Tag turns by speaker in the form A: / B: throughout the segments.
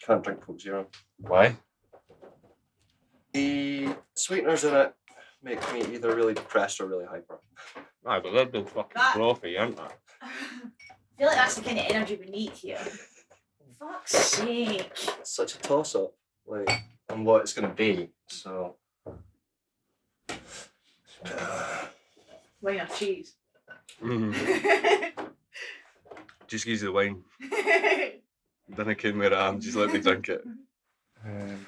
A: Can't drink Coke Zero.
B: Why?
A: The sweeteners in it make me either really depressed or really hyper.
B: Ah, but they're the fucking
C: That-
B: frothy, aren't they?
C: I feel like that's the kind of energy we need here. Fuck's sake.
A: It's such a toss up, like, on what it's going to be. So.
C: Wine or cheese.
B: Mm. Just use the wine.
C: Did
B: Then I came where I am. Just let me drink it.
A: Um,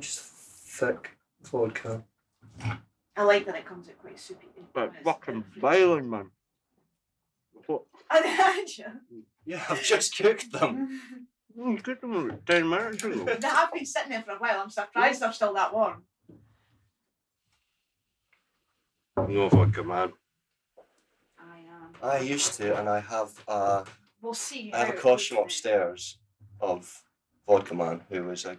A: just thick vodka.
C: I like that it comes out quite soupy.
B: But
C: It's-
B: fucking violin, man. What?
C: I imagine.
A: Yeah, I've just cooked them.
B: Mm, good one. Ten minutes ago.
C: They have been sitting there for a while. I'm surprised they're still that warm.
B: no vodka, man.
C: I am.
A: I used to, and I have a,
C: We'll see.
A: I have a
C: how
A: costume
C: it goes.
A: upstairs of Vodka Man, who was a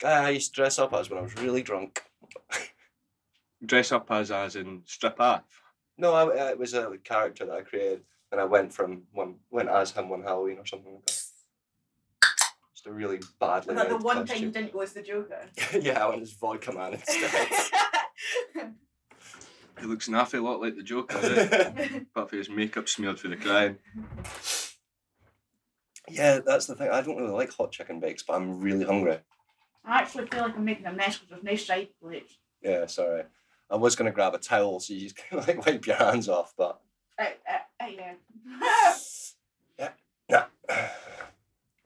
A: guy I used to dress up as when I was really drunk.
B: Dress up as as in strip off.
A: No, I, it was a character that I created, and I went from one went as him one Halloween or something like that. Just a really badly.
C: Like the
A: made
C: one thing you
A: costume.
C: didn't go is the Joker.
A: yeah, I went as Vodka Man instead.
B: He looks an awful lot like the Joker, doesn't he? but for his makeup smeared for the crying.
A: yeah, that's the thing. I don't really like hot chicken bakes, but I'm really hungry.
C: I actually feel like I'm making a mess because there's no side plates.
A: Yeah, sorry. I was gonna grab a towel so you just kind of like wipe your hands off, but
C: Uh, uh, uh, yeah.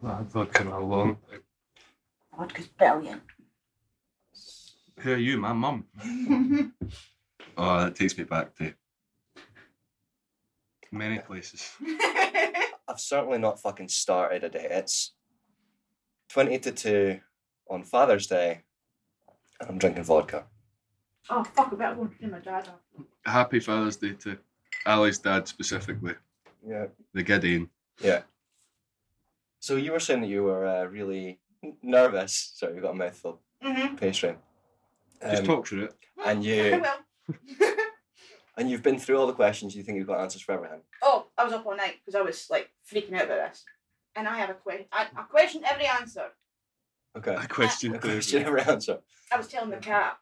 A: nah.
B: I've vodka all along.
C: Vodka's brilliant.
B: Who are you, my mum? Oh, that takes me back to many places.
A: I've certainly not fucking started a day. It's twenty to two on Father's Day, and I'm drinking vodka.
C: oh fuck! I better go and clean my dad up.
B: Happy Father's Day to Ali's dad specifically,
A: Yeah.
B: the Gideon.
A: So you were saying that you were uh, really n- nervous. Sorry, you got a mouthful
C: Mm-hmm. Mm,
A: pastry.
B: Just
A: Um,
B: talk through it.
A: And you-
C: well,
A: and you've been through all the questions. You think you've got answers for everything.
C: oh, I was up all night because I was like freaking out about this, and I have a question. I, I question every answer.
A: Okay.
B: I question
A: A
B: through
A: question every answer.
C: I was telling the cat,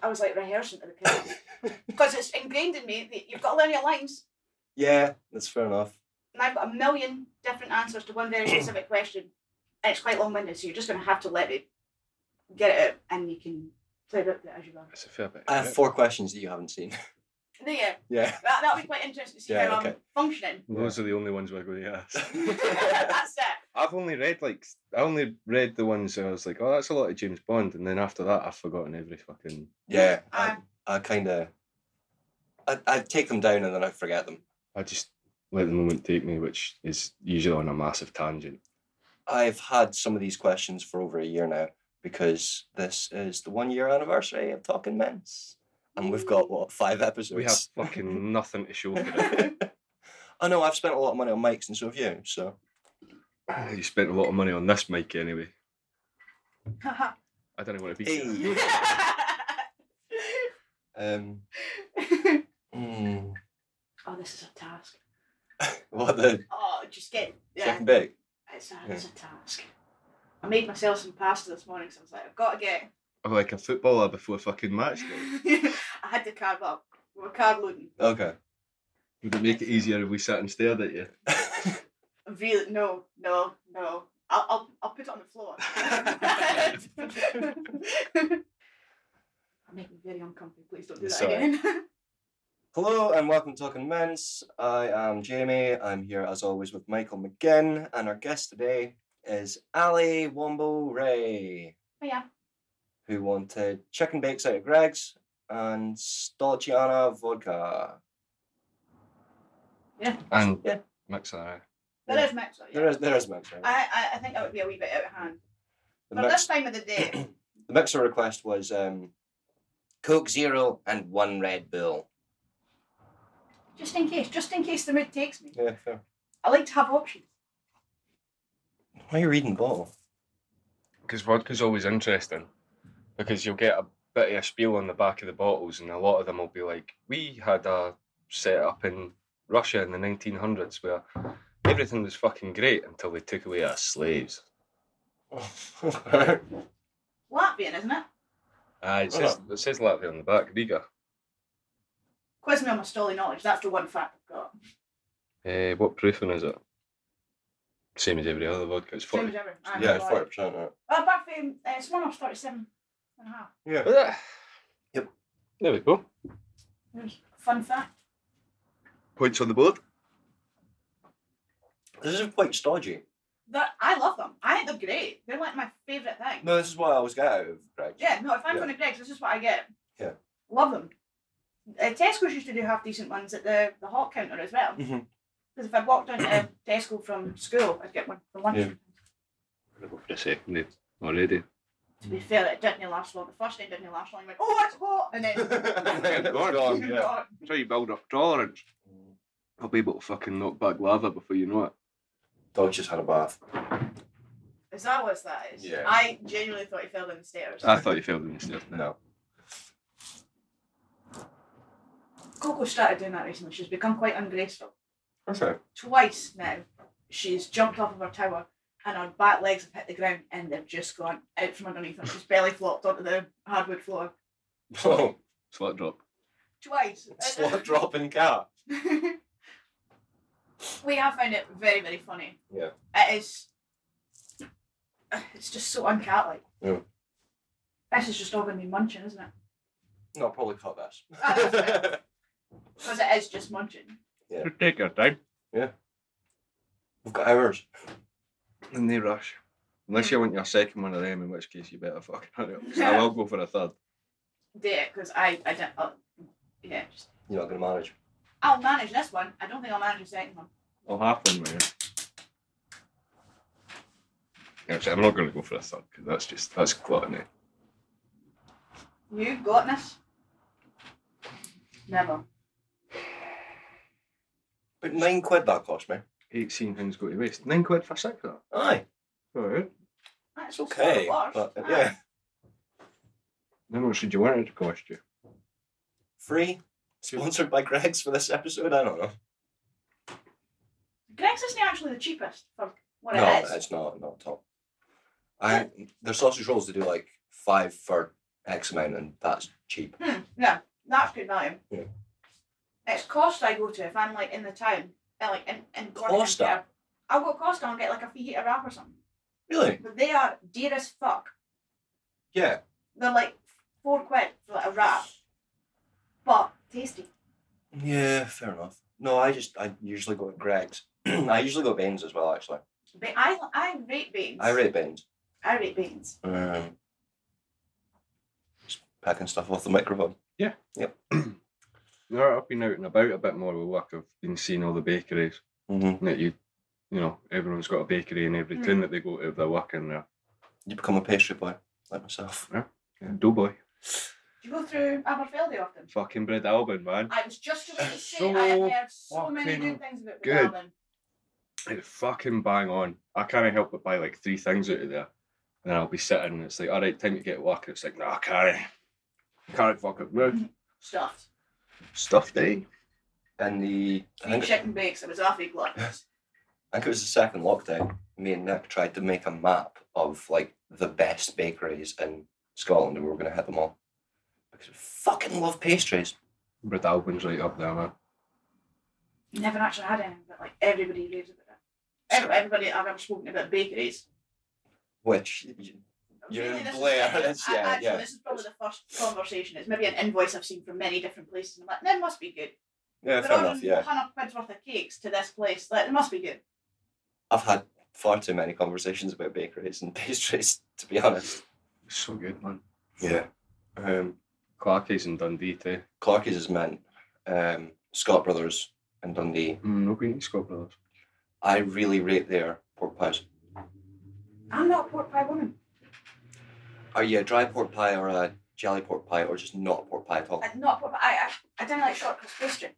C: I was like rehearsing to the cat because it's ingrained in me that you've got to learn your lines.
A: Yeah, that's fair enough.
C: And I've got a million different answers to one very specific question, and it's quite long winded, so you're just going to have to let it get it out, and you can play with it as you go.
B: It's a fair bit.
A: I have Uh, four questions that you haven't seen.
C: There you go.
A: yeah.
C: That, that'll be quite interesting to see
A: Yeah,
C: how
A: okay.
C: I'm functioning.
B: Those are the only ones we're going to ask.
C: That's it.
B: I've only read like I only read the ones that I was like, oh, that's a lot of James Bond, and then after that, I've forgotten every fucking.
A: yeah. I,
C: Um,
A: I kind of. I, I take them down and then I forget them.
B: I just let the moment take me, which is usually on a massive tangent.
A: I've had some of these questions for over a year now because this is the one year anniversary of Talking Men's. And we've got, what, five episodes?
B: We have fucking nothing to show for it.
A: I know I've spent a lot of money on mics and so have you. So
B: you spent a lot of money on this mic anyway.
C: Haha.
B: I don't know what it be.
C: Oh,
A: Hey. um, mm,
C: oh, this is a task.
A: what the
C: Oh, just get yeah.
A: chicken bake?
C: It's a, it's a task. I made myself some pasta this morning, so I was like, I've got to get.
B: Or like a footballer before fucking match day.
C: I had to carb up. We were carb loading.
A: Okay.
B: Would it make it easier if we sat and stared at you?
C: Really? No, no, no. I'll, I'll, I'll put it on the floor. I'm making you very uncomfortable. Please don't do that
A: Sorry.
C: again.
A: Hello and welcome to Talking Men's. I am Jamie. I'm here as always with Michael McGinn, and our guest today is Ali Wombo Ray,
C: but yeah,
A: who wanted chicken bakes out of Greg's and Stolciana vodka.
B: And
A: Yeah.
B: mix that
C: there
A: Yeah.
C: is mixer. Yeah.
A: There is there is a mixer.
C: I, I, I think that would be a wee bit out of hand.
A: The,
C: But
A: mix,
C: this time of the day,
A: the mixer request was um, Coke Zero and one Red Bull.
C: just in case, just in case the mood takes me,
A: Yeah, fair.
C: I like to have options.
A: Why are you reading bottle?
B: Because vodka's always interesting. Because you'll get a bit of a spiel on the back of the bottles, and a lot of them will be like, "We had a set up in Russia in the 1900s where everything was fucking great until they took away our slaves."
C: Latvian, isn't it?
B: Uh, it says it says Latvia on the back, Riga.
C: Quiz me on my stolen knowledge. That's the one fact I've got.
B: Uh, what proofing is it? Same as every other vodka. It's
C: Same
B: 40.
C: as ever. I'm
A: yeah,
C: right.
A: forty percent. Right?
C: Oh, back from uh, Smirnoff's 37 and a half.
A: Yeah. Yep.
B: There we go.
C: There's a Fun fact.
B: Points on the board.
A: This is quite stodgy.
C: That I love them. I think they're great. They're like my favourite thing.
A: No, this is what I always get out of Greg.
C: Yeah, no, if I'm
A: Yeah.
C: going to Greg's, this is what I get.
A: Yeah.
C: Love them. Uh, Tesco's used to do half decent ones at the, the hot counter as well. Because
A: Mhm.
C: if I walked down to Tesco from school, I'd get one for lunch.
A: Yeah.
B: For a second already.
C: To be fair, it didn't last long. The first time didn't last long. I went, oh, it's hot! And then.
A: Oh,
B: God, yeah. Try you build up tolerance. I'll be able to fucking knock back lava before you know it.
A: Dodge just had a bath.
C: Is that what that is?
A: Yeah. Uh,
C: I genuinely thought he fell down the stairs.
B: I thought you failed in yourself.
A: No.
C: Coco started doing that recently. She's become quite ungraceful.
A: Okay.
C: Twice now, she's jumped off of her tower and her back legs have hit the ground and they've just gone out from underneath her. She's belly flopped onto the hardwood floor.
A: So,
B: Slut drop.
C: Twice.
A: slot dropping car.
C: we have found it very, very funny.
A: Yeah.
C: It is. It's just so uncatlike.
A: Yeah.
C: This is just all going to be munching, isn't it?
A: No, I'll probably cut this.
C: Ah, that's Because it is just munching.
B: Take your time.
A: We've got hours.
B: And they rush. Unless you want your second one of them, in which case you better fucking hurry up. 'cause I will go for a third.
C: Do it because I, I don't. Uh, yeah, just
A: You're not going to manage.
C: I'll manage this one. I don't think I'll manage the second one.
B: I'll have one with you. Actually, I'm not going to go for a third because that's just that's gluttony.
C: You got this? Never.
A: But nine quid that cost me.
B: Eighteen things go to waste. Nine quid for six of that.
A: Aye.
B: All right.
C: That's Ah.
A: It's okay.
C: not the worst.
A: But, uh, yeah.
B: How much did you want it to cost you?
A: Free. Sponsored by Greg's for this episode. I don't know.
C: Greg's isn't actually the cheapest for what
A: no,
C: it is.
A: it's not. Not at all. I there's sausage rolls they do like five for X amount, and that's cheap.
C: Hmm, no, that's good value.
A: Yeah.
C: It's Costa I go to if I'm like in the town, uh, like in, in Gordon and
A: Costa?
C: Kerr. I'll go Costa and get like a fajita wrap or something.
A: Really?
C: But they are dear as fuck.
A: Yeah.
C: They're like four quid for like a wrap, but tasty.
A: Yeah. Fair enough. No, I just I usually go to Greg's. I usually go Baines as well. Actually,
C: But I I rate beans.
A: I rate Baines.
C: I rate beans.
A: Um, just packing stuff off the microphone.
B: No, I've been out and about a bit more with work. I've been seeing all the bakeries.
A: Mm-hmm.
B: that you you know everyone's got a bakery in every
C: Mm.
B: town that they go to they're working there
A: You become a pastry boy like myself.
B: doughboy
C: Do you go through Aberfeldy often?
B: fucking bread album man
C: I was just about to say
B: So
C: I have heard so many
B: fucking
C: good things about the
B: good.
C: Melbourne.
B: it's fucking bang on i can't help but buy like three things out of there and then i'll be sitting and it's like all right time to get work and it's like nah can't can't fucking move
C: Stuffed.
B: stuffed eh
A: And the I
C: Three
A: think,
C: chicken bakes. I was awfully gluttonous.
A: I think it was the second lockdown. Me and Nick tried to make a map of like the best bakeries in Scotland, and we were going to hit them all because we fucking love pastries.
B: bread album's right up there man
C: Never actually had any, but like everybody raves about it. Every- Everybody I've ever spoken about bakeries.
A: Which You're in
C: this is-
A: Blair,
C: I-
A: it's- yeah,
C: actually,
A: yeah.
C: this is probably the first conversation. It's maybe an invoice I've seen from many different places. And I'm like, that must be good.
A: yeah,
C: They're
A: fair
C: ordering
A: enough. Yeah,
C: 100 quid's worth of cakes to this place. Like, it must be good.
A: I've had far too many conversations about bakeries and pastries to be honest.
B: it's so good man
A: Yeah, um,
B: clarkies in dundee too
A: Clarkie's is mint. Um, Scott Brothers in Dundee.
B: mm, no green scott brothers
A: I really rate their pork pies.
C: I'm not a pork pie woman.
A: Are you a dry pork pie or a jelly pork pie or just not a pork pie at all?
C: I'm not a pork pie. I, I, I don't like short crust pastry.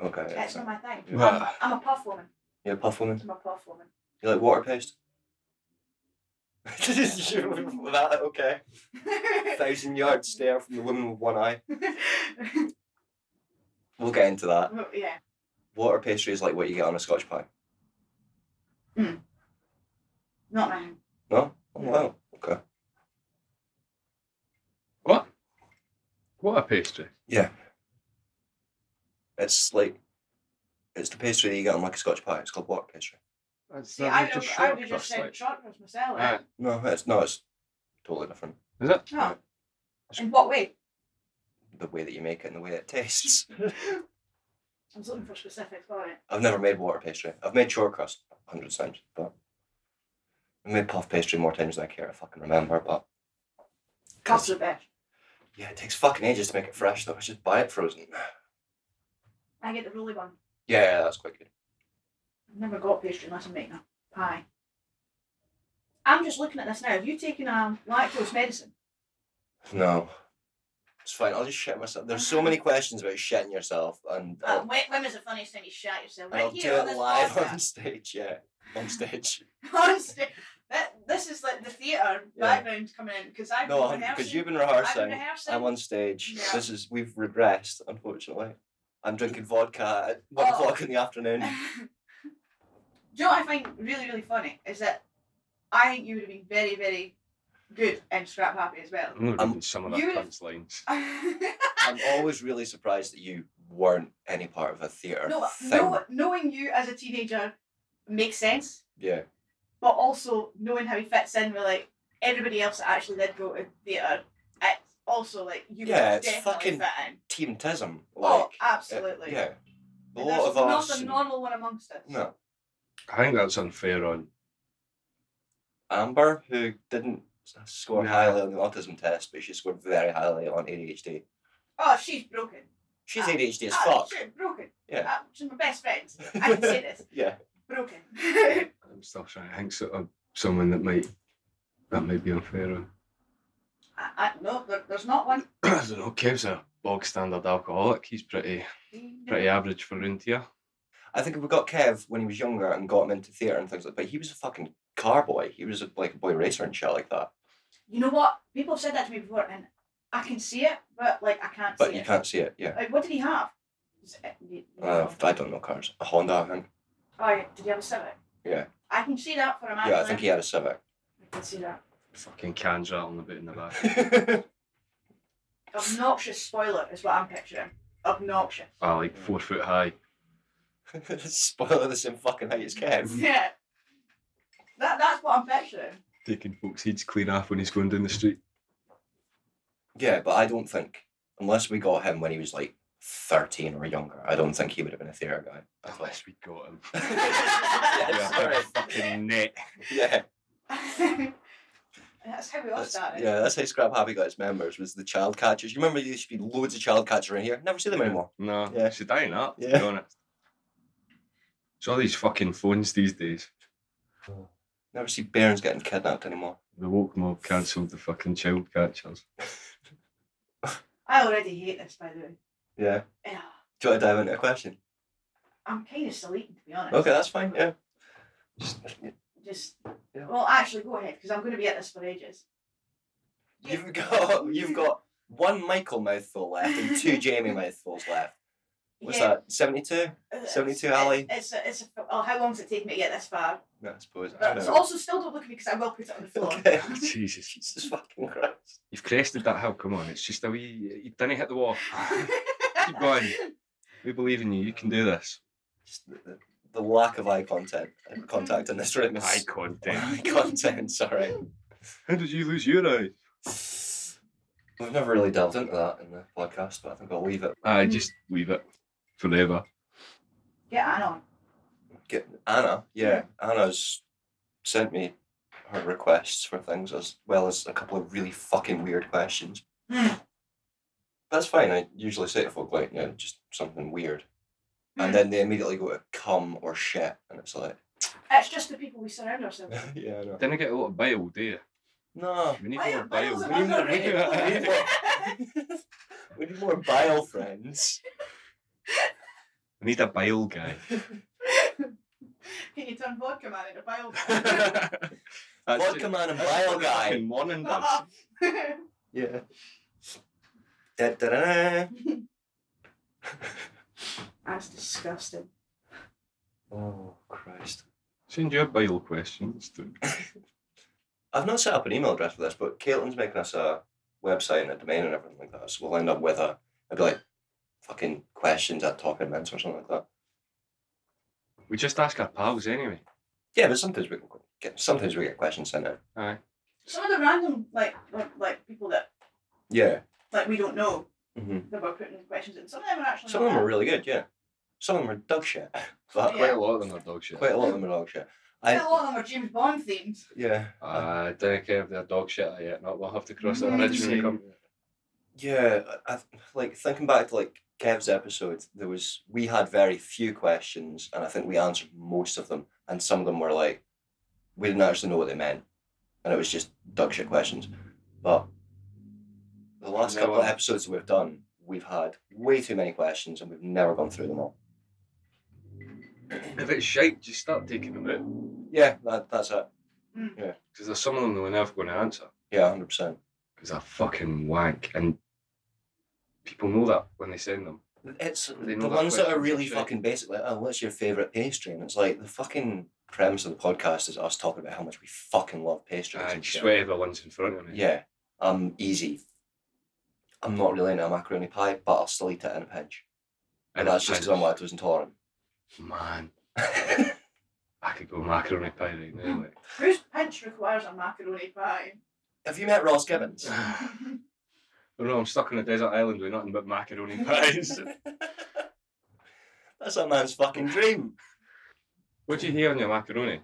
A: Okay. yeah,
C: That's not
A: so-
C: my thing.
A: Yeah.
C: I'm, I'm a puff woman.
A: You're a puff woman.
C: I'm a puff woman.
A: You like water paste? that okay? Thousand yard stare from the woman with one eye. We'll get into that.
C: yeah.
A: Water pastry is like what you get on a Scotch pie.
C: Not mine.
A: No? Oh,
C: No.
A: wow. Okay.
B: What? What a pastry.
A: It's like it's the pastry that you get on like a Scotch pie. It's called water pastry.
B: That's
C: See,
B: that
C: I
B: was
C: would
B: just
C: I
B: short
C: would have just
B: crust,
C: said
B: like.
C: short crust myself.
B: Aye.
A: No, it's no, it's totally different.
B: Is it?
C: No. In what way?
A: The way that you make it and the way it tastes.
C: I was looking for specifics for it.
A: I've never made water pastry. I've made short crust hundreds of times, but I made puff pastry more times than I care to fucking remember, but
C: Custard the best.
A: yeah, it takes fucking ages to make it fresh though. I should buy it frozen.
C: I get the roly one.
A: Yeah, that's quite good.
C: I've never got pastry unless I'm making a pie. I'm just looking at this now. Have you taken um, lactose medicine?
A: No. It's fine. I'll just shit myself. There's so many questions about shitting yourself, and
C: Uh,
A: I'll,
C: when, when was the funniest time you shat yourself?
A: I'll
C: Right
A: do
C: here on
A: it
C: this
A: live on
C: podcast.
A: stage. Yeah, on stage.
C: Honestly, that, this is like the theatre
A: Yeah.
C: background coming in because I've
A: No,
C: been
A: because
C: rehearsing.
A: you've been
C: I've been
A: rehearsing.
C: rehearsing.
A: I'm on stage.
C: Yeah.
A: This is we've regressed, unfortunately. I'm drinking vodka at one
C: Oh.
A: o'clock in the afternoon.
C: Do you know what I find really, really funny is that I think you would have been very, very good in Scrap Happy as well.
B: I'm not
A: Um,
B: reading some of that
C: you-
B: cunt's lines.
A: I'm always really surprised that you weren't any part of a theatre
C: no, uh,
A: thing.
C: no, knowing you as a teenager makes sense,
A: Yeah,
C: but also knowing how he fits in with like everybody else that actually did go to theatre, it's also like you
A: Yeah,
C: would
A: it's
C: definitely
A: fucking-
C: fit
A: team
C: in.
A: tism.
C: oh,
A: Like,
C: absolutely.
A: yeah, a
C: There's
A: lot of
C: not
A: us.
C: a
A: and-
C: normal one amongst us.
A: No,
B: I think that's unfair on.
A: Amber, who didn't s- score
B: No.
A: highly on the autism test, but she scored very highly on ADHD.
C: Oh, she's broken.
A: She's
C: Ah.
A: ADHD as
C: Ah,
A: fuck.
C: She's broken.
A: Yeah.
C: Ah, she's my best friend. I can say this.
A: Yeah.
C: Broken.
B: I'm still trying to think so- of someone that might that might be unfair on.
C: I, I, no, there, there's not one.
B: I don't know. Kev's a bog standard alcoholic. He's pretty pretty average for round here.
A: I think if we got Kev when he was younger and got him into theatre and things like but he was a fucking car boy. He was a, like a boy racer and shit like that.
C: You know what? People have said that to me before, and I can see it, but like I can't
A: But
C: see
A: you
C: it.
A: can't see it, yeah.
C: Like, what did he have? Was it- you- you
A: Uh,
C: know.
A: I don't know cars. A Honda, I think.
C: oh, yeah. Did he have a Civic?
A: Yeah.
C: I can see that for a man.
A: Yeah, I think he had a Civic.
C: I can see that.
B: Fucking cans rattling about in the back.
C: Obnoxious spoiler is what I'm picturing. Obnoxious.
B: Ah, like four foot high.
A: Spoiler the same fucking height as Kev.
C: yeah. That, that's what I'm picturing.
B: taking folks' heads clean off when he's going down the street.
A: Yeah, but I don't think unless we got him when he was like thirteen or younger, I don't think he would have been a theatre guy. at all.
B: Unless we got him.
A: yeah,
B: Yeah,
A: sorry.
B: Fucking net.
A: Yeah.
C: That's how we all
A: That's,
C: started.
A: yeah, that's how Scrap Happy got its members was the child catchers. You remember there used to be loads of child catchers around here? Never see them anymore.
B: No,
A: Yeah.
B: she's dying up, to
A: Yeah.
B: be honest. It's all these fucking phones these days.
A: Never see bairns getting kidnapped anymore.
B: The woke mob cancelled the fucking child catchers.
C: I already hate this, by the way.
A: Yeah.
C: Yeah,
A: Do you want to dive into a question?
C: I'm kind of still eating, to be honest.
A: Okay, that's fine. Yeah.
C: Just,
A: Yeah.
C: well, actually, go ahead, because I'm going to be at this for ages.
A: You've got you've got one Michael mouthful left and two Jamie mouthfuls left. What's that? Seventy two?
C: that?
A: 72 alley?
C: uh, It's, a, it's a, oh, how long does it take me to get this far?
A: No, I suppose. I
C: But
A: don't
C: so
A: know.
C: also, still don't look at me because I will put it on the floor.
A: Okay.
B: Jesus.
A: Jesus fucking Christ.
B: You've crested that hill, come on. It's just a wee. You didn't hit the wall. Keep going. We believe in you. You can do this.
A: Just the, the, the lack of eye content contact in this room is
B: Eye contact.
A: eye content, sorry.
B: How did you lose your eye?
A: We've never really delved into that in the podcast, but I think I'll leave it.
B: I just leave it forever.
C: Get Anne on.
A: Get Anna, yeah, Anna's sent me her requests for things as well as a couple of really fucking weird questions.
C: Hmm.
A: That's fine. I usually say to folk like, you know, just something weird, and then they immediately go to cum or shit, and it's like,
C: It's just the people we surround ourselves with.
A: yeah, no,
B: Didn't get a lot of bile, do you?
A: no.
B: We need
C: I
B: more
C: am bile.
B: bile.
A: We need, we, need, we, need more,
C: Underrated.
A: we need more bile friends.
B: We need a bile guy.
C: Can you turn vodka man into bile?
B: I That's
A: Vodka
B: it.
A: Man and
B: That's
A: Bile
B: what
A: Guy.
B: fucking Morning does.
C: Shut up.
A: Yeah. Da-da-da-da.
C: That's disgusting.
A: Oh, Christ.
B: Send your Bible questions to
A: I've not set up an email address for this, but Caitlin's making us a website and a domain and everything like that. So we'll end up with a, it'll be like fucking questions at Talking Mints or something like that.
B: We just ask our pals anyway.
A: Yeah, but sometimes we can get, sometimes we get questions sent out.
B: Aye.
C: Some of the random like like- like people that
A: Yeah.
C: like we don't know
A: hmm
C: that we're putting the questions in. Some of them are actually
A: Some
C: not
A: of them are
C: bad.
A: really good, yeah. Some of them are dog shit. But
B: Quite a lot of them are dog shit.
A: quite a lot of them are dog shit.
C: Quite a
A: I,
C: lot of them are James Bond themed.
A: yeah.
B: I don't care if they're dog shit or yet. Not we'll have to cross that
C: Mhm.
B: bridge when we come.
A: Yeah, I, I, like thinking back to like Kev's episode, there was we had very few questions, and I think we answered most of them, and some of them were like we didn't actually know what they meant, and it was just dog shit questions. But the last
B: No,
A: couple of
B: um,
A: episodes we've done, we've had way too many questions, and we've never gone through them all.
B: If it's shite, just start taking them out
A: Yeah, that, that's it.
B: because there's some of them that we're never going to answer
A: Yeah, hundred percent.
B: because they're fucking wank and people know that when they send them.
A: It's
B: They know
A: the
B: that
A: ones that are
B: questions are
A: really
B: shit.
A: fucking basic, like, oh, what's your favourite pastry? And it's like the fucking premise of the podcast is us talking about how much we fucking love pastries.
B: I
A: and Ah, shit.
B: swear the ones in front of me.
A: Yeah, I'm easy. I'm not really into a macaroni pie, but I'll still eat it in a pinch. And that's just because I'm lactose intolerant.
B: man. I could go macaroni pie right now. Like.
C: Whose pinch requires a macaroni pie?
A: Have you met Ross Gibbons?
B: I don't know, I'm stuck on a desert island with nothing but macaroni pies.
A: That's a man's fucking dream.
B: what do you hear on your macaroni?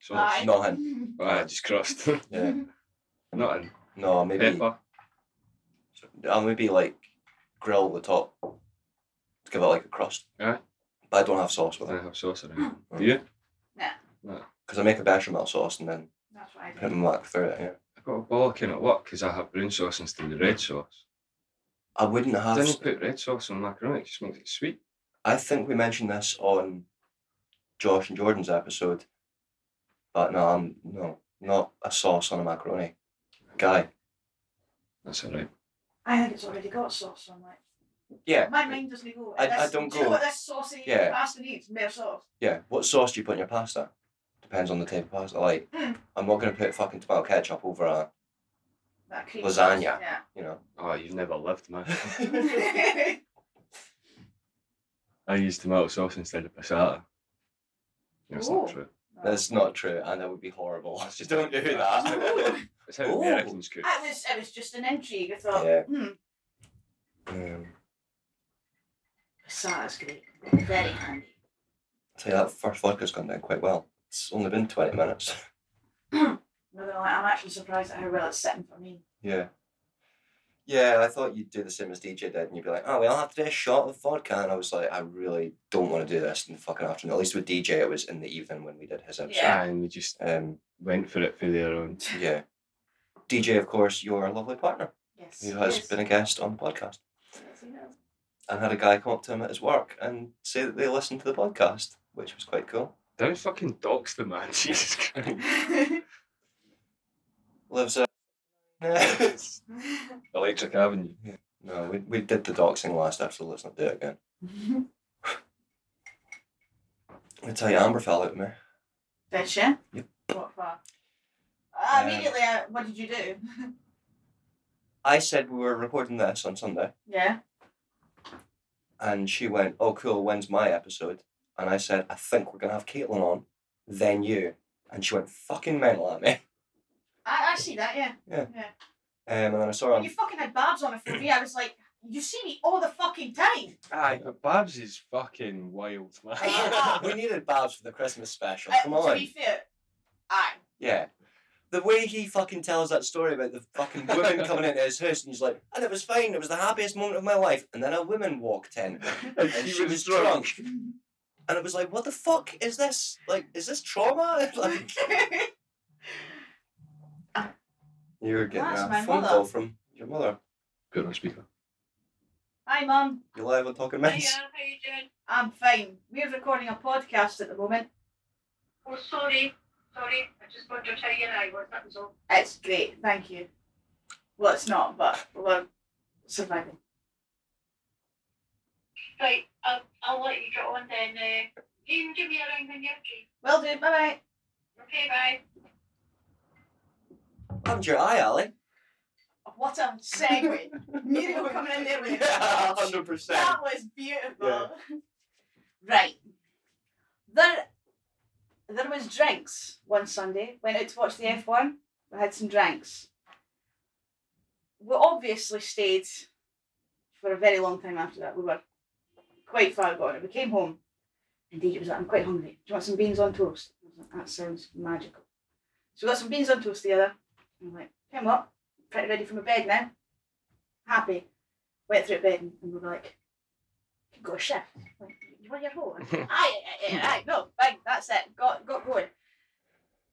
B: Sauce.
C: Aye.
A: not
B: Aye, just crust.
A: Yeah.
B: nothing.
A: No, maybe
B: Pepper.
A: I'll maybe like grill the top to give it like a crust.
B: Aye.
A: But I don't have sauce
B: I
A: with it
B: don't have sauce around. Do you?
A: because I make a bechamel sauce and then
C: That's what I
A: put
C: do.
A: my mac through it. Yeah.
B: I got a bollocking at work because I have brown sauce instead of red sauce.
A: I wouldn't have.
B: Then you put red sauce on macaroni, it just makes it sweet.
A: I think we mentioned this on Josh and Jordan's episode, but no, I'm no not a sauce on a macaroni guy.
B: That's alright.
C: I think it's already got sauce on it.
A: Yeah,
C: My mind doesn't go.
A: I- I
C: this-
A: don't
C: do you know
A: go-
C: what this saucy
A: Yeah.
C: pasta needs? More sauce.
A: yeah. What sauce do you put in your pasta? Depends on the type of pasta. Like,
C: Mm.
A: I'm not gonna put fucking tomato ketchup over a
C: That cream
A: Lasagna.
C: Sauce.
A: you know.
B: Oh, you've never lived, man.
C: Yeah.
B: I use tomato sauce instead of passata. No, it's
C: Ooh.
B: not true.
A: That's not true, and that would be horrible. Just don't do that.
C: Ooh.
B: It's how
A: Ooh.
B: Americans cook.
C: I was, it was just an intrigue. I thought,
A: Yeah.
C: hmm,
A: um,
C: Passata's great. Very handy.
A: I tell you that first vodka's gone down quite well. It's only been twenty minutes.
C: I'm not gonna lie, I'm actually surprised at how well it's sitting for me.
A: Yeah. Yeah, I thought you'd do the same as DJ did, and you'd be like, "Oh, we all have to do a shot of vodka," and I was like, "I really don't want to do this in the fucking afternoon." At least with DJ, it was in the evening when we did his episode.
C: Yeah.
B: Aye, and we just
A: Um,
B: went for it for their own.
A: yeah. DJ, of course, your lovely partner,
C: Yes.
A: who has
C: yes.
A: been a guest on the podcast,
C: Yes, he has.
A: and had a guy come up to him at his work and say that they listened to the podcast, which was quite cool.
B: Don't fucking dox the man, Jesus Christ.
A: Lives a. no,
B: Electric Avenue.
A: we, we did the doxing last episode. Let's not do it again. I tell you, Amber fell out with me.
C: Did you?
A: Yep.
C: What for? Uh,
A: Um,
C: immediately, uh, what did you do?
A: I said we were recording this on Sunday.
C: yeah.
A: And she went, Oh, cool, when's my episode? And I said, I think we're going to have Caitlin on, then you. And she went fucking mental at me.
C: I, I see that, yeah.
A: Um, and then I saw her
C: When you
A: on.
C: fucking had Babs on it for me, I was like, you see me all the fucking time.
B: Aye, but Uh, Babs is fucking wild, man.
A: we needed Babs for the Christmas special.
C: Uh,
A: Oh, Come
C: To
A: on.
C: be fair, I.
A: Yeah. The way he fucking tells that story about the fucking woman coming into his house and he's like, and it was fine, it was the happiest moment of my life. And then a woman walked in
B: and
A: and she was drunk. And it was like, what the fuck is this? Like, is this trauma? like, you were getting
C: That's
A: a
C: my
A: phone
C: mother.
A: call from your mother.
B: Put on speaker.
C: Hi, Mum.
A: You live on Talking
C: uh,
A: Mess?
D: how you doing?
C: I'm fine. We're recording a podcast at the moment.
D: Oh, sorry. Sorry, I just wondered how your eye was, that was all.
C: It's great, thank you. Well, it's not, but we're surviving.
D: Right, I'll, I'll let you get on then. Uh, you can give me a ring when you're free.
C: Well do, bye bye.
D: Okay, bye.
A: What happened to your eye, Ali?
C: What a segue. Muriel coming in there with
A: Yeah, hundred percent.
C: That was beautiful.
A: Yeah.
C: Right. There there was drinks one Sunday. Went out to watch the F1. We had some drinks. We obviously stayed for a very long time after that. We were quite far gone. We came home and Deidre was like, I'm quite hungry. Do you want some beans on toast? I was like, that sounds magical. So we got some beans on toast together. I'm like, came up, pretty ready for my bed now. Happy. Went through bed and and we were like, go got a shift. Like, you want your hole? Aye, aye, aye, aye, no, fine, that's it. Got got going.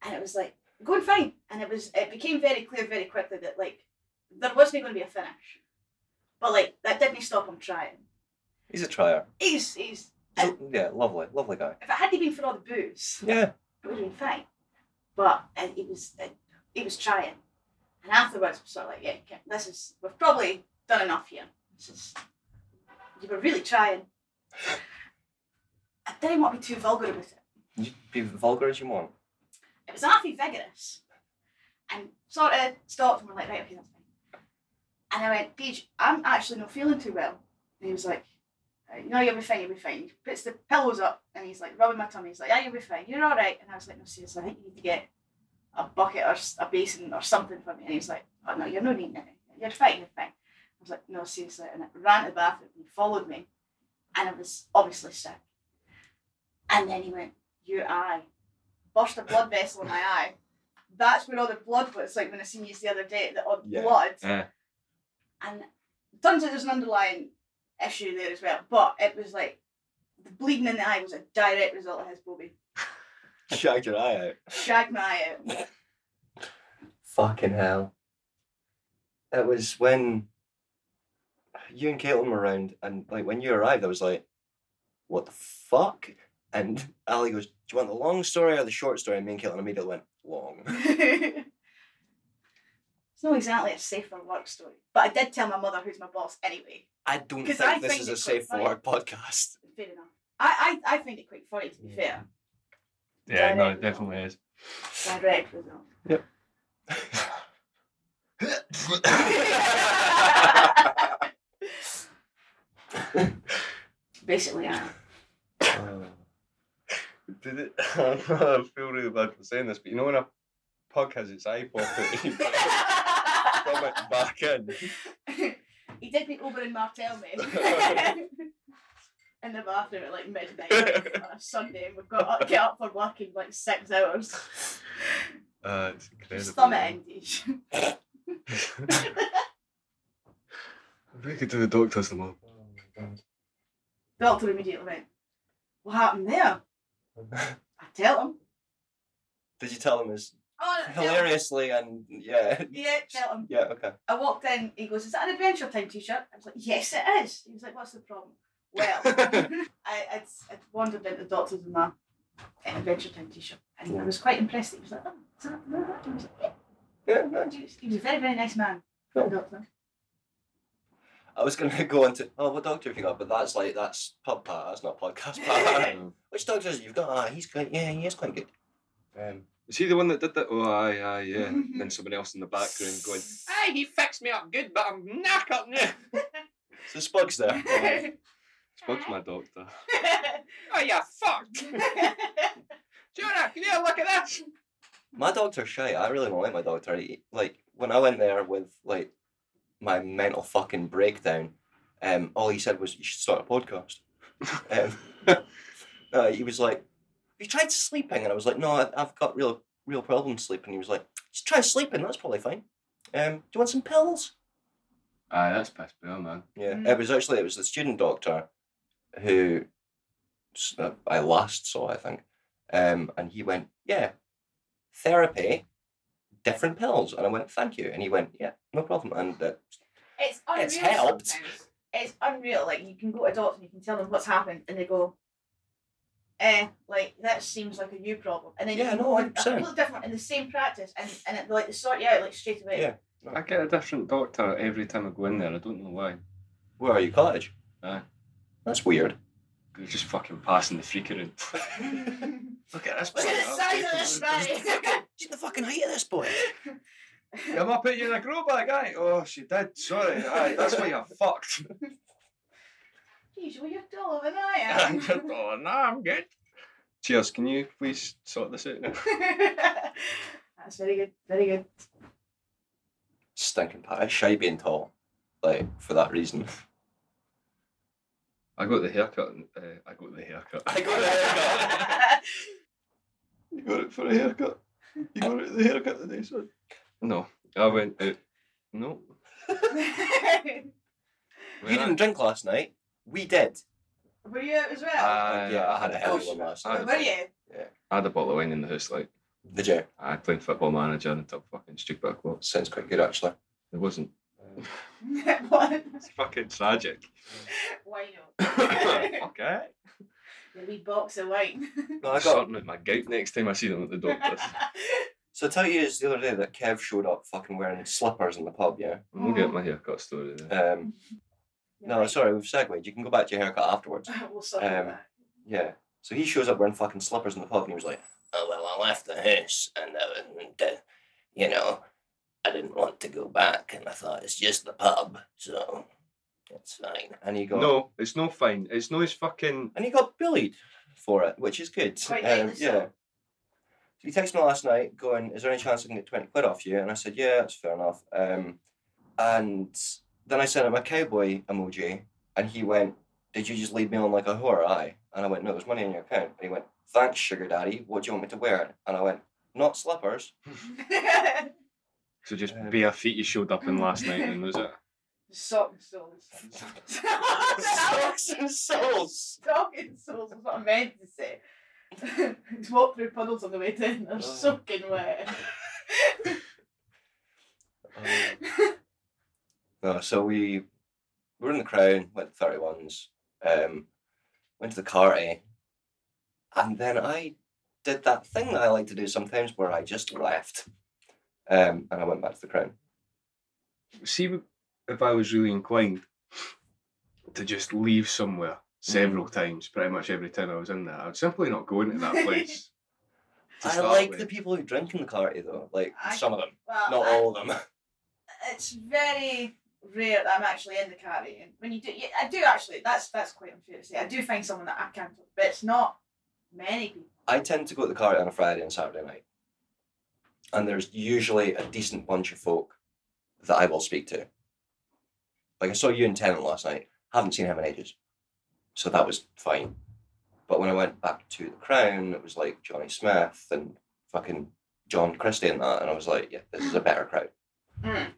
C: And it was like, going fine. And it was it became very clear very quickly that like there wasn't gonna be a finish. But like that didn't stop him trying.
A: He's a trier.
C: He's he's
A: So- yeah, lovely, lovely guy.
C: if it hadn't been for all the booze,
A: Yeah.
C: it would have been fine. But uh, it was uh, it was trying, and afterwards we sort of like, yeah, okay, this is we've probably done enough here. This is you were really trying. I didn't want to be too vulgar about it.
A: You be vulgar as you want.
C: It was half vigorous, and sort of stopped and we're like, right, okay, that's fine. And I went, Deej, I'm actually not feeling too well. And he was like. "Uh, No, you'll be fine, you'll be fine. He puts the pillows up and he's like rubbing my tummy. He's like, Yeah, you'll be fine, you're all right. And I was like, No, seriously, I think you need to get a bucket or s- a basin or something for me. And he was like, Oh, no, you're not needing it. You're fine, you're fine. I was like, No, seriously. And I ran to the bathroom and he followed me. And I was obviously sick. And then he went, Your eye. Burst a blood vessel in my eye. That's where all the blood was, like when I seen you the other day, the odd
A: Yeah.
C: blood.
B: Yeah.
C: And turns out there's an underlying issue there as well. But it was like, the bleeding in the eye was a direct result of his bobby.
A: Shag your eye out.
C: Shag my eye out.
A: Fucking hell. It was when you and Caitlin were around, and like when you arrived, I was like, "What the fuck?" And Ali goes, "Do you want the long story or the short story?" And me and Caitlin immediately went, "Long."
C: it's not exactly a safe for work story, but I did tell my mother, who's my boss, anyway.
A: I don't
C: 'Cause
A: think
C: I
A: this
C: find
A: is
C: it
A: a safe for
C: quite
A: work podcast.
C: Fair enough. I, I, I find it quite funny, to be fair.
B: Yeah, no, it
C: Direct.
B: definitely is.
C: Direct result. Basically, I am.
B: Did it? I feel really bad for saying this, but you know when a pug has its eye popped, you rub it back in.
C: he did meet Oberyn Martell me. In the bathroom at like midnight on a Sunday, and we've got to get up for work in like six hours.
B: Uh, it's incredible.
C: Just thumb it in, Deej.
B: We could do the doctors tomorrow.
C: Doctor immediately went, What happened there? I tell him.
A: Did you tell him it's
C: Oh, I tell him.
A: hilariously and yeah,
C: Yeah, tell him.
A: yeah, okay.
C: I walked in, he goes, Is that an adventure time t shirt? I was like, Yes, it is. He was like, What's the problem? Well, I, I'd, I'd wandered into the doctors in my adventure time t shirt, and I was quite impressed. that He was like, Oh, is that, is that? I was like,
A: Yeah, no,
C: "Yeah." He was a very, very nice man.
A: Cool.
C: Doctor.
A: I was gonna go on to oh what doctor have you got? But that's like that's pub part, that's not podcast part. Which doctor is it you've got? Ah, he's good. Yeah, he is quite good. Um,
B: Is he the one that did that? Oh, aye, aye, yeah. and then someone else in the background going, Aye, he fixed me up good, but I'm knackered now.
A: so Spug's there.
B: Spoke to my doctor.
C: oh,
B: Oh, yeah, fucked. Jonah, can you have a look at this?
A: my doctor's shy. I really don't like my doctor. He- like when I went there with like my mental fucking breakdown, um, all he said was you should start a podcast. um, no, he was like, "Have you tried sleeping?" And I was like, "No, I- I've got real real problems sleeping." He was like, "Just try sleeping. That's probably fine." Um, do you want some pills?
B: Aye, that's pissed me on, man.
A: Yeah,
C: Mm.
A: it was actually it was the student doctor who s- that I last saw, I think, um, and he went, "Yeah, therapy, different pills," and I went, "Thank you," and he went, "Yeah, no problem," and uh,
C: It's unreal.
A: It's helped.
C: sometimes. It's unreal. Like you can go to a doctor and you can tell them what's happened, and they go, eh, like that seems like a new problem. And then
A: Yeah,
C: you
A: no,
C: go on a
A: 100%.
C: completely different in the same practice, and and it, like they sort you out like straight away.
A: Yeah.
B: I get a different doctor every time I go in there. I don't know why.
A: Where are you, cottage?
B: Aye.
A: That's weird.
B: They're just fucking passing the freaking. Look at this.
C: Look at the size of this man.
A: She's the fucking height of this boy.
B: I'm up at you in a grow bag, aye. Oh, she did. Sorry, aye. That's why you fucked.
C: Geez, well you're taller than I
B: I'm
C: am.
B: just, oh, no, I'm good. Cheers. Can you please sort this out?
C: That's very good. Very good.
A: Stinking pat. I shy being tall. Like, for that reason.
B: I got the haircut. and, Uh, I got the haircut.
A: I got the haircut.
B: You got it for a haircut. You got it the haircut today, son. No, I went out. No,
A: you didn't drink last night. We did.
C: Were you out as well?
B: I,
A: yeah, I had a
B: I,
A: heavy one last
B: I-
A: night.
C: Where were you?
B: I had a bottle of wine in the house. Like
A: Did you?
B: I played football manager until fucking stupid o'clock.
A: Sounds quite good, actually.
B: It wasn't.
C: Uh, what?
B: It's fucking tragic.
C: Why not?
B: okay.
C: The wee box of wine.
A: No, I got.
B: Sorting out my gout next time I see them at the doctor's.
A: So I tell you the other day that Kev showed up fucking wearing slippers in the pub, yeah?
B: We'll get my haircut story. Then.
A: Um,
C: Mm-hmm.
A: no, sorry, we've segued. You can go back to your haircut afterwards.
C: we'll sort um,
A: Um,
C: that.
A: Yeah. So he shows up wearing fucking slippers in the pub, and he was like, "Oh well, I left the house, and, uh, and uh, you know, I didn't want to go back, and I thought it's just the pub, so it's fine." And he got
B: No, it's no fine. It's no his fucking.
A: and he got bullied for it, which is good.
C: Quite
A: um,
C: rightly so.
A: yeah. So he texted me last night, going, "Is there any chance I can get twenty quid off you?" And I said, "Yeah, that's fair enough." Um, and then I sent him a cowboy emoji, and he went, "Did you just lead me on like a whore?" I and I went, "No, there's money in your account." And he went, "Thanks, sugar daddy. What do you want me to wear?" And I went, "Not slippers."
B: So just
A: Um,
B: bare feet you showed up in last night and was it?
C: Sock and soles.
A: Socks and soles.
C: Sock and soles is what I meant to say. He's walked through puddles on the way down.
A: Oh.
C: They're soaking wet.
A: Um, No, so we we were in the crown, went to 31s, um, went to the carty, and then I did that thing that I like to do sometimes where I just left. Um, and I went back to the crown.
B: See, if I was really inclined to just leave somewhere several times, pretty much every time I was in there, I would simply not go into that place. to
A: I
B: start
A: like
B: with.
A: the people who drink in the carty though, like
C: I-
A: some of them,
C: Well,
A: not
C: I-
A: all of them.
C: it's very rare that I'm actually in the carry. And when you do, yeah, I do actually. That's that's quite unfair to say. I do find someone that I can talk, but it's not many people.
A: I tend to go to the carty on a Friday and Saturday night, and there's usually a decent bunch of folk that I will speak to. Like I saw you in Tennant last night. Haven't seen him in ages, so that was fine. But when I went back to the Crown, it was like Johnny Smith and fucking John Christie and that, and I was like, yeah, this is a better crowd.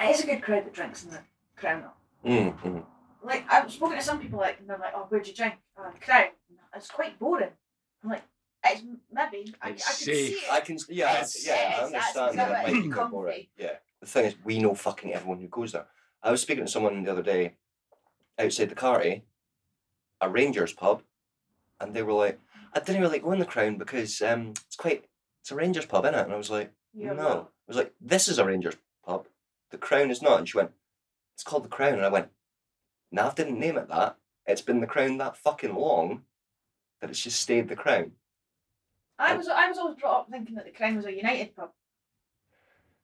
C: It is a good crowd that drinks in the Crown. though.
A: Mm, mm.
C: Like I've spoken to some people, like and they're like, "Oh, where'd you drink?" Uh, the Crown. It's quite boring. I'm like, it's maybe I, I could
B: It's
C: see
B: safe.
C: it.
A: I can, yeah,
C: Yes,
A: yeah,
C: yes,
A: I
C: that's
A: understand that.
C: exactly
A: might be
C: comfy.
A: good for it. Yeah. The thing is, we know fucking everyone who goes there. I was speaking to someone the other day outside the Carty, a Rangers pub, and they were like, I didn't really go in the Crown because um, it's quite, it's a Rangers pub, innit? And I was like,
C: You're
A: no.
C: wrong.
A: I was like, this is a Rangers pub. The Crown is not. And she went, it's called the Crown. And I went, Nav didn't name it that. It's been the Crown that fucking long that it's just stayed the Crown.
C: I was I was always brought up thinking that the Crown was a United pub.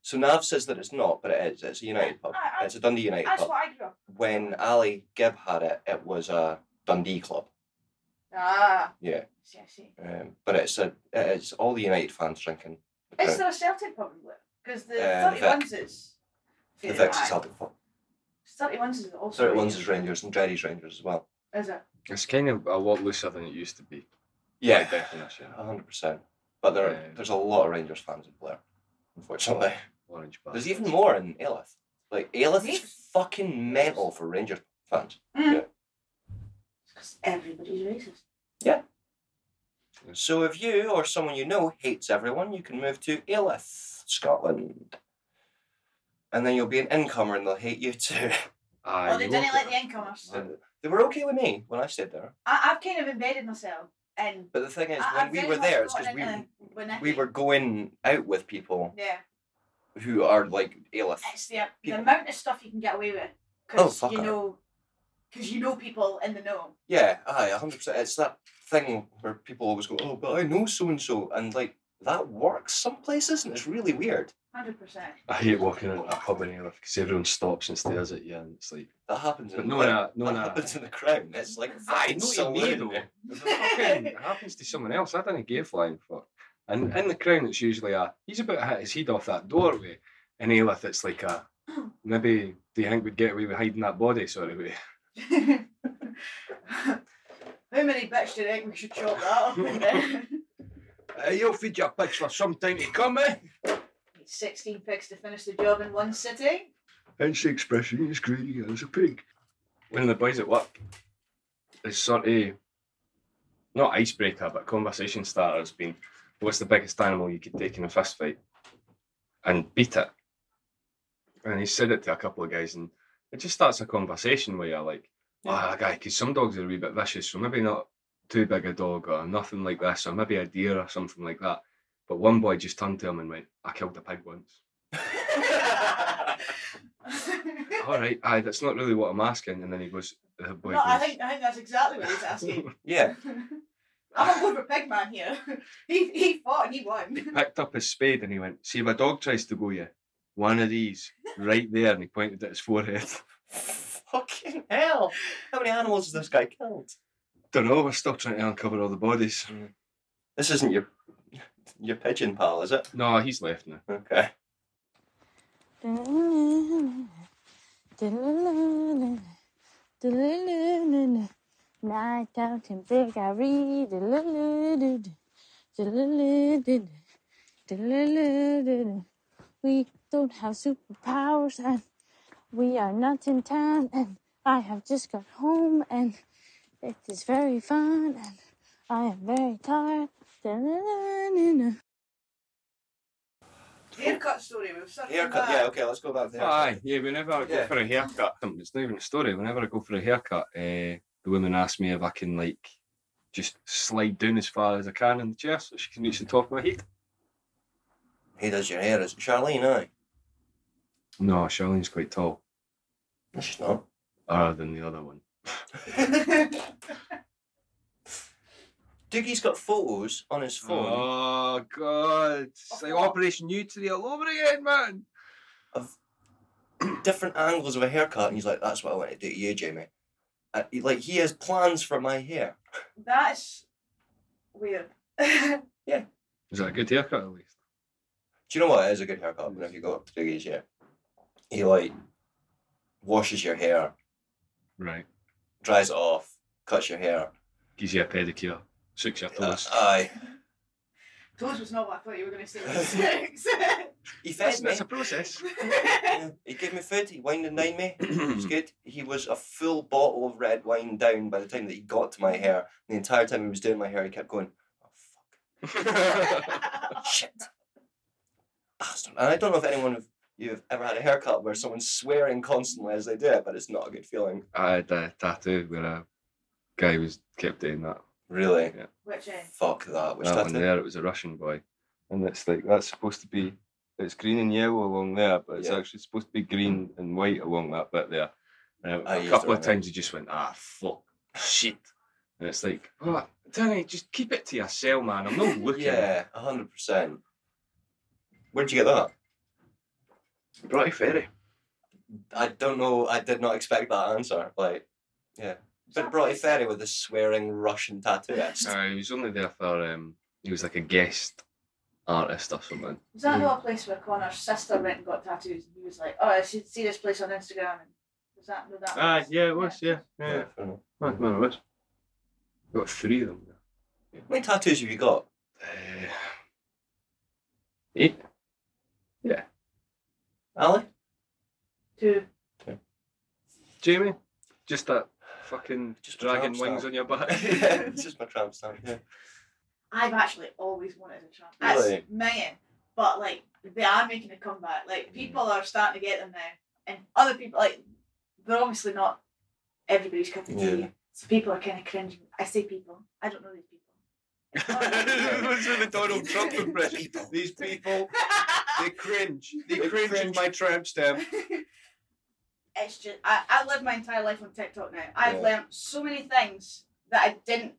A: So Nav says that it's not, but it is. It's a United pub.
C: I- I-
A: it's a Dundee United
C: That's
A: pub.
C: what I grew up.
A: When Ali Gibb had it, it was a Dundee club.
C: Ah,
A: Yeah,
C: I see, I see.
A: um, but it's a it's all the United fans drinking. The,
C: Is
A: Crown.
C: there a Celtic pub in there? Because the
A: Uh, the
C: Thirty Ones is.
A: the Vic's
C: Aye.
A: is Celtic club.
C: Thirty ones is also.
A: Thirty ones is Rangers and Jerry's Rangers as well.
C: Is it?
B: It's kind of a lot looser than it used to be. by definition.
A: hundred percent. But there
B: Yeah.
A: there's a lot of Rangers fans in Blair, unfortunately.
B: Orange
A: There's
B: bastards.
A: even more in Aylith. Like Aylith is
C: Really?
A: fucking mental for Rangers fans.
C: Because everybody's racist.
A: So if you or someone you know hates everyone, you can move to Aylith, Scotland. And then you'll be an incomer and they'll hate you too.
B: Aye,
C: Or
B: Ah,
C: they
B: you
C: didn't
B: look
C: let
B: at-
C: the incomers.
A: They- They were okay with me when I stayed there.
C: I, I've kind of embedded myself in.
A: But the thing is,
C: I-
A: when
C: I've
A: we
C: very
A: were
C: much
A: there, it's because
C: gotten
A: we,
C: into the- with
A: we
C: Nicky.
A: were going out with people
C: Yeah,
A: who are like A-list.
C: it's the, the
A: People-
C: amount of stuff you can get away with
A: Oh,
C: because
A: fuck
C: you
A: it.
C: know, because you know people in the know.
A: Yeah, aye, 100%. It's that thing where people always go, oh, but I know so and so. And like, that works some places and it's really weird.
C: Hundred percent.
B: I hate walking into a pub in Ayliffe because everyone stops and stares at you, and it's like,
A: That happens
B: but
A: in
B: no,
A: like,
B: no, no,
A: that
B: no.
A: happens in the crown. It's like,
B: I
A: fine,
B: know
A: so
B: you
A: in
B: though.
A: there.
B: If it fucking happens to someone else. I didn't give flying fuck. And in the crown, it's usually a he's about to hit his head off that doorway. In Aylith, it's like a maybe do you think we'd get away with hiding that body sort of way?
C: How many bits do you think we should chop that up in there?
B: Uh, you'll feed your pigs for some time to come, eh?
C: Sixteen pigs to finish the job in one sitting.
B: Hence the expression, he's greedy as a pig. One of the boys at work is sort of not icebreaker, but conversation starter has been what's the biggest animal you could take in a fist fight and beat it? And he said it to a couple of guys, and it just starts a conversation where you're like, ah, guy, because some dogs are a wee bit vicious, so maybe not too big a dog or nothing like this, or maybe a deer or something like that. But one boy just turned to him and went, I killed a pig once. all right, aye, that's not really what I'm asking. And then he goes, the boy
C: no, I
B: goes,
C: think I think that's exactly what he's asking.
A: yeah.
C: I'm on board with Big Man here. He he fought and he
B: he
C: won.
B: picked up his spade and he went, see if a dog tries to go you, one of these, right there. And he pointed at his forehead.
A: Fucking hell. How many animals has this guy killed?
B: Don't know, we're still trying to uncover all the bodies.
A: This isn't your your pigeon pal, is it?
B: No, he's left now.
A: Okay.
E: Night out in big I read We don't have superpowers and we are not in town and I have just got home and it is very fun and I am very tired.
C: The haircut story was something.
A: Haircut. Yeah. Okay. Let's go back there.
B: Ah. Aye, yeah, whenever I go
A: Yeah.
B: for a haircut, um, it's not even a story. Whenever I go for a haircut, eh, the woman asks me if I can, like, just slide down as far as I can in the chair so she can reach the top of my head.
A: He does your hair. Is it Charlene? Aye.
B: No, Charlene's quite tall,
A: No, she's not.
B: other than the other one.
A: Doogie's got photos on his phone
B: Oh god! It's like Operation Nutri all over again, man.
A: different angles of a haircut, and he's like, "That's what I want to do to you, Jamie." Uh, he- like he has plans for my hair.
C: That's weird. I've
B: Is that a good haircut at least?
A: Do you know what? It is a good haircut. Whenever you go up to Doogie's, yeah, he like washes your hair,
B: Right.
A: dries it off, cuts your hair.
B: Gives you a pedicure. Six your
A: Uh,
B: toes.
A: aye.
C: Toes was not what I thought you were going to say. Six.
A: He fed
B: that's,
A: me.
B: that's a process.
A: Yeah, he gave me food. He wined and dined me. It
B: Hmm.
A: was good. He was a full bottle of red wine down by the time that he got to my hair. The entire time he was doing my hair, he kept going, "Oh fuck, shit, bastard!" And I don't know if anyone of you have ever had a haircut where someone's swearing constantly as they do it, but it's not a good feeling.
B: I had a tattoo where a guy was kept doing that.
A: Really.
C: Which eh, end?
A: Fuck that. Which
B: that one
A: tattoo?
B: there, it was a Russian boy, and it's like that's supposed to be. It's green and yellow along there, but it's
A: Yeah.
B: actually supposed to be green and white along that bit there. And
A: I
B: a
A: used
B: couple
A: it
B: of
A: on it.
B: times you just went, ah, fuck, shit. And it's like, what? Danny, just keep it to yourself, man. I'm not looking.
A: Yeah, hundred percent. Where'd you get that?
B: Broughty Ferry.
A: I don't know. I did not expect that answer. Like, yeah. But Broughty Ferry with a swearing Russian tattooist.
B: Uh, he was only there for um, he was like a guest artist or something.
C: Was that not a place where Connor's sister went and got tattoos? And he was like, "Oh, I should see this place on Instagram." And was that no that?
B: Ah,
C: place?
B: yeah, it was, yeah, yeah,
A: fair enough.
B: Man, man, it was. Got three of them.
A: How many tattoos have you got?
B: Uh, eight.
A: Ali?
C: Two.
B: Jamie, just that fucking
A: Just the
B: dragon
A: tramp
B: wings
A: stamp.
B: on your back.
A: it's just my tramp stamp. Yeah.
C: I've actually always wanted a tramp. That's
A: Really?
C: mine. But
A: Mm.
C: like they are making a comeback. Like people are starting to get them now, and other people like they're obviously not everybody's cup of tea.
A: Yeah.
C: So people are kind of cringing. I say people. I don't know these people.
B: That's with the Donald Trump impression. These people, they cringe. They cringe,
A: cringe.
B: at my tramp stamp.
C: it's just I, I live my entire life on TikTok now. I've
A: Yeah.
C: learned so many things that I didn't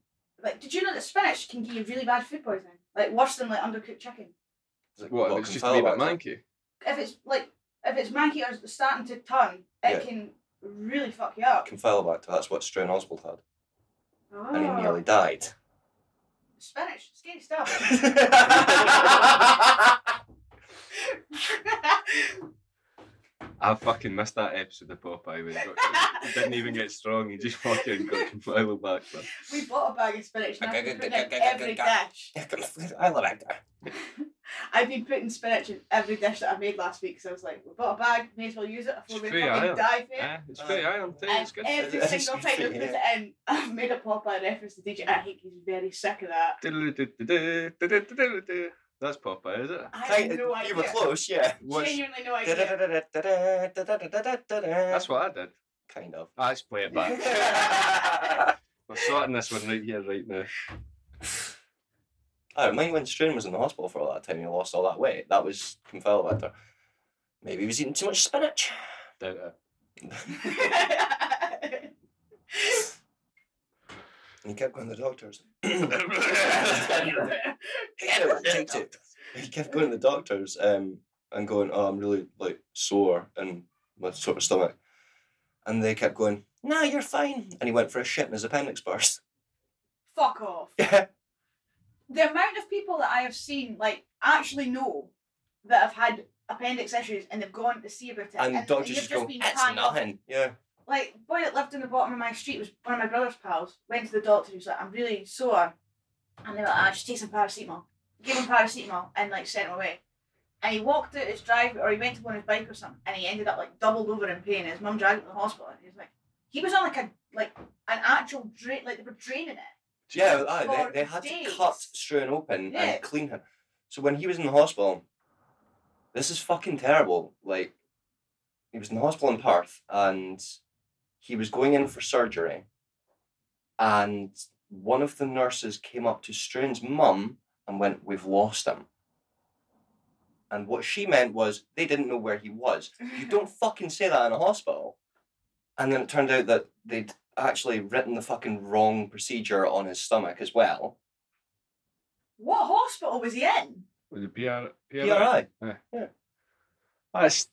C: like. Did you know that spinach can give you really bad food poisoning? Like worse than like undercooked chicken.
A: It's like,
B: What?
A: what,
B: it's
A: can
B: just a wee bit
A: Falabella-
B: manky.
C: If it's like if it's manky or it's starting to turn, it
A: Yeah.
C: can really fuck you up.
A: Can Falabella- That's what Strain Oswald had,
C: Oh.
A: and he nearly died.
C: Spinach, scary stuff.
B: I fucking missed that episode of Popeye where he, got, he didn't even get strong. He just fucking got completely back. There.
C: we bought a bag of spinach and I've been putting it in every dish.
A: I love actor.
C: I've been putting spinach in every dish that I made last week because I was like, we bought a bag, may as well use it before
B: It's
C: we
B: free
C: fucking
B: iron.
C: die for it.
B: Yeah, it's pretty iron too. It's good.
C: and every
A: It's
C: single time I put it in, I've made a Popeye reference to DJ. I think he's very sick of that.
B: That's Popeye, is it?
C: I have
A: Hey,
C: no
A: you
C: idea.
A: were close, yeah.
B: What's,
C: Genuinely no idea.
A: That's
B: that's what I did.
A: kind of.
B: Ah, Let's play it back. We're sorting this one right here, right now.
A: I don't mind when Strain was in the hospital for all that time. He lost all that weight. That was Confalabacter. Maybe he was eating too much spinach.
B: Doubt it.
A: And he kept going to the doctors. he kept going to the doctors um, and going, "Oh, I'm really like sore and my sort of stomach," and they kept going, "Nah, you're fine." And he went for a shit and his appendix burst.
C: Fuck off.
A: Yeah,
C: the amount of people that I have seen, like, actually know that have had appendix issues and they've gone to see about it.
A: and, doctors
C: you've
A: just go,
C: been
A: "It's
C: panned off."
A: nothing." Yeah,
C: Like, boy that lived in the bottom of my street was one of my brother's pals. Went to the doctor, he was like, I'm really sore. And they were like, ah, just take some paracetamol. Gave him paracetamol and, like, sent him away. And he walked out his drive, or he went to go on his bike or something, and he ended up, like, doubled over in pain. His mum dragged him to the hospital, and he was like, he was on, like, a, like, an actual drain, like, they were draining it.
A: yeah. aye,
C: For
A: they, they had
C: days.
A: to cut Struan open
C: Yeah.
A: and clean him. So when he was in the hospital, this is fucking terrible. Like, he was in the hospital in Perth, and he was going in for surgery, and one of the nurses came up to Strain's mum and went, We've lost him. And what she meant was they didn't know where he was. You don't fucking say that in a hospital. And then it turned out that they'd actually written the fucking wrong procedure on his stomach as well.
C: What hospital was he in?
B: Was it PR?
A: PRI.
B: That's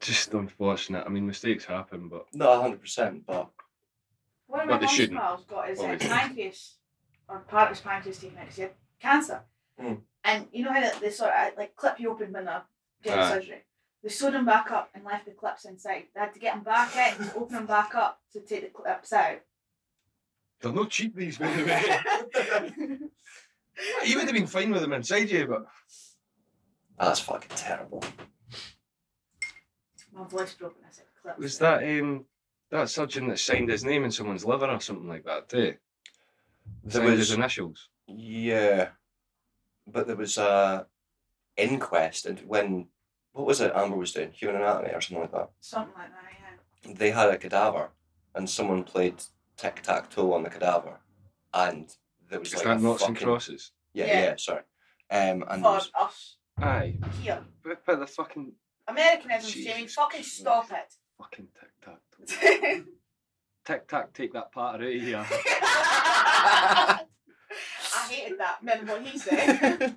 B: just unfortunate. I mean, mistakes happen, but
A: No, 100%, but
C: One
B: Well,
C: of my
B: they
C: mum's
B: shouldn't,
C: pals got his uh,
B: obviously.
C: pancreas, or part of his pancreas taken out because he had cancer.
B: Hmm.
A: Mm.
C: And you know how they- they sort of like clip you open when they're getting
B: Aye.
C: surgery? They sewed him back up and left the clips inside. They had to get him back in to open him back up to take the clips out.
B: they're not cheap, these, by the way.
C: That's
B: you would have been fine with them inside you, but
A: that's fucking terrible.
C: My voice broke when I said clips.
B: was that um that surgeon that signed his name in someone's liver or something like that too?
A: There
B: Signed his
A: was,
B: initials.
A: yeah, but there was a inquest, and when, what was it Amber was doing? Human anatomy or something like that.
C: Something like that, yeah.
A: they had a cadaver and someone played tic tac toe on the cadaver and there was
B: Is
A: like
B: that
A: a
B: knots and
A: fucking-
B: crosses?
A: Yeah,
C: Yeah.
A: yeah, sorry. Um, and there
C: For
A: was,
C: us
B: Aye,
C: here.
B: but, but the fucking
C: Americanism,
B: Jesus
C: Jamie, fucking
B: Christ.
C: stop it.
B: fucking tic tac toe. Tic tac, take that part out of here.
C: I hated that. Remember what he said?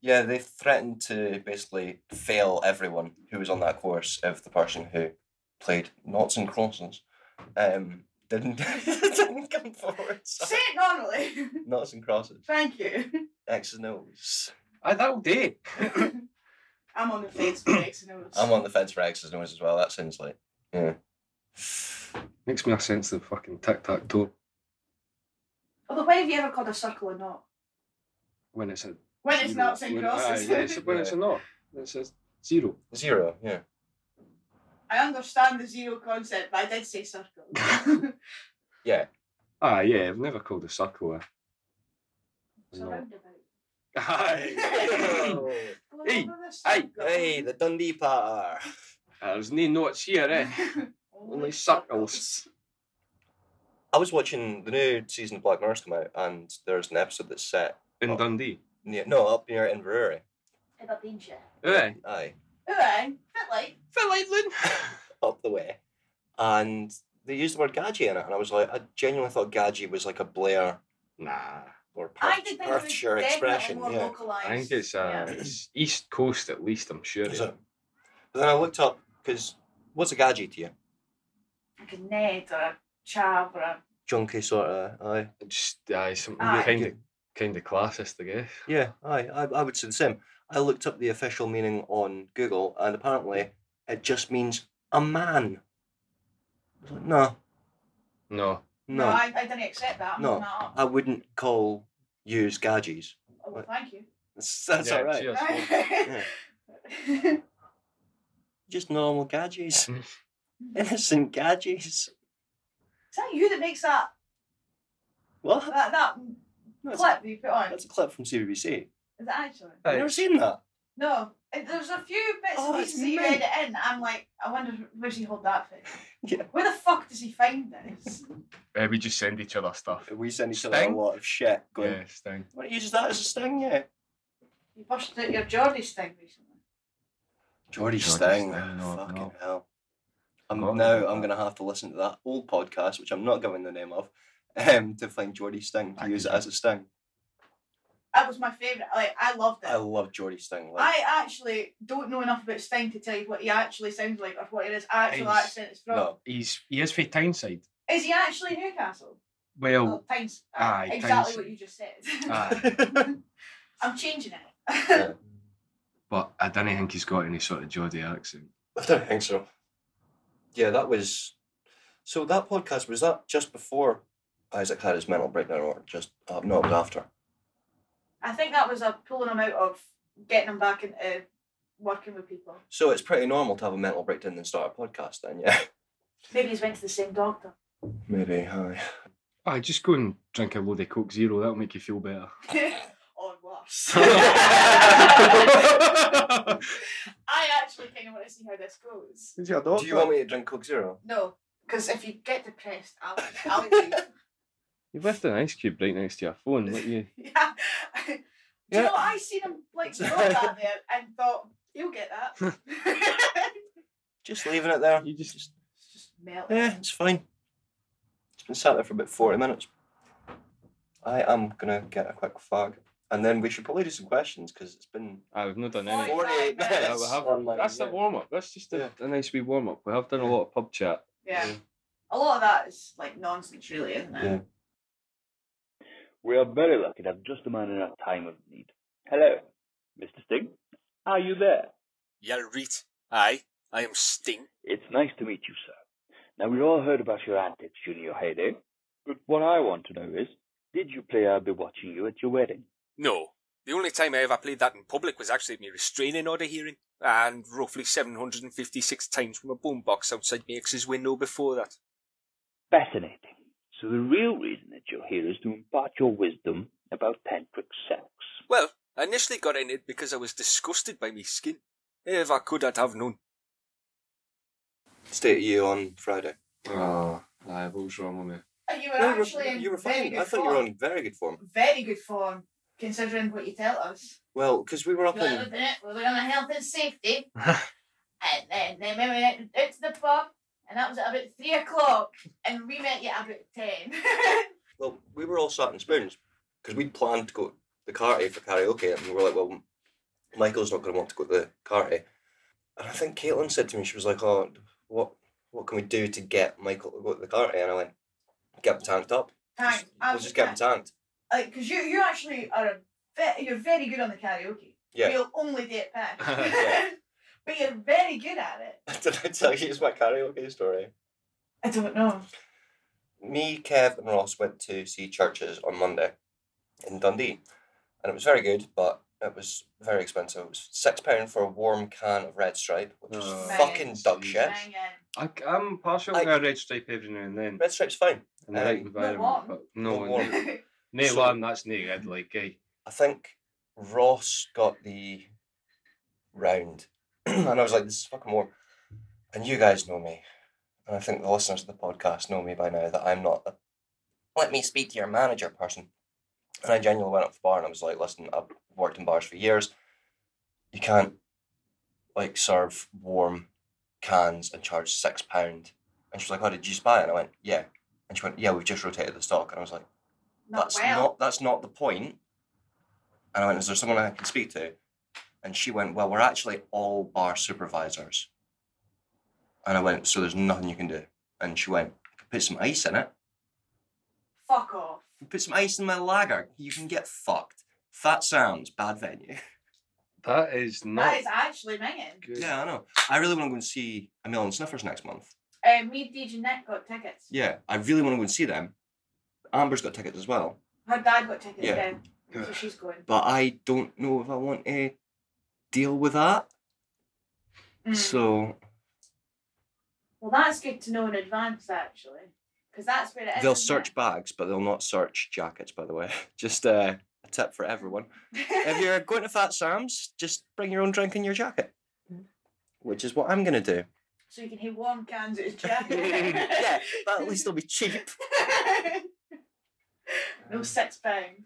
A: yeah, they threatened to basically fail everyone who was on that course if the person who played knots and crosses um, didn't didn't come forward. So,
C: Say it normally.
A: knots and crosses,
C: Thank you.
A: X's and O's.
B: Aye, that'll do.
C: I'm on the fence for X and O's.
A: I'm on the fence for X's and O's as well. That sounds like
B: Makes more sense than fucking tic tac toe
C: Although, why have you ever called a circle a knot?
B: when it's a
C: When it's
B: zero.
C: knots and
B: When- aye, when it's
C: crosses.
B: a- when it's a knot, when it's a zero.
A: zero. Yeah.
C: I understand the zero concept, but I did say circle.
B: Ah, yeah, I've never called a circle a. a
C: So
B: knot.
C: roundabout.
B: Aye.
C: Go
B: Hey,
C: over the
B: hey,
C: circle.
A: Hey, the Dundee par.
B: There's no notes here, eh? Only circles.
A: I was watching the new season of Black Mirror's come out, and there's an episode that's set
B: In
A: Oh.
B: Dundee.
A: near no up near Inverary.
C: Aberdeenshire.
B: Eh?
A: Aye,
C: Aye, bit like.
B: Phil Island.
A: up the way, and they used the word gadgy in it, and I was like, I genuinely thought gadgy was like a Blair
B: Nah.
A: or
C: I
A: Perth,
C: did think it was
A: Perthshire
C: definitely
A: expression.
C: more
A: yeah.
C: localised.
B: I think it's, uh,
C: Yeah.
B: it's East Coast at least, I'm sure.
A: Is
B: yeah.
A: it? But then I looked up because what's a gadgy to you?
C: Like a Ned or a Chav or a.
A: Junky sort of. Aye.
B: Just aye, something
C: Aye.
B: kind of kind of classist, I guess.
A: Yeah, aye, I, I would say the same. I looked up the official meaning on Google, and apparently it just means a man. I was like, no,
B: No,
A: no, I,
C: I, I didn't accept that. I'm
A: No.
C: not up.
A: wouldn't call yous gadgies.
C: Oh, well, thank you.
A: That's, that's
B: Yeah,
A: all right.
B: cheers.
A: Just normal gadgies, innocent gadgies.
C: Is that you that makes that
A: What?
C: that, that
A: No, that's,
C: clip that you put on?
A: that's a clip from CBBC.
C: Is that actually?
A: I've never seen that.
C: No. Uh, There's a few bits
A: Oh,
C: and
A: it's
C: pieces that you
A: mint.
C: read it in. I'm like, I wonder where does he hold that from?
A: Yeah.
C: Where the fuck does he find this?
B: Eh, we just send each other stuff.
A: We send each other a
B: Sting?
A: lot of shit. Going,
B: Yeah, sting.
A: why don't you use that as a sting? Yeah.
C: you busted out your Geordie's thing recently.
A: Geordie's
B: Geordie's
A: Sting.
B: Sting, no,
A: Fucking
B: no.
A: hell. I'm,
B: Forgotten
A: now
B: about
A: I'm
B: that.
A: going to have to listen to that old podcast, which I'm not giving the name of, um, to find Geordie Sting, to
B: I
A: use it
B: could-
A: as a sting.
C: That was my favourite. Like I loved it.
A: I love Geordie Sting. Like,
C: I actually don't know enough about Sting to tell you what he actually sounds like or what his actual
B: Nice.
C: accent is from.
A: no.
B: He's he is from Tyneside.
C: Is he actually Newcastle?
B: Well, uh,
C: Oh, Tynes.
B: aye,
C: exactly
B: Tynes-
C: what you just said.
B: aye,
C: I'm changing it.
A: Yeah.
B: but I don't think he's got any sort of Geordie accent.
A: I don't think so. Yeah, that was. So that podcast, was that just before Isaac had his mental breakdown or just. Uh, no, it was after.
C: I think that was a pulling him out of getting him back into working with people.
A: So it's pretty normal to have a mental breakdown and start a podcast then, yeah?
C: Maybe he's went to the same doctor.
A: Maybe, hi.
B: I just go and drink a load of Coke Zero. That'll make you feel better.
C: or worse.
B: Is
C: I actually kind of want to see how this goes.
B: your
A: Do you want me to drink Coke Zero?
C: No, because if you get depressed, I'll, I'll leave.
B: You've left an ice cube right next to your phone. What you?
C: yeah. Do you
A: Yeah.
C: know I seen him like throw that there and thought he'll get that.
A: Just leaving it there.
B: You just
C: it's just melt.
A: Yeah, it's fine. It's been sat there for about 40 minutes. I am going to get a quick fag. And then we should probably do some questions because it's been
B: I've not done any.
C: Forty-
A: 48
C: minutes.
A: minutes.
B: Yeah, we have,
A: online,
B: that's
A: yeah.
B: a warm up. That's just a,
A: Yeah.
B: a nice wee warm up. We have done a lot of pub chat.
C: Yeah. A lot of that is like nonsense, really, isn't it?
A: Yeah.
F: We are very lucky to have just the man in our time of need. Hello, Mr. Sting. Are you there?
G: Yeah, right. Aye, I am Sting.
F: It's nice to meet you, sir. Now, we've all heard about your antics during your heyday, but what I want to know is, did you play I'll Be Watching You at your wedding?
G: No, the only time I ever played that in public was actually at my restraining order hearing, and roughly 756 times from a boombox outside my ex's window before that.
F: Fascinating. So the real reason that you're here is to impart your wisdom about tantric sex.
G: Well, I initially got in it because I was disgusted by my skin. If I could, I'd have none.
A: State of you on Friday.
B: Oh, aye, what was wrong with me?
C: And you were
A: No, you were-
C: actually in
A: you were
C: very
A: fine.
C: good
A: I thought
C: form.
A: you were on very good form.
C: Very good form, considering what you tell us.
A: Well, because we were up
C: Well,
A: in.
C: within it, we were on health and safety, and then, then we went out- out to the pub, and that was at about three o'clock, and we met you at about ten.
A: Well, we were all sat in spoons because we'd planned to go to the Carty for karaoke, and we were like, well, Michael's not going to want to go to the Carty. And I think Caitlin said to me, she was like, oh, what what can we do to get Michael to go to the Carty? And I went, get him tanked up.
C: Thanks.
A: Just- we'll just get him tanked.
C: because you you actually are a ve- you're very good on the karaoke.
A: Yeah.
C: You'll only do it back.
A: Yeah.
C: but you're very good at it.
A: Did I tell you it's my karaoke story?
C: I don't know.
A: Me, Kev, and Ross went to see churches on Monday in Dundee, and it was very good, but it was very expensive. It was six pound for a warm can of Red Stripe, which is
B: Oh,
A: fucking
B: Right.
A: dog shit.
C: Hang on.
B: I, I'm partial
A: I-
B: to a red stripe every now and then
A: Red Stripe's fine.
B: in the right
A: um,
B: environment.
C: warm.
B: but
A: No
B: no,
A: warm.
B: no, no
A: So-
B: lamb, that's no good. Like, aye.
A: I think Ross got the round, and I was like, "This is fucking warm." and you guys know me, and I think the listeners of the podcast know me by now that I'm not a let me speak to your manager person. And I genuinely went up to the bar and I was like, listen, I've worked in bars for years. You can't like serve warm cans and charge six pound. And she was like, oh, did you just buy it? And I went, yeah. And she went, yeah, we've just rotated the stock. And I was like,
C: Not
A: that's
C: well.
A: not that's not the point. And I went, is there someone I can speak to? And she went, well, we're actually all bar supervisors. And I went, so there's nothing you can do. And she went, I could put some ice in it.
C: Fuck off.
A: You put some ice in my lager. You can get fucked. That sounds bad venue.
B: That is not
C: That is actually minging.
B: good.
A: Yeah, I know. I really want to go and see Emil and Sniffers next month.
C: Uh, me, Deej, and Nick got tickets.
A: Yeah, I really want to go and see them. Amber's got tickets as well,
C: Her dad got tickets
A: Yeah.
C: then, so she's going.
A: but I don't know if I want to deal with that.
C: Mm.
A: So
C: Well, that's good to know in advance, actually, because that's where it is.
A: they'll
C: isn't
A: search bags, but they'll not search jackets. By the way, just uh, a tip for everyone: if
C: it?
A: you're going to Fat Sam's, just bring your own drink in your jacket, which is what I'm gonna do.
C: so you can hear warm cans at his jacket.
A: yeah, but at least they'll be cheap.
C: no six pound.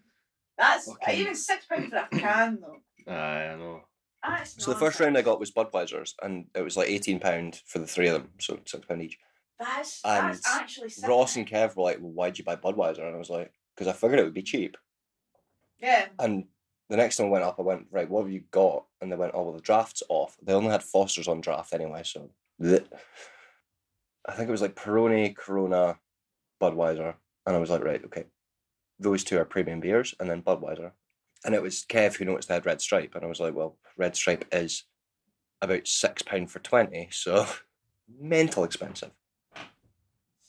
C: That's
B: Okay.
C: even six pound for a can though.
B: Aye, I know.
C: That's
A: So the first round I
C: nonsense.
A: got was Budweiser's, and it was like eighteen pound for the three of them, so six pound each.
C: That's,
A: and
C: that's actually sick.
A: Ross and Kev were like, well, "Why'd you buy Budweiser?" And I was like, "Because I figured it would be cheap."
C: yeah.
A: And the next time I went up, I went, "Right, what have you got?" And they went, "Oh, well, the draft's off." They only had Foster's on draft anyway, so bleh. I think it was like Peroni, Corona, Budweiser, and I was like, "Right, okay, those two are premium beers, and then Budweiser." And it was Kev who noticed they had Red Stripe, and I was like, "Well, Red Stripe is about six pound for twenty, so mental expensive."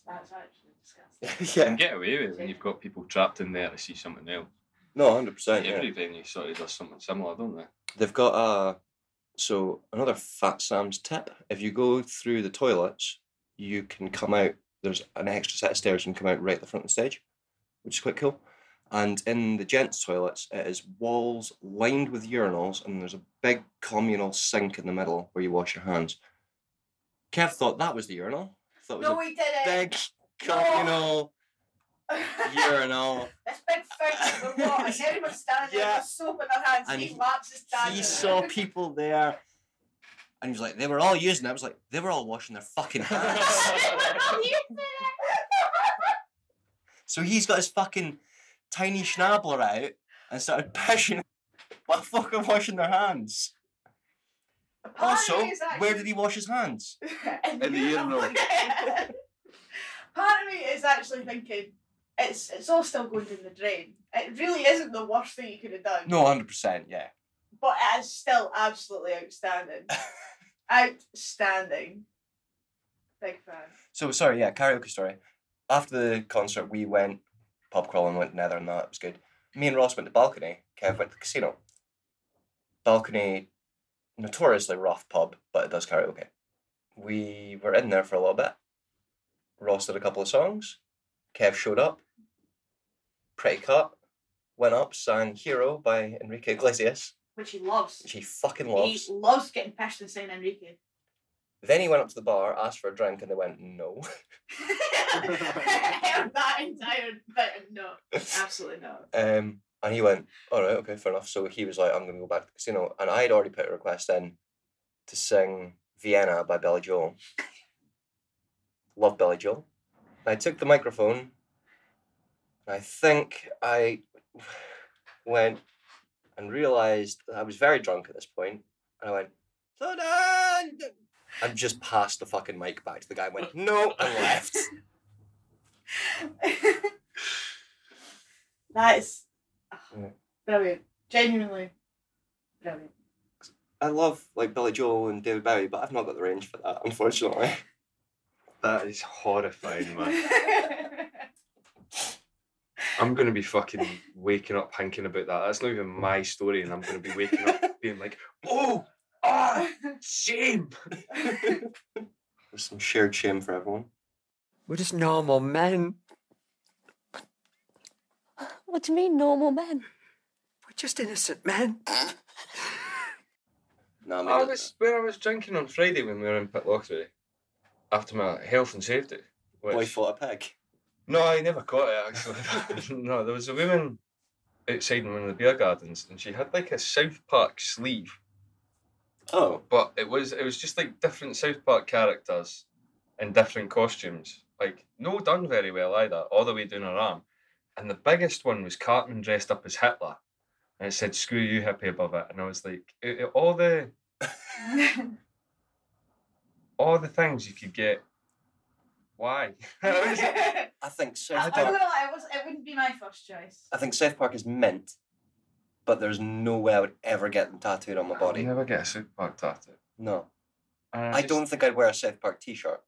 C: That's actually disgusting.
B: You
A: yeah.
B: can get away with it when you've got people trapped in there to see something else.
A: No, hundred percent.
B: Every venue sort of does something similar, don't they?
A: They've got a so another Fat Sam's tip. If you go through the toilets, you can come out. There's an extra set of stairs and come out right at the front of the stage, which is quite cool. And in the gents' toilets, it is walls lined with urinals, and there's a big communal sink in the middle where you wash your hands. Kev thought that was the urinal. Thought it was
C: No,
A: a
C: we did it.
A: big communal urinal.
C: This big fight over what? And everyone's standing
A: Yeah.
C: there with soap in their hands.
A: And
C: he
A: he-
C: laps his standing.
A: he saw people there, and he was like, they were all using it. I was like, they were all washing their fucking hands. so he's got his fucking tiny schnabbler out and started pissing while fucking washing their hands. Also, where did he wash his hands?
C: in,
B: In the urinal.
C: Part of me is actually thinking it's it's all still going down the drain. It really isn't the worst thing you could have done,
A: No, 100%, yeah.
C: but it is still absolutely outstanding. outstanding. Big fan.
A: So, sorry, yeah, karaoke story. After the concert, we went pub crawling, went to Nether and that, it was good. Me and Ross went to Balcony, Kev went to the casino. Balcony, notoriously rough pub, but it does karaoke. We were in there for a little bit. Ross did a couple of songs. Kev showed up, pretty cut, went up, sang Hero by Enrique Iglesias,
C: Which he loves.
A: which he fucking
C: He
A: loves.
C: loves getting pissed and saying Enrique.
A: Then he went up to the bar, asked for a drink, and they went, no.
C: that entire bit. No, absolutely not.
A: Um, and he went, all right, okay, fair enough. So he was like, I'm going to go back to the casino. And I had already put a request in to sing Vienna by Billy Joel. Love Billy Joel. And I took the microphone. And I think I went and realised that I was very drunk at this point, And I went, "Tonight!" and just passed the fucking mic back to the guy and went, no, and left.
C: that is ah,
A: Yeah.
C: brilliant. Genuinely brilliant.
A: I love like Billy Joel and David Bowie, but I've not got the range for that, unfortunately.
B: That is horrifying, man. I'm going to be fucking waking up thinking about that. That's not even my story, and I'm going to be waking up being like, oh, ah, shame.
A: There's some shared shame for everyone.
H: We're just normal men.
E: What do you mean, normal men?
H: We're just innocent men.
A: No, I mean,
B: I was where I was drinking on Friday when we were in Pitlochry. after my health and safety. which-
A: Boy fought a pig.
B: No, I never caught it actually. no, there was a woman outside in one of the beer gardens, and she had like a South Park sleeve,
A: Oh,
B: but it was it was just like different South Park characters in different costumes. Like no done very well either, all the way down her arm. And the biggest one was Cartman dressed up as Hitler, and it said "Screw you, hippie" above it. And I was like, out of all the all the things you could get, why? I was like,
C: I,
A: I think South
C: I'm
A: Park.
C: gonna lie, it, was, it wouldn't be my first choice.
A: I think South Park is mint, but there's no way I would ever get them tattooed on my
B: I'll
A: body.
B: never get a South Park tattoo.
A: No,
B: And
A: I
B: just-
A: don't think I'd wear a South Park T-shirt.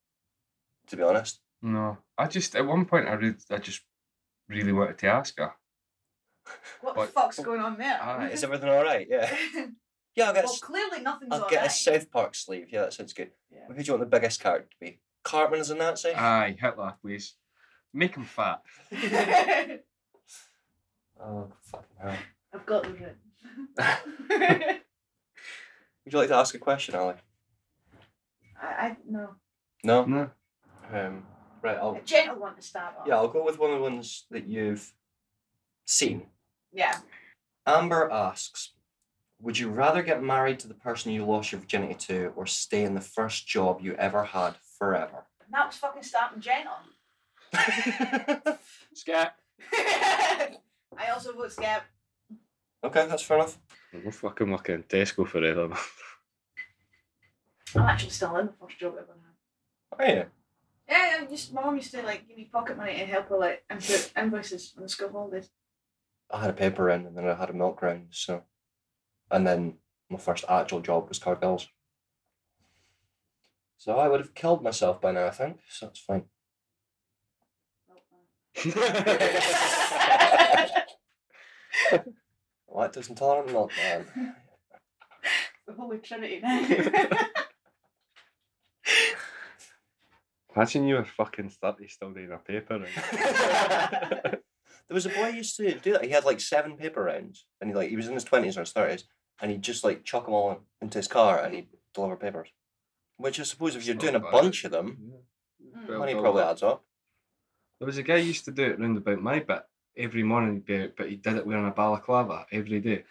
A: To be honest,
B: No, I just at one point I read I just really wanted to ask her.
C: What
B: What-
C: the fuck's going on there?
B: Aye.
A: is everything all right? Yeah, yeah. I'll get a
C: well,
A: s-
C: clearly nothing's
A: I'll
C: all
A: get a
C: right.
A: South Park sleeve. Yeah, that sounds good.
C: Yeah.
A: Who do you want the biggest character to be? Cartman as a Nazi.
B: Aye, Hitler, please make him fat.
A: oh fucking hell!
C: I've got the room.
A: Would you like to ask a question, Ali?
C: I, I no.
A: No.
B: No,
A: Um, right. I'll
C: A gentle one to start off.
A: yeah. I'll go with one of the ones that you've seen.
C: Yeah.
A: Amber asks, would you rather get married to the person you lost your virginity to or stay in the first job you ever had forever?
C: That was fucking starting gentle.
A: okay,
B: scat.
C: I also vote Skep.
A: that's fair enough.
B: We're fucking working in Tesco forever. man.
C: I'm actually still in the first job I've ever had.
A: Are you?
C: Yeah, yeah, just my mum used to like give me pocket money to help her like input invoices on the school holidays.
A: I had a paper round and then I had a milk round, so. And then my first actual job was Cargill's. So I would have killed myself by now, I think, so that's fine. Lactose intolerant milk man.
C: the Holy Trinity Oh, now.
B: Imagine you were fucking thirty still doing a paper. round.
A: There was a boy who used to do that. He had like seven paper rounds, and he like he was in his twenties or his thirties, and he'd just like chuck them all in, into his car and he'd deliver papers. Which I suppose if you're
B: Not
A: doing a
B: bad.
A: bunch of them,
B: Well
A: money
B: built
A: probably
B: up.
A: adds up.
B: There was a guy who used to do it round about my bit. Every morning he'd be out, but he did it wearing a balaclava every day.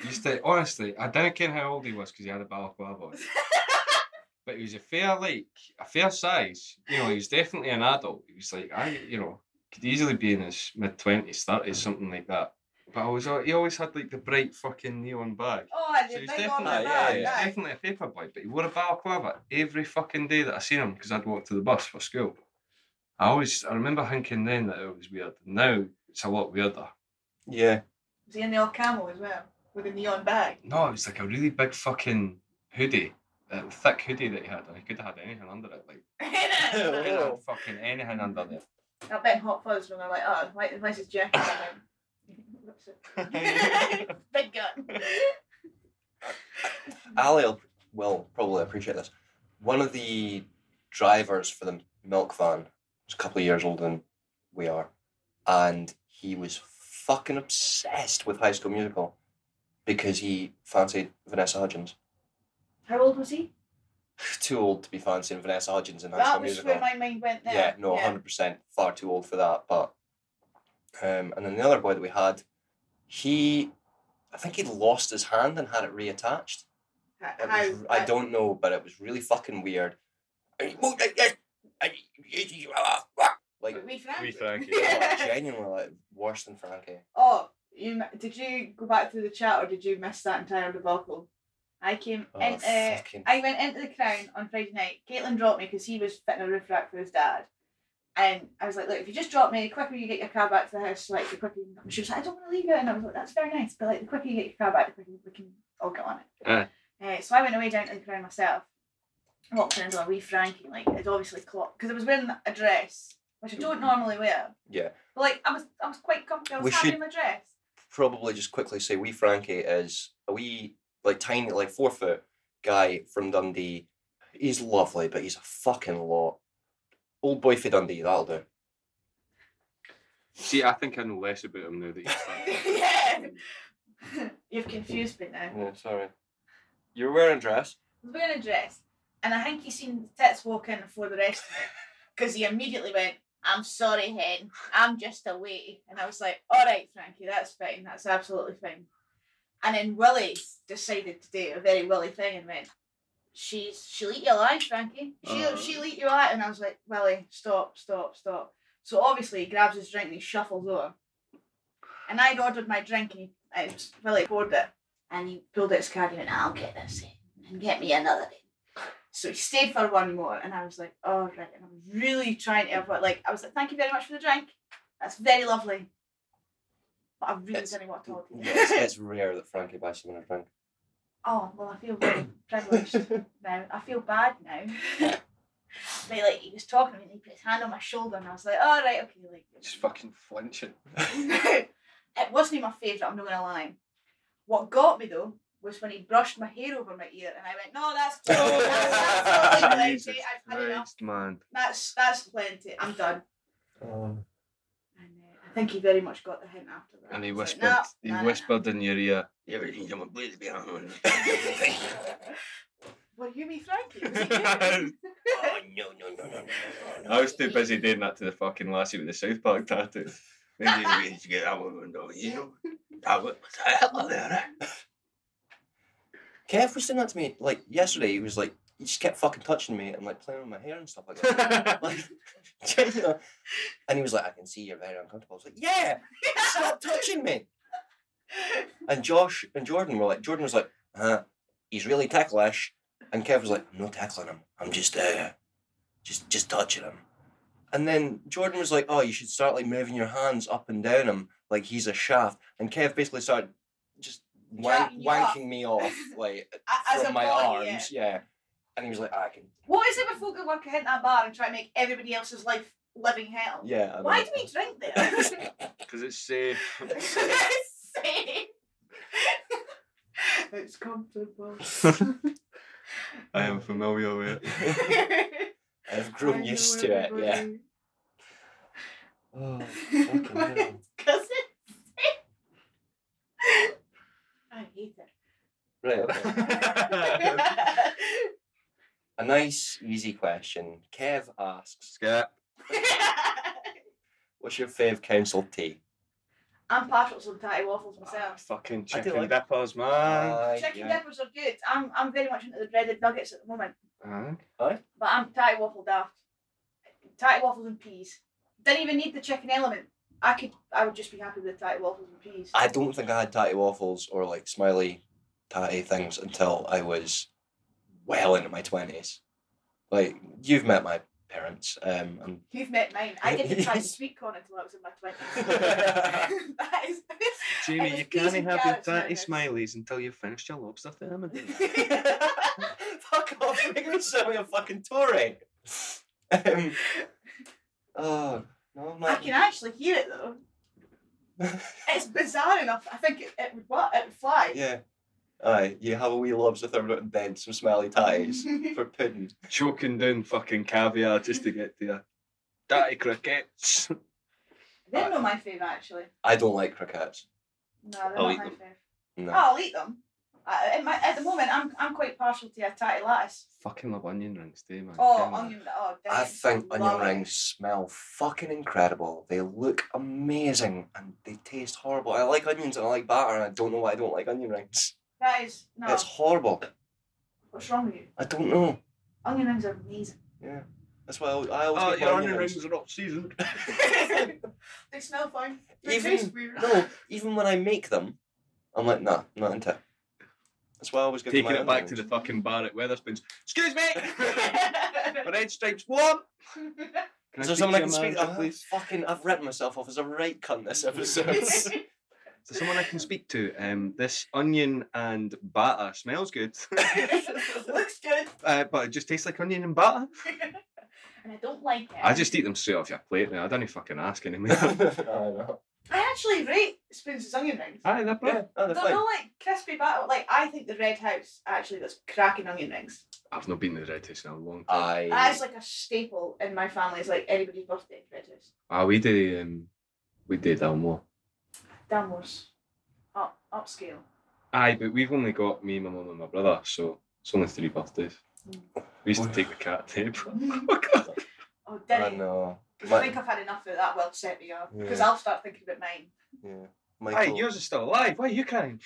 B: He used to, honestly, I didn't care how old he was because he had a balaclava on. but he was a fair, like, a fair size. You know, he was definitely an adult. He was like, I, you know, could easily be in his mid 20s, 30s, something like that. But I was, al- he always had, like, the bright fucking neon bag.
C: oh, I
B: So
C: did
B: he's
C: think on
B: definitely,
A: that,
C: that.
B: yeah,
A: yeah.
B: he's definitely a paper boy, but he wore a balaclava every fucking day that I seen him because I'd walk to the bus for school. I always, I remember thinking then that it was weird. Now it's a lot weirder.
A: Yeah,
C: Was he in the old camel as well? With a neon bag.
B: No, it was like a really big fucking hoodie, a thick hoodie that he had, and he could have had anything under it. Like, he could have had fucking anything under there.
C: I bet Hot Fuzz when they're like, oh, why, where's his jacket? What's it? Big gun.
A: Ali will, will probably appreciate this. One of the drivers for the milk van was a couple of years older than we are, and he was fucking obsessed with High School Musical because he fancied Vanessa Hudgens.
C: How old was he?
A: Too old to be fancying Vanessa Hudgens in High
C: that
A: School
C: was
A: Musical.
C: where my mind went there.
A: Yeah, no, hundred percent. Far too old for that. But um, and then the other boy that we had, he, I think he'd lost his hand and had it reattached.
C: Ha-
A: It
C: how-
A: was, I don't know, but it was really fucking weird. ah, Like
C: We Frankie.
B: We Frankie.
A: genuinely, like worse than Frankie.
C: Oh, you m- did you go back through the chat or did you miss that entire debacle? uh, I came
A: Oh,
C: into
A: fucking-
C: I went into the Crown on Friday night. Caitlin dropped me because he was fitting a roof rack for his dad, and I was like, "Look, if you just drop me, the quicker you get your car back to the house, like the quicker." You can come." She was like, "I don't want to leave it," and I was like, "That's very nice, but like the quicker you get your car back, the quicker we can all get on it."
A: Ah.
B: Aye.
C: Uh, so I went away down to the Crown myself. Walked into a wee Frankie, like it obviously clocked because I was wearing a dress, which I don't normally wear.
A: Mm-hmm. Yeah,
C: But like I was, I was quite comfortable.
A: We
C: I was happy
A: should-
C: in my dress.
A: probably just quickly say wee Frankie is a wee like tiny like four foot guy from Dundee. He's lovely, but he's a fucking lot. Old boy for Dundee, that'll do.
B: See, I think I know less about him now that he's fat.
C: yeah. You've confused me now. I
A: Yeah, sorry. You're wearing a dress.
C: was wearing a dress, and I think he seen tits walking before the rest of it because he immediately went, "I'm sorry, hen, I'm just away," and I was like, "All right, Frankie, that's fine, that's absolutely fine." And then Willie decided to do a very Willie thing and went, "She's she'll eat you alive, Frankie. She'll
B: Uh.
C: she'll eat you alive," and I was like, "Willie, stop, stop, stop." So obviously he grabs his drink and he shuffles over, and I'd ordered my drink and he, I, Willie poured it and he pulled out his card and he went, I'll get this in and get me another in. So he stayed for one more and I was like, oh right. And I was really trying to avoid like I was like, thank you very much for the drink. That's very lovely. But I really
A: It's-
C: didn't want to talk to you.
A: Yeah, it's, it's rare that Frankie buys someone a drink.
C: oh well I feel really privileged now. I feel bad now. but like he was talking to me and he put his hand on my shoulder and I was like, all right, okay, like
B: Just fucking flinching.
C: it wasn't my favourite, I'm not gonna lie. What got me though was when he brushed my hair over my ear and I went, No, that's plenty. That's absolutely
B: Jesus
C: plenty. I've had enough.
B: Christ, man.
C: That's that's plenty. I'm done.
A: Um,
C: And uh, I think he very much got the hint after that.
B: And he
C: He's like,
B: whispered,
C: "No,
B: he
C: no, no, no."
B: whispered in your ear, everything's on my blades behind.
C: Were you me Frankie? Was it you?
B: I
A: Oh, no, no, no, no, no, no,
B: was too busy doing that to the fucking lassie with the South Park tattoo. Maybe we need to get that one done, you know? That was Hitler there.
A: Kev was saying that to me like yesterday. He was like, he just kept fucking touching me and like playing with my hair and stuff like that. like, you know? and he was like, I can see you're very uncomfortable. I was like, Yeah, stop touching me. And Josh and Jordan were like, Jordan was like, huh, he's really ticklish. And Kev was like, I'm not tackling him. I'm just, uh, just, just touching him. And then Jordan was like, Oh, you should start like moving your hands up and down him like he's a shaft. And Kev basically started just wank-
C: Jacking you up.
A: wanking me off like
C: A- As a
A: from my
C: body, yeah.
A: arms. Yeah. And he was like, "Ah, I can.
C: What is it with folk that work in that bar and try to make everybody else's life living hell?
A: Yeah. I
C: Why
A: know.
C: do we drink there?
B: Because it's safe.
C: it's comfortable.
B: I am familiar with it.
A: I've grown used to it. Yeah. Oh, fucking hell.
C: Cousin. I hate
A: Right. okay.
C: it.
A: A nice, easy question. Kev asks,
B: Scat.
A: "What's your fave council tea?"
C: I'm partial to some tatty waffles myself.
B: Fucking
A: I do
B: chicken
A: like-
B: dippers, man.
A: Aye,
C: Chicken
A: yeah.
C: dippers are good. I'm I'm very much into the breaded nuggets at the moment,
B: Aye.
C: but I'm tatty waffle daft. Tatty waffles and peas. Didn't even need the chicken element. I could I would just be happy with tatty waffles and peas.
A: I don't think I had tatty waffles or like smiley tatty things until I was well into my twenties. Like you've met my parents. Um, and
C: You've met mine. I didn't try sweet corn until I was in my twenties. that is. It
B: Jamie,
C: was
B: you
C: peas
B: can't
C: and
B: have your
C: carrots, no,
B: tatty
C: no.
B: smileys until you've finished your lobster thermidor.
A: Fuck off! You're gonna sell me a fucking Tory. Um, oh no,
C: I
A: my.
C: can actually hear it though. It's bizarre enough. I think it, it would what it would fly.
A: yeah. Aye, you have a wee lobster thermidor and then some smelly tatties for pudding.
B: Choking down fucking caviar just to get to your tatty crickets.
C: They're not my favourite actually.
A: I don't like crickets.
C: No, they're
B: I'll
C: not
B: eat
C: my
B: them.
C: favourite.
A: No.
C: Oh, I'll eat them. I, at, my, at the moment, I'm I'm quite partial to a tatty lattice.
B: Fucking love onion rings, do man.
C: Oh,
B: Damn it.
C: onion. Oh, damn.
A: I think onion
C: Love it.
A: rings smell fucking incredible. They look amazing and they taste horrible. I like onions and I like batter and I don't know why I don't like onion rings.
C: That is no.
A: It's horrible.
C: What's wrong with you?
A: I don't know.
C: Onion rings are amazing.
A: Yeah. That's why I always, I always
B: Oh,
A: get
B: your
A: my
B: onion rings are not seasoned.
C: they smell fine. They
A: Even-
C: taste weird.
A: No, even when I make them, I'm like, nah, I'm not into it. That's why I always give them
B: Taking
A: my
B: it back
A: onion
B: to the
A: rings.
B: fucking bar at Weatherspoons. Excuse me! Red stripes one! Can
A: Is there someone I can speak to? Please? Fucking, I've written myself off as a right cunt this episode.
B: Is there someone I can speak to? Um, this onion and batter smells good,
C: Looks good.
B: uh, but it just tastes like onion and batter.
C: And I don't like it.
B: I just eat them straight off your plate now. I don't even fucking ask anymore.
A: I know.
C: I actually rate spoons as onion rings.
B: Aye, they're
A: Yeah,
B: brilliant.
A: no, they're
C: They're
A: fine.
C: not like crispy batter. Like I think the Red House actually does cracking onion rings.
B: I've not been to the Red House in a long time.
C: That's
A: I,
C: like a staple in my family. It's like everybody's birthday breakfast.
B: Ah, we do, um, we do Dalmore.
C: Dunmore's up upscale.
B: Aye, but we've only got me, my mum, and my brother, so it's only three birthdays. We used to take the cat tape. Oh, God.
C: Oh,
A: I
C: Denny.
A: know.
C: Because I
A: My,
C: think I've had enough of that well set we are. Because
A: Yeah.
C: I'll start thinking about mine.
A: yeah.
B: Aye,
A: Michael,
B: yours is still alive. Why are you crying?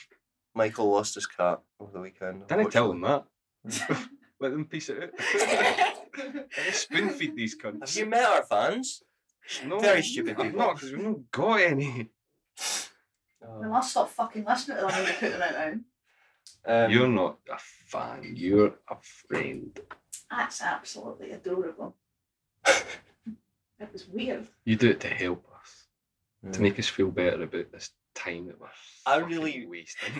A: Michael lost his cat over the weekend.
B: Didn't I tell them
A: unfortunately.
B: that? Let them piece it out. Didn't spoon feed these cunts.
A: Have you met our fans?
B: no,
A: very stupid
B: I've
A: people.
B: not, because we've not got any.
C: Well, I'll stop fucking listening to them when they put them out now.
A: Um,
B: You're not a fan. You're a friend.
C: That's absolutely adorable. It was weird.
B: You do it to help us,
A: yeah.
B: to make us feel better about this time that we're
A: I
B: fucking
A: really-
B: wasting.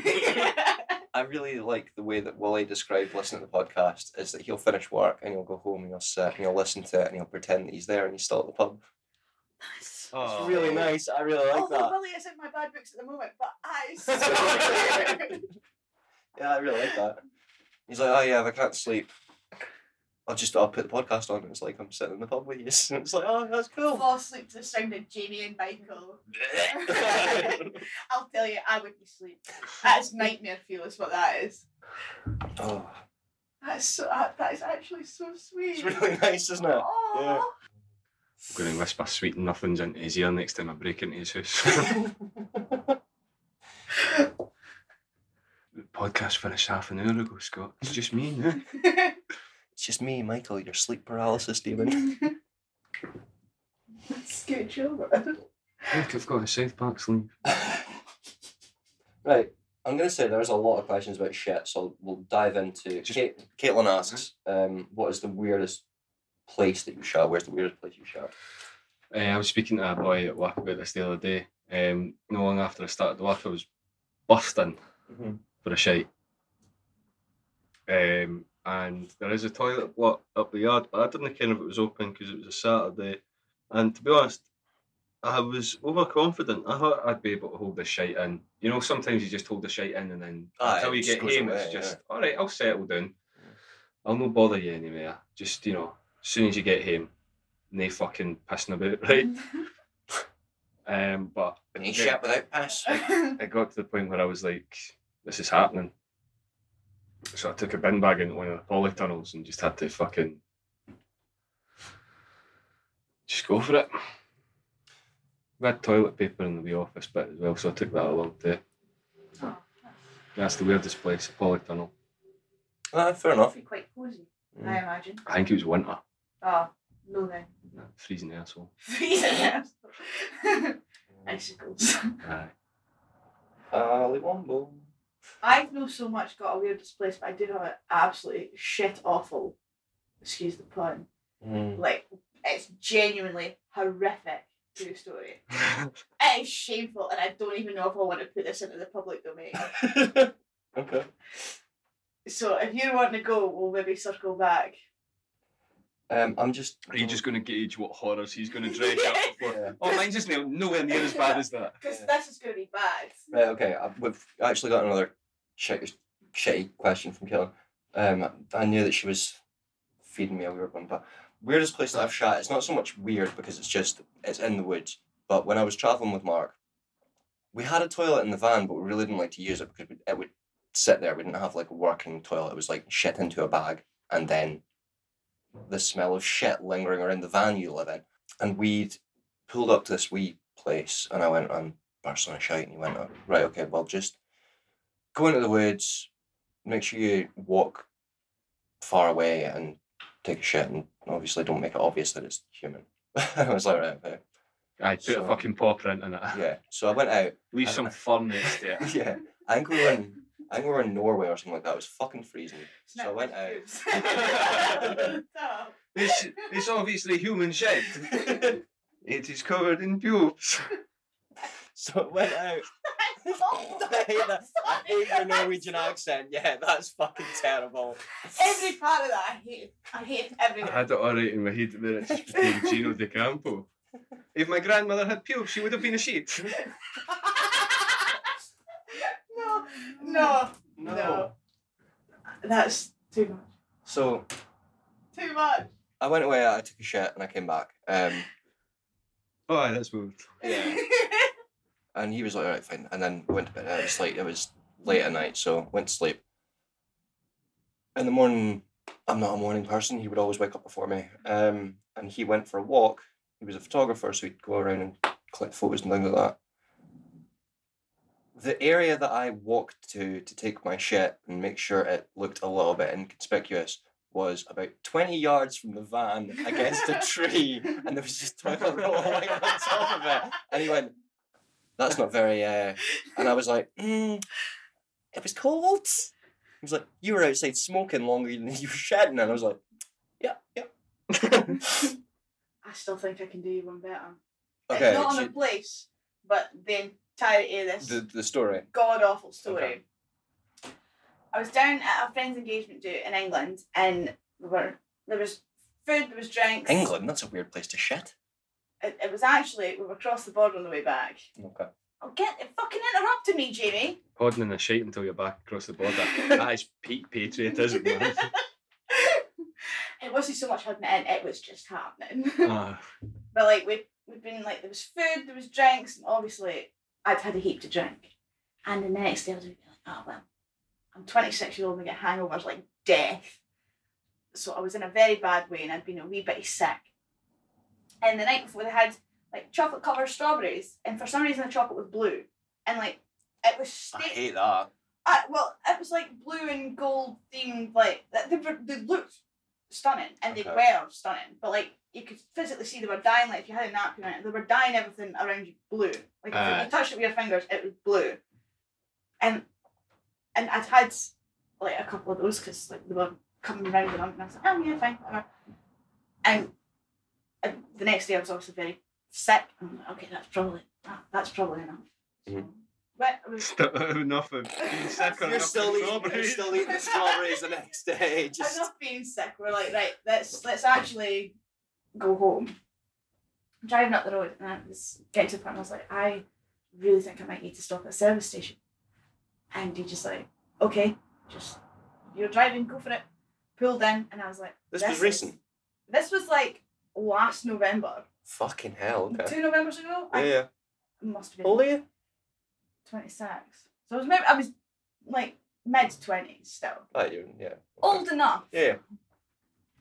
A: I really like the way that Willie described listening to the podcast is that he'll finish work and he'll go home and he'll sit and he'll listen to it and he'll pretend that he's there and he's still at the pub.
C: nice.
B: Oh.
A: It's really nice. I really like
C: Although
A: that.
C: Willie is in my bad books at the moment, but I. so-
A: Yeah, I really like that. He's like, oh yeah, if I can't sleep, I'll just I'll put the podcast on. And it's like I'm sitting in the pub with you. And it's like, oh, that's cool.
C: Fall asleep to the sound of Jamie and Michael. I'll tell you, I wouldn't sleep. That's nightmare fuel, is what that is.
A: oh,
C: That's so, that, that is actually so
A: it's
C: sweet.
A: really nice, isn't it?
C: Aw.
B: I'm going to whisper sweet nothings into his ear next time I break into his house. the podcast finished half an hour ago, Scott. It's just me now.
A: It's just me, Michael, your sleep paralysis demon.
C: Scooch over.
B: Look, I've got a South Park sleeve.
A: right. I'm gonna say there's a lot of questions about shit, so we'll dive into. Kate, Caitlin asks,
B: Mm-hmm.
A: um, "What is the weirdest place that you shot? Where's the weirdest place you shot?"
B: Uh, I was speaking to a boy at work about this the other day. Um, no long after I started work, I was busting
A: Mhm.
B: for a shite. Um, and there is a toilet block up the yard, but I didn't care if it was open because it was a Saturday. And to be honest, I was overconfident. I thought I'd be able to hold the shite in. You know, sometimes you just hold the shite in, and then
A: Aye,
B: until
A: Ah, it
B: you
A: just
B: get
A: goes
B: home, it's
A: away,
B: just
A: yeah.
B: all right. I'll settle down. I'll no bother you anywhere. Just you know, as soon as you get home, no fucking pissing about, right? Um, but it,
A: Any
B: got-
A: shit without pass.
B: it got to the point where I was like, this is happening. So I took a bin bag into one of the polytunnels and just had to fucking just go for it. We had toilet paper in the wee office bit as well, so I took that along too. That's the weirdest place, a polytunnel.
A: Ah, fair enough.
C: Be quite cosy,
A: Mm.
C: I imagine.
B: I think it was winter.
C: Oh, no then.
B: Freezing asshole.
C: Freezing. Icicles.
B: Aye.
A: Ali Wombo.
C: I've no so much got a weirdest place, but I do have an absolutely shit awful, excuse the pun,
A: Hmm.
C: like it's genuinely horrific true story. it is shameful, and I don't even know if I want to put this into the public domain.
A: okay.
C: so if you want to go, we'll maybe circle back.
A: Um, I'm just.
B: Are you just going to gauge what horrors he's going to drag up before?
A: Yeah.
B: Oh, mine's just no- nowhere near as bad as that.
C: Because
A: Yeah.
C: this is going to be bad.
A: Right, Uh, okay. I, we've actually got another shitty, shitty question from Kellen. Um, I knew that she was feeding me a weird one, but weirdest place that I've shot. It's not so much weird because it's just it's in the woods. But when I was traveling with Mark, we had a toilet in the van, but we really didn't like to use it because we, it would sit there. We didn't have like a working toilet. It was like shit into a bag, and then the smell of shit lingering around the van you live in. And we'd pulled up to this wee place, and I went, um, "I'm bursting a shite," and he went, "Oh, "Right, okay, well, just go into the woods. Make sure you walk far away and take a shit, and obviously don't make it obvious that it's human." I was like, "Right, okay,
B: I put
A: So-
B: a fucking paw print in it.
A: yeah." So I went out.
B: Leave some fun next there.
A: yeah, I think we were in, I think we were in Norway or something like that. It was fucking freezing.
C: It's
A: So
C: not
A: I went
C: an
A: out.
C: excuse. No.
B: It's, it's obviously human shed. it is covered in pubes.
A: So I went out.
C: That's awful.
A: I hate that. I hate your
C: Sorry.
A: Norwegian accent. Yeah, that's fucking terrible.
C: Every part of that I hated. I hated everything.
B: I had it all right in my head where it's just being Gino De Campo. If my grandmother had pubes, she would have been a sheep.
C: no, no, no, That's too much.
A: So
C: Too much.
A: I went away. I took a shit and I came back. Um,
B: Oh, aye, that's weird.
A: yeah. And he was like, all right, fine. And then went to bed. It was like, it was late at night, so went to sleep. In the morning, I'm not a morning person. He would always wake up before me. Um, and he went for a walk. He was a photographer, so he'd go around and collect photos and things like that. The area that I walked to to take my shit and make sure it looked a little bit inconspicuous was about 20 yards from the van against a tree, and there was just toilet roll lying on top of it. And he went, That's not very. Uh... And I was like, mm, It was cold. He was like, You were outside smoking longer than you were shedding. And I was like, Yeah, yeah.
C: I still think I can do you one better.
A: okay.
C: it's not on a
A: so
C: place, but the entirety of this
A: the, the story.
C: god awful story.
A: Okay.
C: I was down at a friend's engagement do in England, and we were there was food, there was drinks.
A: England, that's a weird place to shit.
C: It, it was actually we were across the border on the way back.
A: Okay.
C: Oh, get fucking interrupted me, Jamie.
B: Hodding in a shite until you're back across the border. that is peak patriotism, man.
C: it wasn't so much happening, it was just happening.
B: Ah,
C: but like we we'd been like there was food, there was drinks, and obviously I'd had a heap to drink. And the next day I was like, oh well, I'm 26 year old and I get hangovers like death. So I was in a very bad way and I'd been a wee bit sick. And the night before they had like chocolate covered strawberries, and for some reason the chocolate was blue, and like it was
A: I
C: sta-
A: hate that.
C: I, well, it was like blue and gold themed, like that- they, were, they looked stunning and they
A: Okay.
C: were stunning, but like you could physically see they were dyeing. Like if you had a napkin, on it, they were dyeing everything around you blue. Like if
B: Aye.
C: you touched it with your fingers, it was blue. And and I'd had like a couple of those because like they were coming round and on, and I was like, oh yeah, fine, whatever. And, and the next day I was obviously very sick. I'm like, okay, that's probably that- that's probably enough.
A: Mhm.
C: But I was
B: enough of being sick or
A: You're
B: enough
A: still,
B: of
A: eating, you're
B: strawberries.
A: still eating the strawberries the next day. Just
C: enough being sick. We're like, right, let's let's actually go home. I'm driving up the road and I was getting to the point where I was like, I really think I might need to stop at a service station. And he just like, okay, just you're driving, go for it. Pulled in and I was like,
A: This was
C: is-
A: recent.
C: This was like last November,
A: Fucking hell. Okay.
C: two Novembers ago.
A: Yeah.
C: I
A: yeah.
C: must have
A: How
C: been
A: old are you?
C: 26. So I was maybe I was like mid 20s still,
A: Right, Oh, you're, yeah.
C: old enough.
A: Yeah, yeah.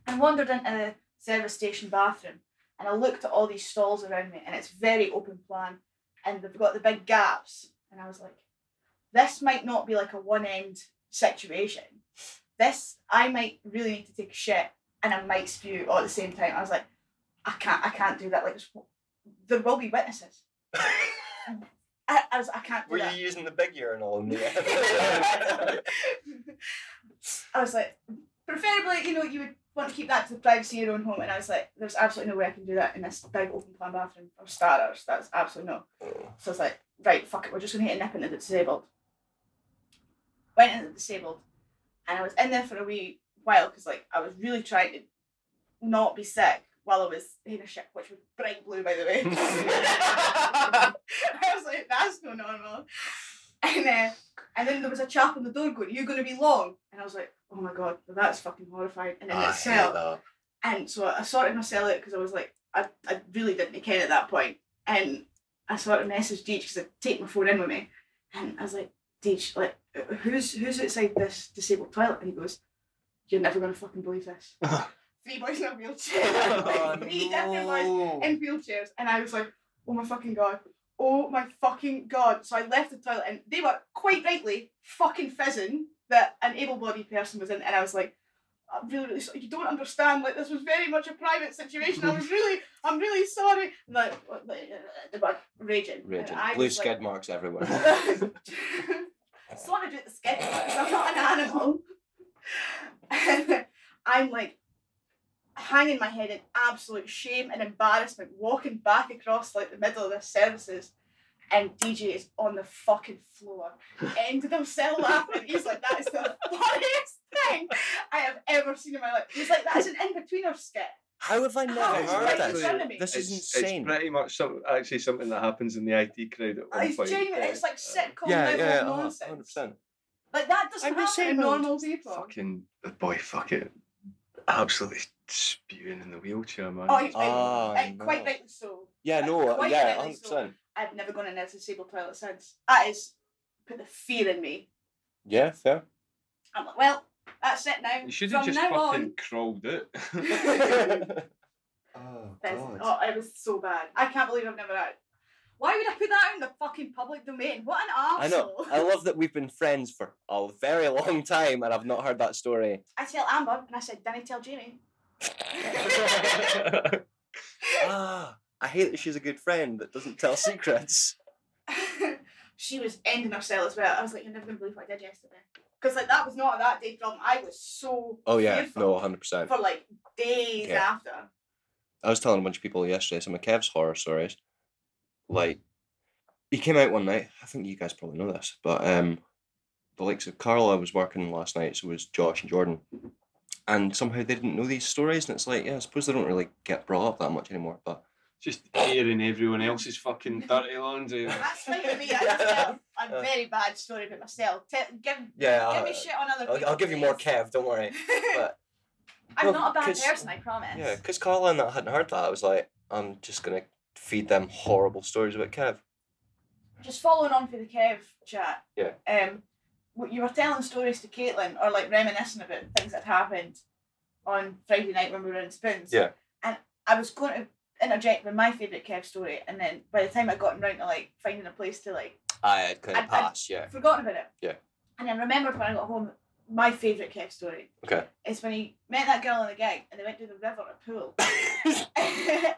C: and wandered into the service station bathroom and I looked at all these stalls around me and it's very open plan and they've got the big gaps and I was like this might not be like a one end situation this I might really need to take a shit and I might spew all at the same time I was like I can't I can't do that like it's- there will be witnesses I, I was I can't do
A: Were
C: that
A: you using the big urinal in the end?
C: I was like, preferably, you know, you would want to keep that to the privacy of your own home. And I was like, there's absolutely no way I can do that in this big open plan bathroom for starters. That's absolutely no. So I was like, right, fuck it, we're just going to hit a nip into the disabled. Went into the disabled, and I was in there for a wee while because, like, I was really trying to not be sick while I was in a ship, which was bright blue, by the way. I was like, that's no normal. And uh, and then there was a chap on the door going, "You're going to be long," and I was like, "Oh my god, well, that's fucking horrifying." And then
A: I
C: it
A: hate
C: cell,
A: Ah, that.
C: and so I sorted my cell out because I was like, I, I really didn't care at that point, and I sort of messaged Deej because I take my phone in with me, and I was like, Deej, like, who's who's outside this disabled toilet? And he goes, "You're never going to fucking believe this." Three boys in a wheelchair.
A: Ah, Oh,
C: like, three different boys in wheelchairs, and I was like, oh my fucking god, oh my fucking god. So I left the toilet, and they were quite rightly fucking fizzing that an able-bodied person was in, and I was like, I'm really, really sorry. You don't understand. Like this was very much a private situation. I was really, I'm really sorry. Like, like, they were raging.
A: Raging.
C: And I
A: Blue
C: was like-
A: skid marks everywhere.
C: sort of do the sketch because I'm not an animal. I'm like hanging my head in absolute shame and embarrassment, walking back across like the middle of the services, and DJ is on the fucking floor, end of himself laughing. He's like, "That is the funniest thing I have ever seen in my life." He's like, "That's an in betweener skit."
A: How have I
C: How
A: never
C: is
A: heard
C: that
A: this?
C: funny?
A: This is
B: It's-
A: insane.
B: It's pretty much some, actually something that happens in the IT crowd at one
C: It's
B: point.
C: genuine.
B: Uh,
C: It's like sitcom
A: yeah,
C: level
A: yeah, oh,
C: nonsense.
A: hundred percent.
C: Like that doesn't
A: I'm
C: happen to
A: disabled.
C: normal people.
B: fucking the boy, fuck it, absolutely spewing in the wheelchair, man.
C: Oh, he's been
A: Oh,
C: and quite
A: no.
C: rightly so.
A: Yeah, no,
C: Quite
A: yeah,
C: rightly
A: hundred
C: so.
A: percent.
C: I've never gone in a disabled toilet since. That is put the fear in me.
A: Yeah, fair.
C: I'm like, well, That's it now.
B: You should
C: From
B: have just
C: now
B: fucking
C: on,
B: crawled it.
A: oh,
C: That's-
A: God.
C: oh, it was so bad. I can't believe I've never had. Why would I put that out in the fucking public domain? What an arsehole.
A: I know. I love that we've been friends for a very long time and I've not heard that story.
C: I tell Amber, and I said, Danny, tell Jamie.
A: ah, I hate that she's a good friend that doesn't tell secrets.
C: she was ending herself as well. I was like, you're never going to believe what I did yesterday. Because like that was not a that day problem. I was so
A: Oh, yeah.
C: fearful
A: No, 100%.
C: for like days
A: Yeah.
C: after.
A: I was telling a bunch of people yesterday some of Kev's horror stories. Like, he came out one night. I think you guys probably know this, but um, the likes of Carla was working last night, so was Josh and Jordan, and somehow they didn't know these stories. And it's like, yeah, I suppose they don't really get brought up that much anymore. But
B: just hearing everyone else's fucking dirty laundry.
C: That's fine with me. I just tell a very bad story about myself. Te- give
A: Uh. yeah, uh,
C: give me shit on other
A: I'll,
C: people,
A: I'll give you more
C: please.
A: Kev. Don't worry. But
C: I'm
A: Well,
C: not a bad
A: 'cause-
C: person, I promise.
A: yeah, because Carla and I hadn't heard that, I was like, I'm just gonna feed them horrible stories about Kev.
C: Just following on for the Kev chat.
A: Yeah.
C: Um, what you were telling stories to Caitlin or like reminiscing about things that happened on Friday night when we were in Spoons.
A: Yeah.
C: And I was going to interject with my favourite Kev story, and then by the time I gotten round to like finding a place to like
A: I had kind
C: I- I-
A: of passed. Yeah.
C: forgotten about it.
A: Yeah.
C: And then remembered when I got home, my favourite Kev story
A: Okay.
C: is when he met that girl in the gig and they went to the river at pool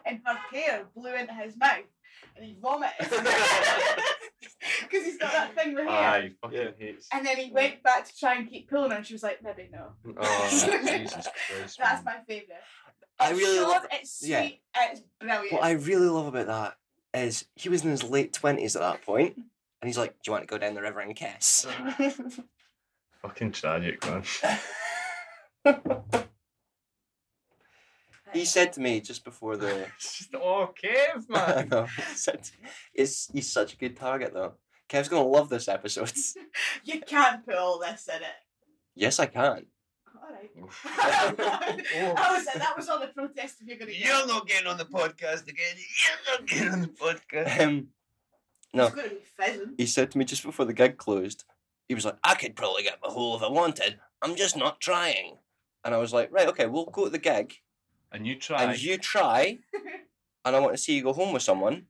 C: and her hair blew into his mouth and he vomited. Because he's got that thing with hair.
B: I fucking
A: Yeah.
B: hates.
C: And then he went back to try and keep pulling her and she was like, maybe no.
B: Oh, Jesus Christ.
C: That's
B: man.
C: my favourite.
A: I
C: It's
A: really
C: short,
A: love-
C: it's
A: yeah.
C: sweet, it's brilliant.
A: What I really love about that is he was in his late twenties at that point, and he's like, "Do you want to go down the river and kiss?"
B: fucking tragic, man.
A: he said to me just before the.
B: It's just all Kev,
A: I
B: man.
A: know. He said, "It's he's such a good target though. Kev's gonna love this episode."
C: you can't put all this in it.
A: yes, I can.
C: Alright.
B: Oof.
A: Oh.
C: I was that was all the protest you're gonna get.
B: not getting on the podcast again. You're not getting on the podcast.
A: Um, no.
C: It's gonna be fizzing.
A: he said to me just before the gig closed, he was like, "I could probably get my hole if I wanted. I'm just not trying." And I was like, "Right, okay, we'll go to the gig,
B: And you try.
A: and you try, and I want to see you go home with someone."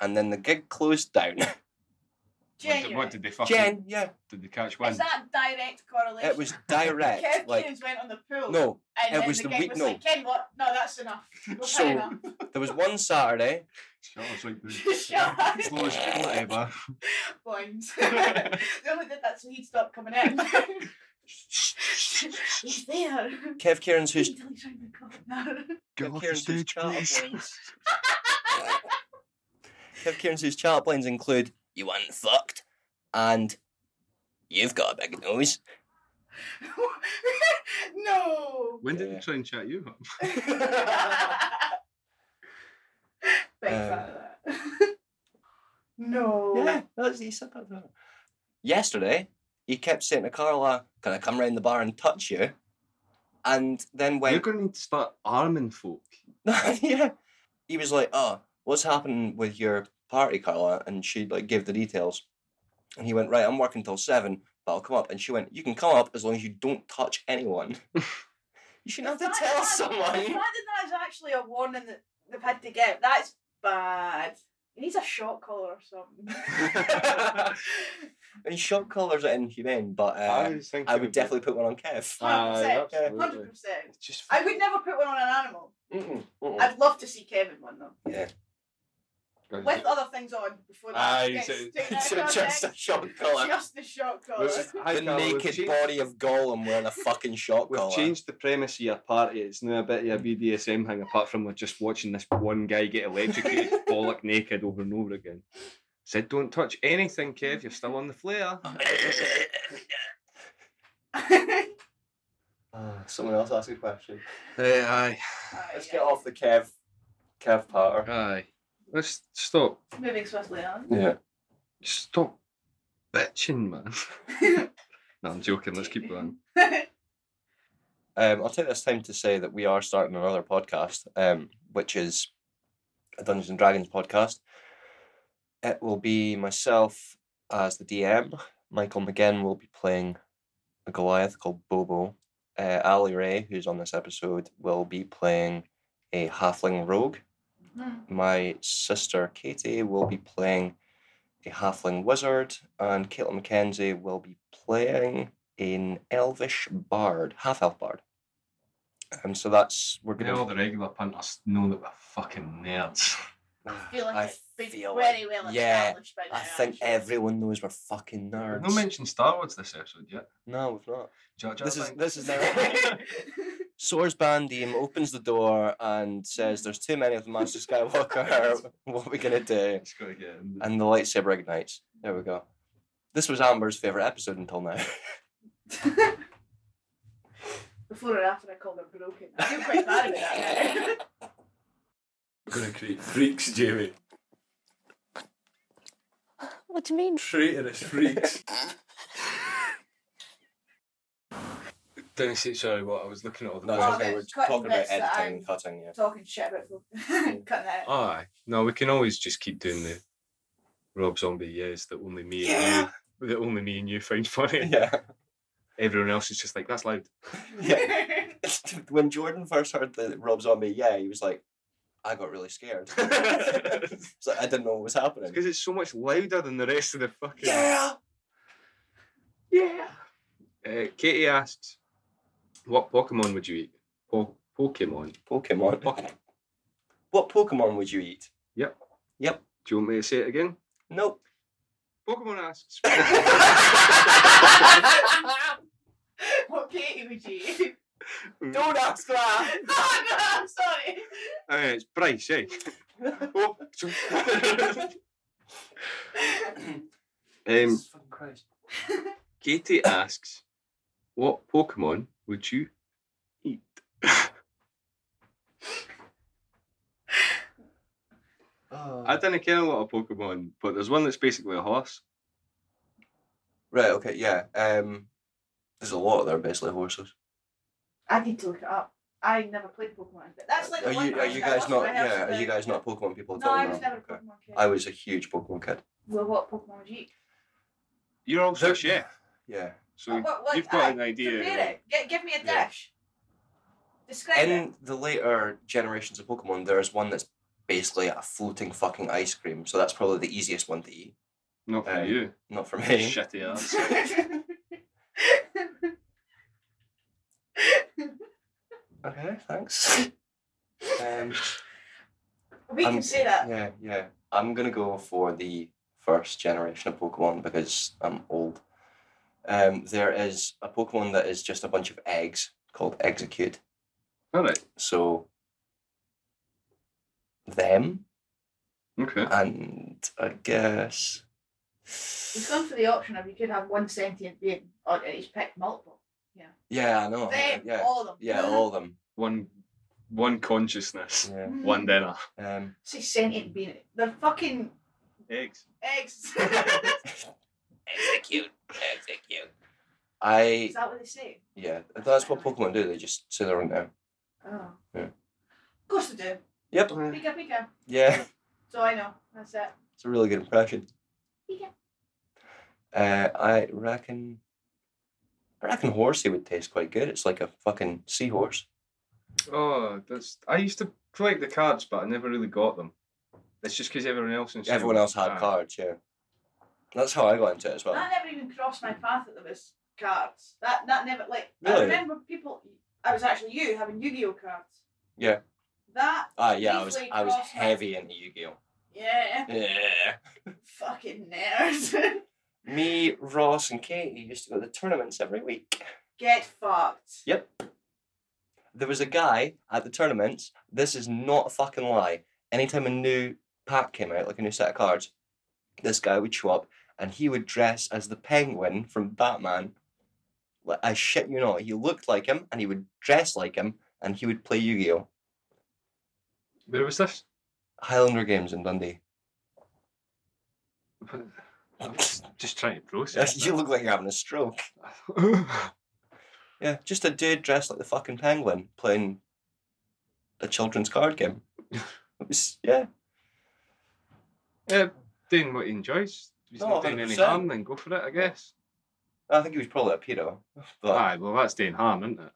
A: And then the gig closed down.
B: What did,
C: Genuine.
B: what did they fucking?
A: Jen, yeah,
B: Did they catch
C: Is
B: one?
C: that direct correlation?
A: it was direct.
C: Kev
A: like,
C: Kearns went on the pool.
A: no,
C: and
A: it
C: then
A: was
C: the
A: the
C: guy
A: week-
C: was
A: no.
C: like, Ken, what? No, that's enough. We're
A: So-
C: so, enough.
A: there was one Saturday.
B: Shut up, it's like the
C: Shut up.
B: slowest pool ever.
C: Bones. they only did that so he'd stop coming in. He's there.
A: Kev Cairns, who's
C: Until he's around the
A: Kev
H: Get off the
A: Cairns, whose
H: stage,
A: chat
H: please.
A: outlines- Kev Cairns, whose chat outlines include "You want fucked" and "You've got a big nose."
C: corner. no.
B: When did
A: Yeah.
B: they try and chat you up?
C: Big fan of that. no.
A: Yeah, that's, he said that. to her. Yesterday, he kept saying to Carla, "Can I come round the bar and touch you?" And then
B: You're
A: when
B: going to need to start arming folk.
A: yeah, he was like, "Oh, what's happening with your party, Carla?" And she like gave the details, and he went, "Right, I'm working till seven, but I'll come up." And she went, "You can come up as long as you don't touch anyone." you shouldn't have to
C: That-
A: tell
C: that- The fact
A: someone.
C: that that's actually a warning that they've had to get, that's bad. He needs a shock collar or something.
A: and shock collars are inhumane, but uh,
B: was thinking
A: I would
B: about-
A: definitely put one on Kev.
B: Aye,
C: Hundred percent.
B: absolutely.
C: Hundred percent.
B: It's Just
C: I would never put one on an animal.
A: Mm-mm, mm-mm.
C: I'd love to see Kevin one though,
B: fucking-
C: with other things on before that.
A: Ah,
B: Aye,
C: gets
B: so-
C: taken out
A: Just-
C: of context.
A: just a shock collar.
C: Just the shock collar.
B: With-
A: the
B: I know, we've
A: naked
B: changed-
A: body of Gollum wearing a fucking shot
B: We've
A: collar. Mm.
B: changed the premise of your party. It's now a bit of a BDSM thing, apart from we're just watching this one guy get electrocuted, bollock naked over and over again. Said, don't touch anything, Kev. You're still on the flare.
A: Uh, Someone else ask a question.
B: aye,
C: Aye,
A: Let's
C: aye.
A: get off the Kev, Kev Potter.
B: aye. Let's stop.
C: Moving swiftly on.
A: Yeah.
B: Stop bitching, man. no, I'm joking. Let's keep going.
A: Ah, Um, I'll take this time to say that we are starting another podcast, um, which is a Dungeons and Dragons podcast. It will be myself as the DM. Michael McGinn will be playing a Goliath called Bobo. Uh, Ali Ray, who's on this episode, will be playing a halfling rogue. My sister Katie will be playing a halfling wizard, and Caitlin McKenzie will be playing an elvish bard, half elf bard. Um, so that's we're
B: Now all
A: gonna.
B: the regular punters know that we're fucking nerds.
C: Feeling
A: I
C: it's been
A: feel
C: very
A: it.
C: well
A: Yeah,
C: established by now.
A: I think
C: I'm sure.
A: everyone knows we're fucking nerds.
B: No mention Star Wars this episode yet.
A: No, we've not.
B: Jar Jar
A: This is
B: Binks.
A: this is now. Source Bandim opens the door and says, "There's too many of the Master Skywalker. what are we gonna do?"
B: It's gotta get in.
A: And the lightsaber ignites. There we go. This was Amber's favorite episode until now.
C: Before or after I called her broken. I feel quite bad about that now.
B: gonna create freaks, Jamie.
E: What do you mean?
B: Traitorous freaks. Dennis, sorry, what I was looking at all the
A: No,
C: Oh,
A: I think
C: okay.
A: we're
C: cut
A: talking about
C: bits that
A: editing
C: I'm-
A: and cutting. Yeah.
C: Talking shit about people.
A: Mm.
C: Cutting that.
A: Oh,
C: out.
B: Aye. No, we can always just keep doing the Rob Zombie yes that only me and you that only me and you find funny.
A: Yeah.
B: Everyone else is just like, that's loud.
A: yeah. when Jordan first heard the Rob Zombie, yeah, he was like, I got really scared.
B: Because
A: It's like, I didn't know what was happening.
B: it's so much louder than the rest of the fucking
A: Yeah.
B: Yeah. Uh, Katie asks, What Pokemon would you eat? Po- Pokemon. Oh,
A: Pokemon.
B: Pokemon.
A: What Pokemon would you eat?
B: Do you want me to say it again?
A: Nope.
B: Pokemon asks
C: what Katie would you?
A: Don't ask that.
C: no, no, I'm sorry.
B: Uh, it's Bryce, eh? oh. um,
A: fucking Christ.
B: Katie asks, "What Pokemon would you eat?"
A: Oh.
B: I didn't care a lot of Pokemon, but there's one that's basically a horse.
A: right. Okay. Yeah. Um. There's a lot of them basically horses.
C: I need to look it up. I never played Pokemon, but that's like
A: Are
C: the one
A: you are
C: question
A: you
C: that
A: guys
C: wasn't
A: not
C: my house
A: yeah, are
C: today.
A: you guys not Pokemon people at
C: No,
A: all?
C: I was
A: No.
C: never a
A: Okay.
C: Pokemon kid.
A: I was a huge Pokemon kid.
C: Well, what Pokemon would you eat?
B: You're also
A: There- Oh,
B: a chef,
A: Yeah.
B: so
C: Uh, what- what-
B: you've got
C: aye,
B: an idea.
C: Compare it. Get, give me a
B: Yeah.
C: dish. Describe it.
A: In the later generations of Pokemon, there is one that's basically a floating fucking ice cream. So that's probably the easiest one to eat.
B: Not for
A: Um,
B: you,
A: Not for me.
B: shitty ass.
A: Okay, thanks. um,
C: we
A: I'm-
C: can say that.
A: Um, yeah, yeah. I'm gonna go for the first generation of Pokemon because I'm old. Um, there is a Pokemon that is just a bunch of eggs called Execute.
B: All right,
A: So them
B: okay.
A: and I guess
C: We've gone for the option of you could have one sentient being, or each pick multiple.
A: yeah, I know.
C: Them,
A: Oh, yeah,
C: all of them.
A: yeah, all of them.
B: One, one consciousness,
A: Yeah.
C: Mm.
B: one dinner.
A: Um,
C: Say sentient being. They're fucking
B: Eggs.
C: eggs.
A: execute, execute. I
C: Is that what they say?
A: yeah, that's what Pokemon do. They just sit there and now.
C: Oh.
A: Yeah.
C: Of course they do.
A: Yep.
C: Pika Pika.
A: Yeah.
C: So I know. That's it.
A: It's a really good impression.
C: Yeah.
A: Uh, I reckon. I reckon horsey would taste quite good. It's like a fucking seahorse.
B: Oh, that's. I used to collect the cards, but I never really got them. It's just because everyone else. in
A: Everyone else had
B: Ah.
A: cards, yeah. That's how I got into it as well.
C: That never even crossed my path that there was cards. That that never like I
A: Really?
C: remember people I was actually you having Yu-Gi-Oh cards.
A: Yeah.
C: That
A: Ah, yeah, I was
C: Easily
A: I was
C: crossed my-
A: heavy into Yu-Gi-Oh.
C: yeah.
A: Yeah.
C: Fucking nerd.
A: Me, Ross, and Katie used to go to tournaments every week.
C: Get fucked.
A: There was a guy at the tournaments. This is not a fucking lie. Anytime a new pack came out, like a new set of cards, this guy would show up and he would dress as the penguin from Batman. Like, I shit you not, he looked like him and he would dress like him and he would play Yu Gi Oh!
B: Where was this?
A: Highlander Games in Dundee.
B: I'm just, just trying to process.
A: you look like you're having a stroke.
B: that.
A: Yeah, just a dude dressed like the fucking penguin playing a children's card game. It was, yeah.
B: yeah, Uh, doing what he enjoys. If He's
A: No,
B: not doing any
A: 100%.
B: harm, then go for it, I guess.
A: I think he was probably a pedo. But
B: Aye, well, that's doing harm, isn't it?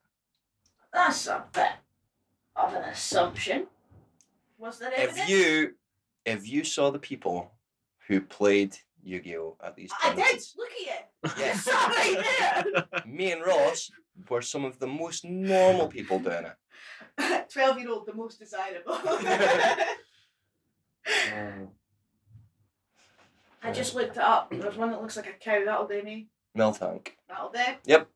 C: That's a bit of an assumption. Was there evidence?
A: if you if you saw the people who played Yu-Gi-Oh at these
C: I did.
A: tournaments,
C: Look at you.
A: Yes.
C: Sorry.
A: me and Ross were some of the most normal people doing it.
C: 12 year old, the most desirable. I just looked it up. There's one that looks like a cow. That'll do me.
A: Mel Tank.
C: That'll do.
A: Yep.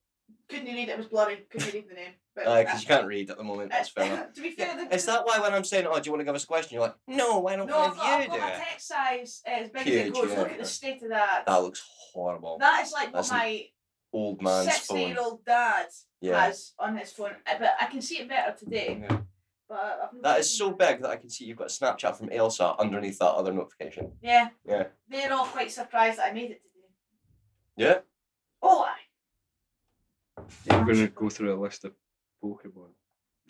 C: Couldn't read it. It was blurry. Couldn't read the name. But
A: Because you can't read at the moment. That's fair enough.
C: to be fair,
A: Yeah.
C: the,
A: Is that why when I'm saying, "Oh, do you want to give us a question?" You're like, "No, why don't
C: no,
A: one
C: I've
A: of
C: got, I've
A: you do
C: got my
A: it?"
C: text size uh, as big as
A: Huge,
C: it goes. Look
A: yeah.
C: at the state of that.
A: That looks horrible.
C: that is like what
A: That's an
C: my
A: Old man's
C: 60
A: phone.
C: year old dad
A: Yeah.
C: has on his phone. Uh, But I can see it better today.
A: Yeah.
C: But I've not
A: That is
C: seen
A: so
C: it.
A: big that I can see you've got a Snapchat from Elsa underneath that other notification.
C: Yeah.
A: Yeah.
C: They're all quite surprised that I made it today.
A: Yeah.
C: Oh, I.
B: You're going to go through a list of Pokemon.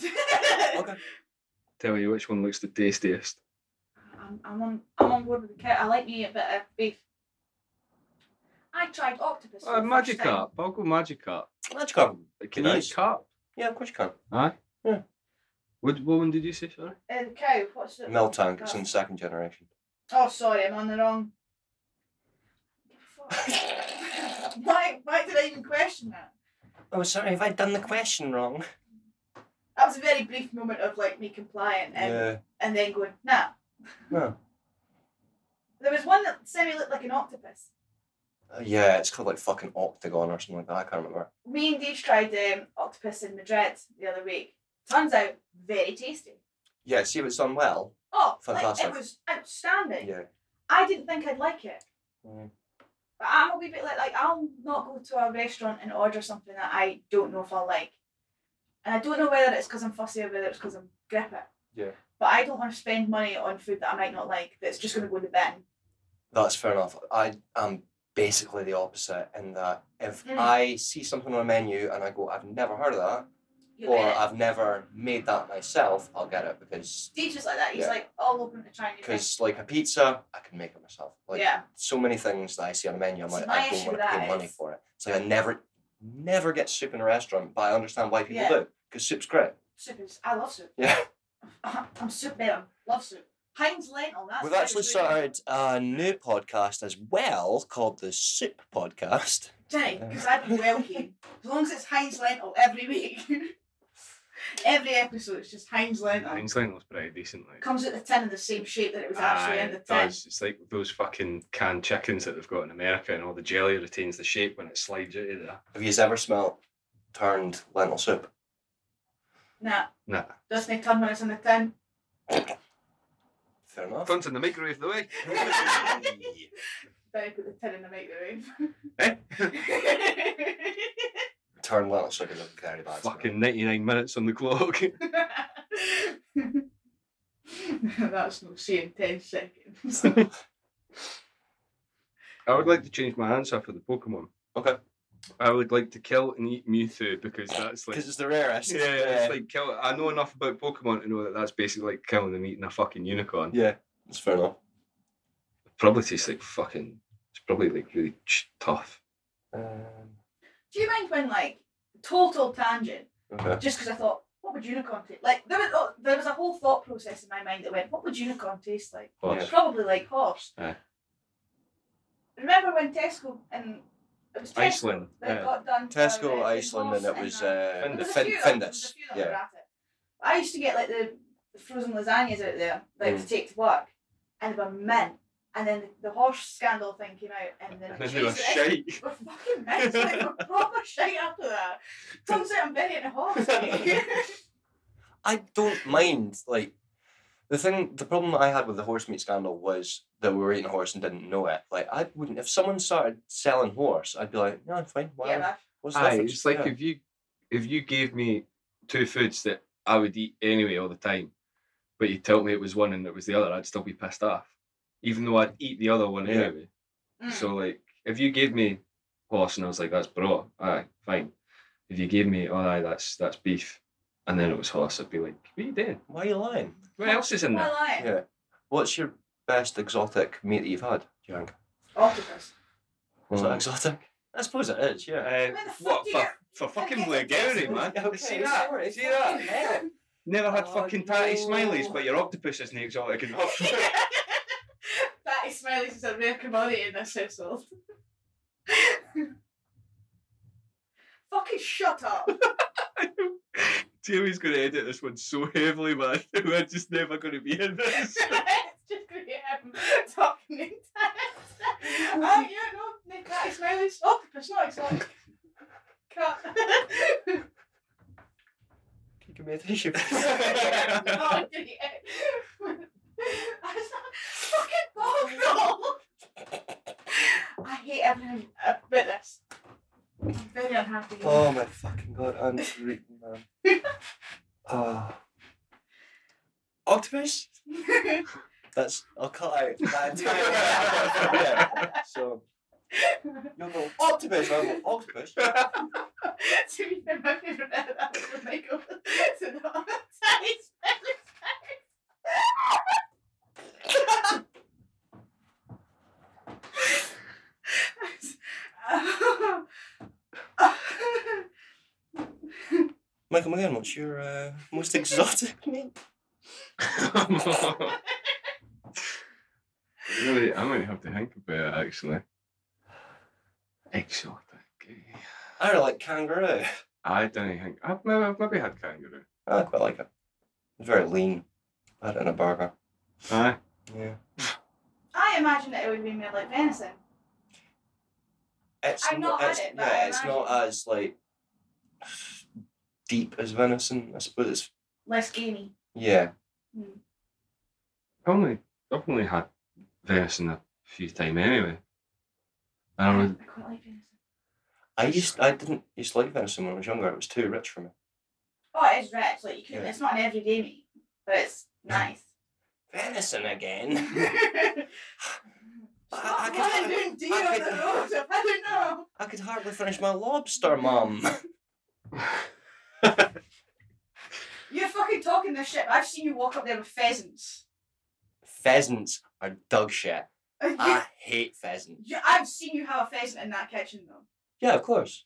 A: Okay.
B: Tell you which one looks the tastiest.
C: I'm, I'm on I'm on board with the cat. I like me a bit of beef. I tried octopus. for
B: Uh,
C: the first time.
B: Magikarp. I'll go Magikarp.
A: Let's go.
B: Can
A: Nice.
B: you eat carp?
A: Yeah, of course you can.
B: Aye.
A: Yeah.
B: What woman did you say, sorry?
C: And cow. What's the
A: Mel Tank, it's
C: Oh.
A: in second generation.
C: Oh, sorry, I'm on the wrong. why Why did I even question that?
A: Oh, sorry, have I done the question wrong?
C: That was a very brief moment of like me complying and
A: Yeah.
C: and then going nah.
A: No.
C: There was one that semi looked like an octopus.
A: Uh, yeah, it's called like fucking Octagon or something like that. I can't remember.
C: Me and Deej tried um, octopus in Madrid the other week. Turns out very tasty.
A: Yeah, see if it's done well.
C: Oh,
A: Fantastic.
C: Like, it was outstanding.
A: Yeah.
C: I didn't think I'd like it.
A: Mm.
C: But I'm a wee bit like, like I'll not go to a restaurant and order something that I don't know if I'll like. And I don't know whether it's because I'm fussy or whether it's because I'm grippy.
A: Yeah.
C: But I don't want to spend money on food that I might not like that's just going to go in the bin.
A: That's fair enough. I am basically the opposite in that if
C: Mm.
A: I see something on a menu and I go, I've never heard of that,
C: You
A: or
C: get it.
A: I've never made that myself, I'll get it because
C: Steve's just like that. He's
A: Yeah.
C: like all open to trying new things.
A: because like a pizza, I can make it myself. Like
C: yeah.
A: so many things that I see on a menu, I'm
C: See,
A: like,
C: my
A: I don't
C: issue
A: want
C: with
A: to pay
C: that
A: money
C: is-
A: for it. It's like I never, never get soup in a restaurant, but I understand why people
C: Yeah.
A: do because soup's great.
C: Soup is, I love soup.
A: Yeah,
C: I'm soup man. Love soup. Heinz lentil. That's
A: we've
C: very
A: actually
C: good.
A: started a new podcast as well called the Soup Podcast.
C: Jenny,
B: Uh.
C: because I'd be well keen. As long as it's Heinz Lentil every week. every episode, it's just Heinz Lentil.
B: Einstein was pretty decent. Like.
C: Comes out the tin in the same shape that it was actually
B: Aye,
C: in the
B: it
C: tin.
B: does. It's like those fucking canned chickens that they've got in America, and all the jelly retains the shape when it slides out of there.
A: Have you ever smelt turned lentil soup?
C: Nah,
B: Nah.
C: doesn't it turn when it's in the tin?
A: Fair enough.
B: in the microwave the way.
C: Then you put the tin in the microwave.
B: Eh?
A: Turned lentil soup is a very bad. smell.
B: fucking 99 minutes on the clock. Eh?
C: That's no saying 10 seconds.
B: I would like to change my answer for the Pokemon.
A: Okay.
B: I would like to kill and eat Mewtwo because that's like.
A: because it's the rarest.
B: Yeah, it's like kill. I know enough about Pokemon to know that that's basically like killing and eating a fucking unicorn.
A: yeah, it's fair enough.
B: Probably tastes like fucking. It's probably like really ch- tough.
A: Um,
C: Do you mind when, like, total tangent?
A: okay.
C: just because I thought, what would unicorn taste like? There was oh, there was a whole thought process in my mind that went, what would unicorn taste like?
B: Horse.
A: Yeah.
C: Probably like horse.
B: Aye.
C: Remember when Tesco and it was Tesco
B: Iceland,
C: that
B: yeah.
C: got done for,
A: Tesco,
C: uh,
A: Iceland, and
C: horse
A: it was
C: uh,
A: uh,
C: there was a
A: Fin-
C: few that- there was
A: Findus.
C: a few that were
A: Yeah,
C: at it. I used to get like the, the frozen lasagnas out there, like
A: Mm.
C: to take to work, and they were mint. And then the, the horse scandal thing came out, and then
B: And
C: it
B: then they were
C: changed it.
B: shite.
C: We're fucking mess. Like, we're proper shite after that. Turns out I'm burying a horse.
A: I don't mind like. The thing, the problem that I had with the horse meat scandal was that we were eating horse and didn't know it. Like, I wouldn't, if someone started selling horse, I'd be like, no, I'm fine. Why?
C: yeah, man.
A: What's the
B: Aye,
A: difference?
B: it's like
A: Yeah.
B: if you if you gave me two foods that I would eat anyway all the time, but you told me it was one and it was the other, I'd still be pissed off, even though I'd eat the other one
A: Yeah.
B: anyway.
C: Mm.
B: So like, if you gave me horse and I was like, that's bro, aye, fine. If you gave me, oh, aye, that's that's beef, and then it was horse, I'd be like, what are you doing?
A: why are you lying?
B: What else is in
C: Why
B: there?
C: lie?
A: Yeah. What's your best exotic meat that you've had? Do you think?
C: Octopus.
A: Was that
B: Um,
A: exotic? I suppose it is, yeah.
B: Uh,
C: Where the fuck
B: what
C: do
B: for,
C: you-
B: for fucking Blair Gowrie, man?
A: Okay,
B: See that?
A: sorry,
B: See that?
A: fucking
B: Never had
A: Oh,
B: fucking tatty
A: no.
B: smileys, but your octopus is an exotic enough.
C: Patty Smiley's is a rare commodity in this household. Fucking shut up.
B: Jamie's going to edit this one so heavily, man. We're just never going to be in this.
C: it's just going to be him talking in tongues. Oh, yeah, no, Nick, that is my least octopus, not exotic. Cut.
A: Give me a tissue.
C: oh, did it. I was like, fucking bog roll. I hate everything about this. I'm very unhappy.
A: oh my fucking god, I'm reading, man. Ah. Octopus? That's I'll cut out that entire yeah. So you'll go octopus, I'll go octopus.
C: to be fair, my favourite bit of that was when they go to the monetize
A: Michael McGann, what's your uh, most exotic name?
B: really, I might have to think about it actually. Exotic. eh?
A: I really like kangaroo.
B: I don't think I've maybe, I've maybe had kangaroo.
A: I quite like it. It's very lean. I had it in a burger.
B: Aye.
A: Yeah.
C: I imagine that it would be more like venison.
A: It's
C: I've not had
A: it's-
C: it, but
A: Yeah,
C: I
A: it's not
C: imagine.
A: as like deep as venison. I suppose it's
C: Less gamey.
A: yeah.
B: I've only I've only had venison a few times anyway. I don't know.
C: I quite like venison.
A: I used I didn't used to like venison when I was younger. It was too rich for me.
C: Oh, it is rich. Like you can,
A: Yeah.
C: it's not an everyday meat, but it's nice.
A: Venison again.
C: I,
A: I, I could,
C: I
A: hardly,
C: doing deer on the road. I don't know.
A: I could hardly finish my lobster, mum.
C: You're fucking talking this shit. but I've seen you walk up there with pheasants.
A: Pheasants are dog shit. I hate pheasant.
C: You- I've seen you have a pheasant in that kitchen though.
A: Yeah, of course.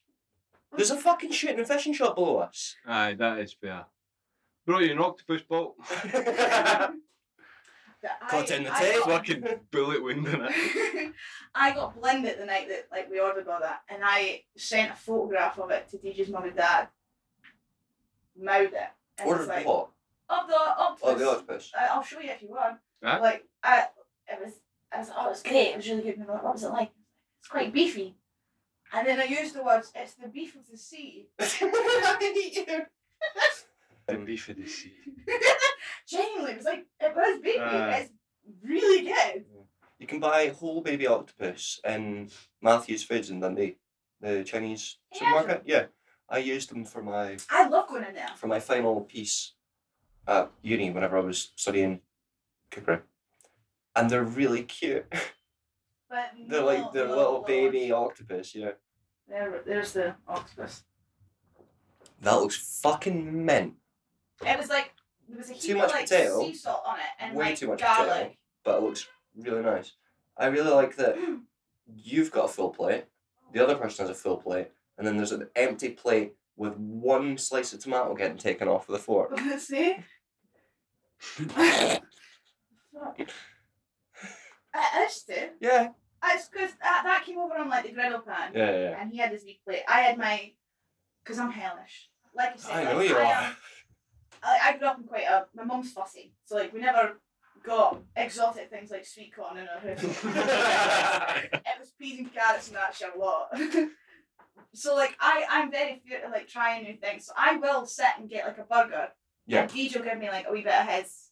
A: There's a fucking shooting and fishing shop below us.
B: Aye, that is fair. Brought you an octopus bolt.
C: That I-
A: Caught in the
C: I
A: tape.
C: got-
B: Fucking bullet wound in it.
C: I got blinded the night that like we ordered all that, and I sent a photograph of it to DJ's mum and dad. Mowed it. And
A: Ordered
C: it's like,
A: what?
C: Of the of
A: Oh,
C: this-
A: the octopus.
C: I- I'll show you if you want.
B: Huh?
C: Like, I, it was, I was, oh, it was great. It was really good. And they're like, what was it like? It's quite beefy. And then I used the words, it's the beef of the sea.
B: The
A: Um,
B: beef of the sea.
C: Genuinely, it was like, it was beefy.
B: Ah.
C: it's really good.
A: You can buy whole baby octopus in Matthew's Foods in Dundee, the Chinese
C: Yeah.
A: supermarket. Yeah, I used them for my
C: I love going in there.
A: for my final piece at uni whenever I was studying cookery, and they're really cute.
C: But
A: They're
C: Oh,
A: like they're little baby octopus. Yeah,
C: There, there's the octopus.
A: that looks fucking mint,
C: It was like, there was a heap
A: Too much
C: of like
A: potato.
C: sea salt on it and
A: Way
C: like
A: too much
C: garlic.
A: but it looks really nice. I really like that you've got a full plate, the other person has a full plate, and then there's an empty plate with one slice of tomato getting taken off with a fork.
C: See? Fuck. I used to.
A: Yeah.
C: It's because that, that came over on like the griddle pan,
A: Yeah, yeah.
C: and he had his big plate. I had my, because I'm hellish. Like I said,
A: I
C: like,
A: know you
C: I
A: are.
C: am- I, I grew up in quite a. My mum's fussy, so like we never got exotic things like sweet corn in our house. it was peas and carrots and that shit a lot. so like I, I'm very fear of like trying new things. So I will sit and get like a burger.
A: Yeah.
C: And DJ will give me like a wee bit of his.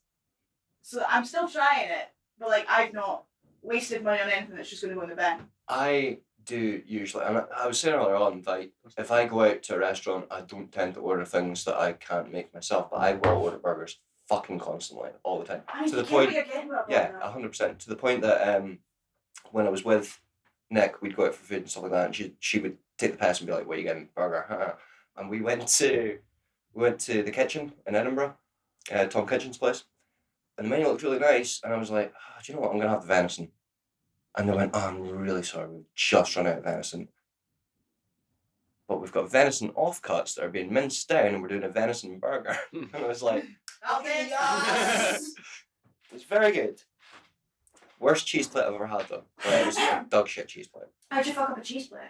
C: So I'm still trying it, but like I've not wasted money on anything that's just gonna go in the bin.
A: I do usually, and I, I was saying earlier on, like, if I go out to a restaurant, I don't tend to order things that I can't make myself, but I will order burgers fucking constantly, all the time.
C: I
A: To the
C: forget what
A: point-
C: you're getting with a
A: Yeah,
C: burger.
A: 100%. To the point that um, when I was with Nick, we'd go out for food and stuff like that, and she, she would take the pass and be like, What are you getting? Burger. huh?" and we went to we went to the kitchen in Edinburgh, uh, Tom Kitchen's place, and the menu looked really nice. And I was like, "Ah, Do you know what? I'm going to have the venison. And they went, oh, I'm really sorry, we've just run out of venison. but we've got venison offcuts that are being minced down and we're doing a venison burger. and I was like,
C: Okay.
A: Yes. it's very good. Worst cheese plate I've ever had though. Like, it was a dog shit cheese plate.
C: How'd you fuck up a cheese plate?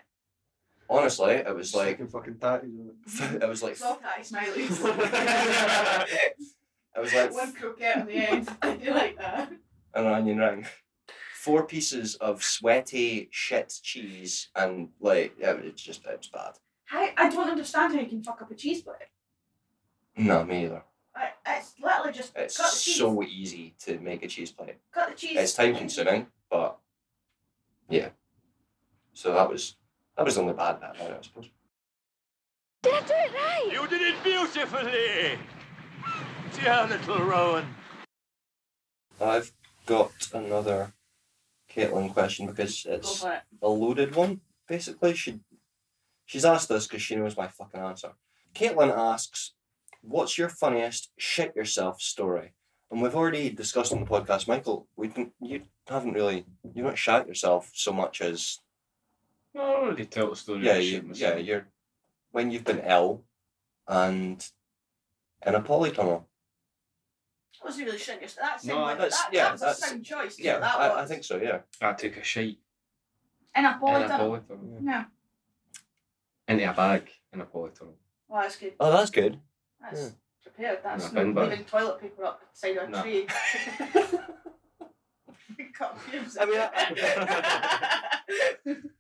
A: Honestly, it was like,
B: fucking tatties on
A: it was like,
C: Soft eye, smileys.
A: it was like
C: One croquette on the end. I do like that.
A: an onion ring. Four pieces of sweaty shit cheese and like yeah, it's just it's bad.
C: How, I don't understand how you can fuck up a cheese plate.
A: No, me either.
C: I, it's literally just
A: It's
C: cut the cheese.
A: so easy to make a cheese plate.
C: cut the cheese.
A: It's time consuming, but yeah. So that was that was the only bad bit about it, I suppose.
E: That's it, right?
I: You did it beautifully! Dear little Rowan.
A: I've got another Caitlin question because
C: Go
A: it's
C: for it.
A: a loaded one. Basically, she she's asked this because she knows my fucking answer. Caitlin asks, "What's your funniest shit yourself story?" And we've already discussed on the podcast, Michael. We didn't, you haven't really you don't shat yourself so much as
B: I already tell the story.
A: yeah
B: of shit
A: you, yeah
B: myself.
A: you're when you've been ill and in a polytunnel.
C: That wasn't really shitting yourself. That's
B: No,
C: no,
A: that's-
C: that,
A: yeah,
C: that was a
A: that's-
C: sound choice. to
A: Yeah,
C: do that
A: I,
C: was.
A: I think so. Yeah,
B: I took a shite
C: And a ball
B: in a
C: done.
B: polytunnel.
C: Yeah.
B: Into a bag in a polytunnel.
C: Well, that's good.
A: oh, that's good.
C: That's
A: Yeah.
C: prepared. That's
B: I've
C: not
B: been back.
C: leaving toilet paper up side of a
B: No.
C: tree. Cut fumes.
A: I mean,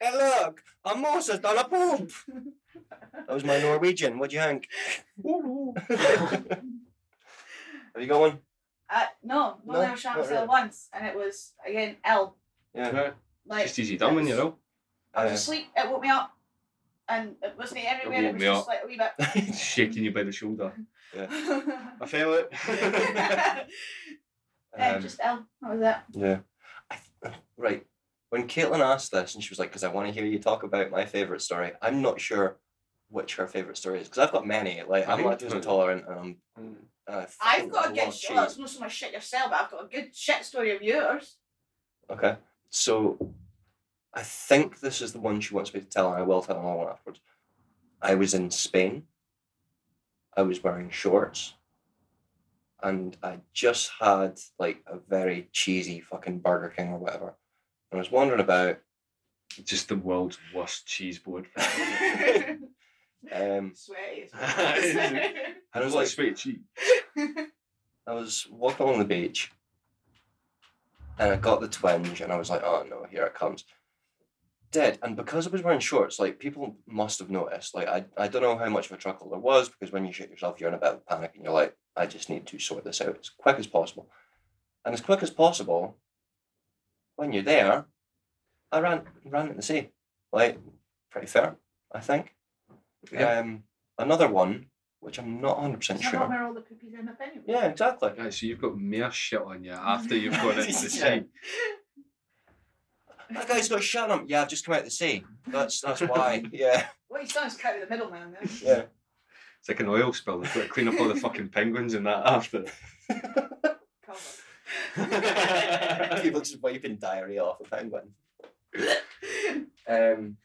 A: Hey, look, a mouse has done a poop. That was my Norwegian. What do you think? Have you got one?
C: uh, no, no,
A: No,
C: never shot
A: not
C: myself
A: really.
C: once, and it was again L.
A: Yeah. Uh,
B: Yeah.
C: Like
B: Just easy done when you're ill.
C: I was
A: Yeah.
C: asleep. It woke me up, and it wasn't everywhere.
B: woke
C: It, was
B: me
C: just
B: up.
C: like a wee bit.
B: Shaking you by the shoulder. I feel it.
C: yeah,
A: Um,
C: just L. That was it.
A: yeah. I th- right. When Caitlin asked this and she was like, because I want to hear you talk about my favourite story, I'm not sure which her favourite story is because I've got many. Like, I'm lactose intolerant and I'm. and I fucking
C: I've got a good.
A: love
C: sh- Well, it's not so much shit yourself, but I've got a good shit story of yours.
A: Okay. So I think this is the one she wants me to tell, and I will tell another one afterwards. I was in Spain. I was wearing shorts. And I just had like a very cheesy fucking Burger King or whatever. And I was wandering about.
B: Just the world's worst cheese board.
A: Um,
C: Sweaty.
A: and I was
B: like
A: like,
B: sweet cheese.
A: I was walking along the beach and I got the twinge and I was like, oh no, here it comes. Dead. And because I was wearing shorts, like people must have noticed. Like I, I don't know how much of a truckle there was because when you shit yourself, you're in a bit of a panic and you're like, I just need to sort this out as quick as possible. And as quick as possible, when you're there, I ran ran at the sea. Like, pretty fair, I think.
B: Yeah.
A: Um another one, which I'm not hundred percent
C: It's not
A: sure.
C: where all the poopies end up anyway.
A: Yeah, exactly.
B: Right, so you've got mere shit on you after you've gone into the sea.
A: That guy's got shot on. him. Yeah, I've just come out to sea. That's that's why. Yeah,
C: What he's done is cut out the middleman then.
A: yeah.
B: It's like an oil spill. They've got to clean up all the fucking penguins and that after.
C: Cover.
A: People just wiping diarrhea off a penguin. Um,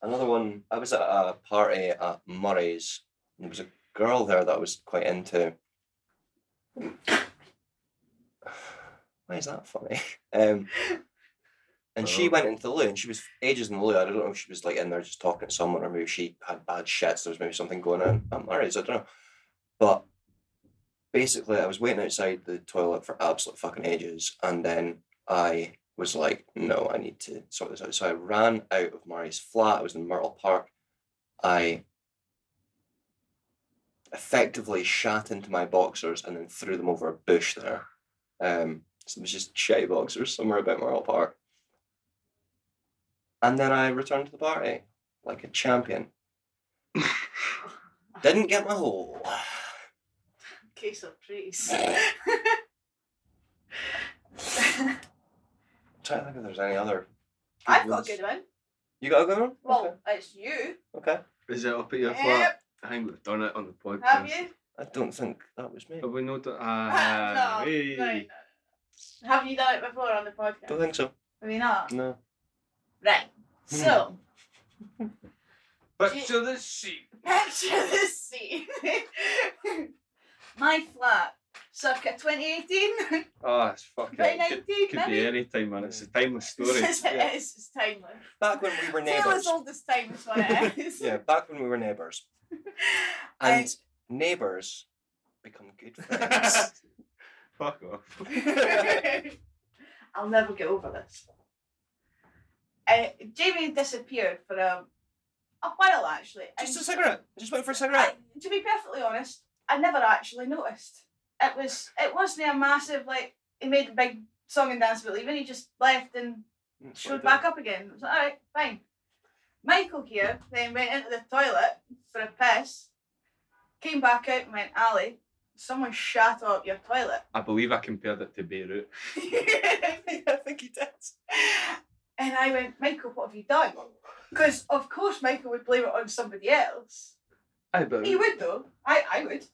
A: another one. I was at a party at Murray's, and there was a girl there that I was quite into. Why is that funny? Um, and she
B: Oh.
A: went into the loo, and she was ages in the loo. I don't know if she was like in there just talking to someone, or maybe she had bad shits. There was maybe something going on at Murray's. I don't know. But basically, I was waiting outside the toilet for absolute fucking ages, and then I was like, no, I need to sort this out. So I ran out of Murray's flat. I was in Myrtle Park. I effectively shat into my boxers and then threw them over a bush there. Um, so it was just shitty boxers somewhere about Myrtle Park. And then I returned to the party like a champion. Didn't get my hole.
C: Case of praise.
A: trying to think if there's any other.
C: I've got a
A: ones.
C: good one.
A: You got a good one?
C: Well, it's you.
A: Okay. okay.
B: Is it up at your flat?
C: Yep.
B: I think we've done it on the podcast.
C: Have you?
A: I don't think that was me.
B: Have we not done
C: No,
B: Ah, hey.
C: right. Have you done it before on the podcast?
A: Don't think so.
C: Have you not?
A: No.
C: Right. So,
B: Picture the sheep.
C: Picture this scene. My flat, circa 2018,
B: Oh, it's fucking. It could, could
C: 2019,
B: be
C: maybe.
B: any time, man. It's a timeless story.
C: Yes,
A: yeah.
C: it is. It's timeless.
A: Back when we were
C: Tale
A: neighbours.
C: as old as time is what it is.
A: Yeah, back when we were neighbours.
C: I-
A: And neighbours become good friends.
B: Fuck off.
C: I'll never get over this. Uh, Jamie disappeared for a, a while actually. and-
A: Just a cigarette. Just went for a
C: I,
A: cigarette.
C: to be perfectly honest, I never actually noticed. It was it wasn't a massive like he made a big song and dance about leaving. He just left and
A: Mm,
C: showed back up again. I was like, all right, fine. Michael here then went into the toilet for a piss, came back out and went, Ali, someone shot up your toilet.
B: I believe I compared it to Beirut.
A: I think he did.
C: and I went, Michael, what have you done? Because of course Michael would blame it on somebody else.
B: Aye, but.
C: He would though. I, I would.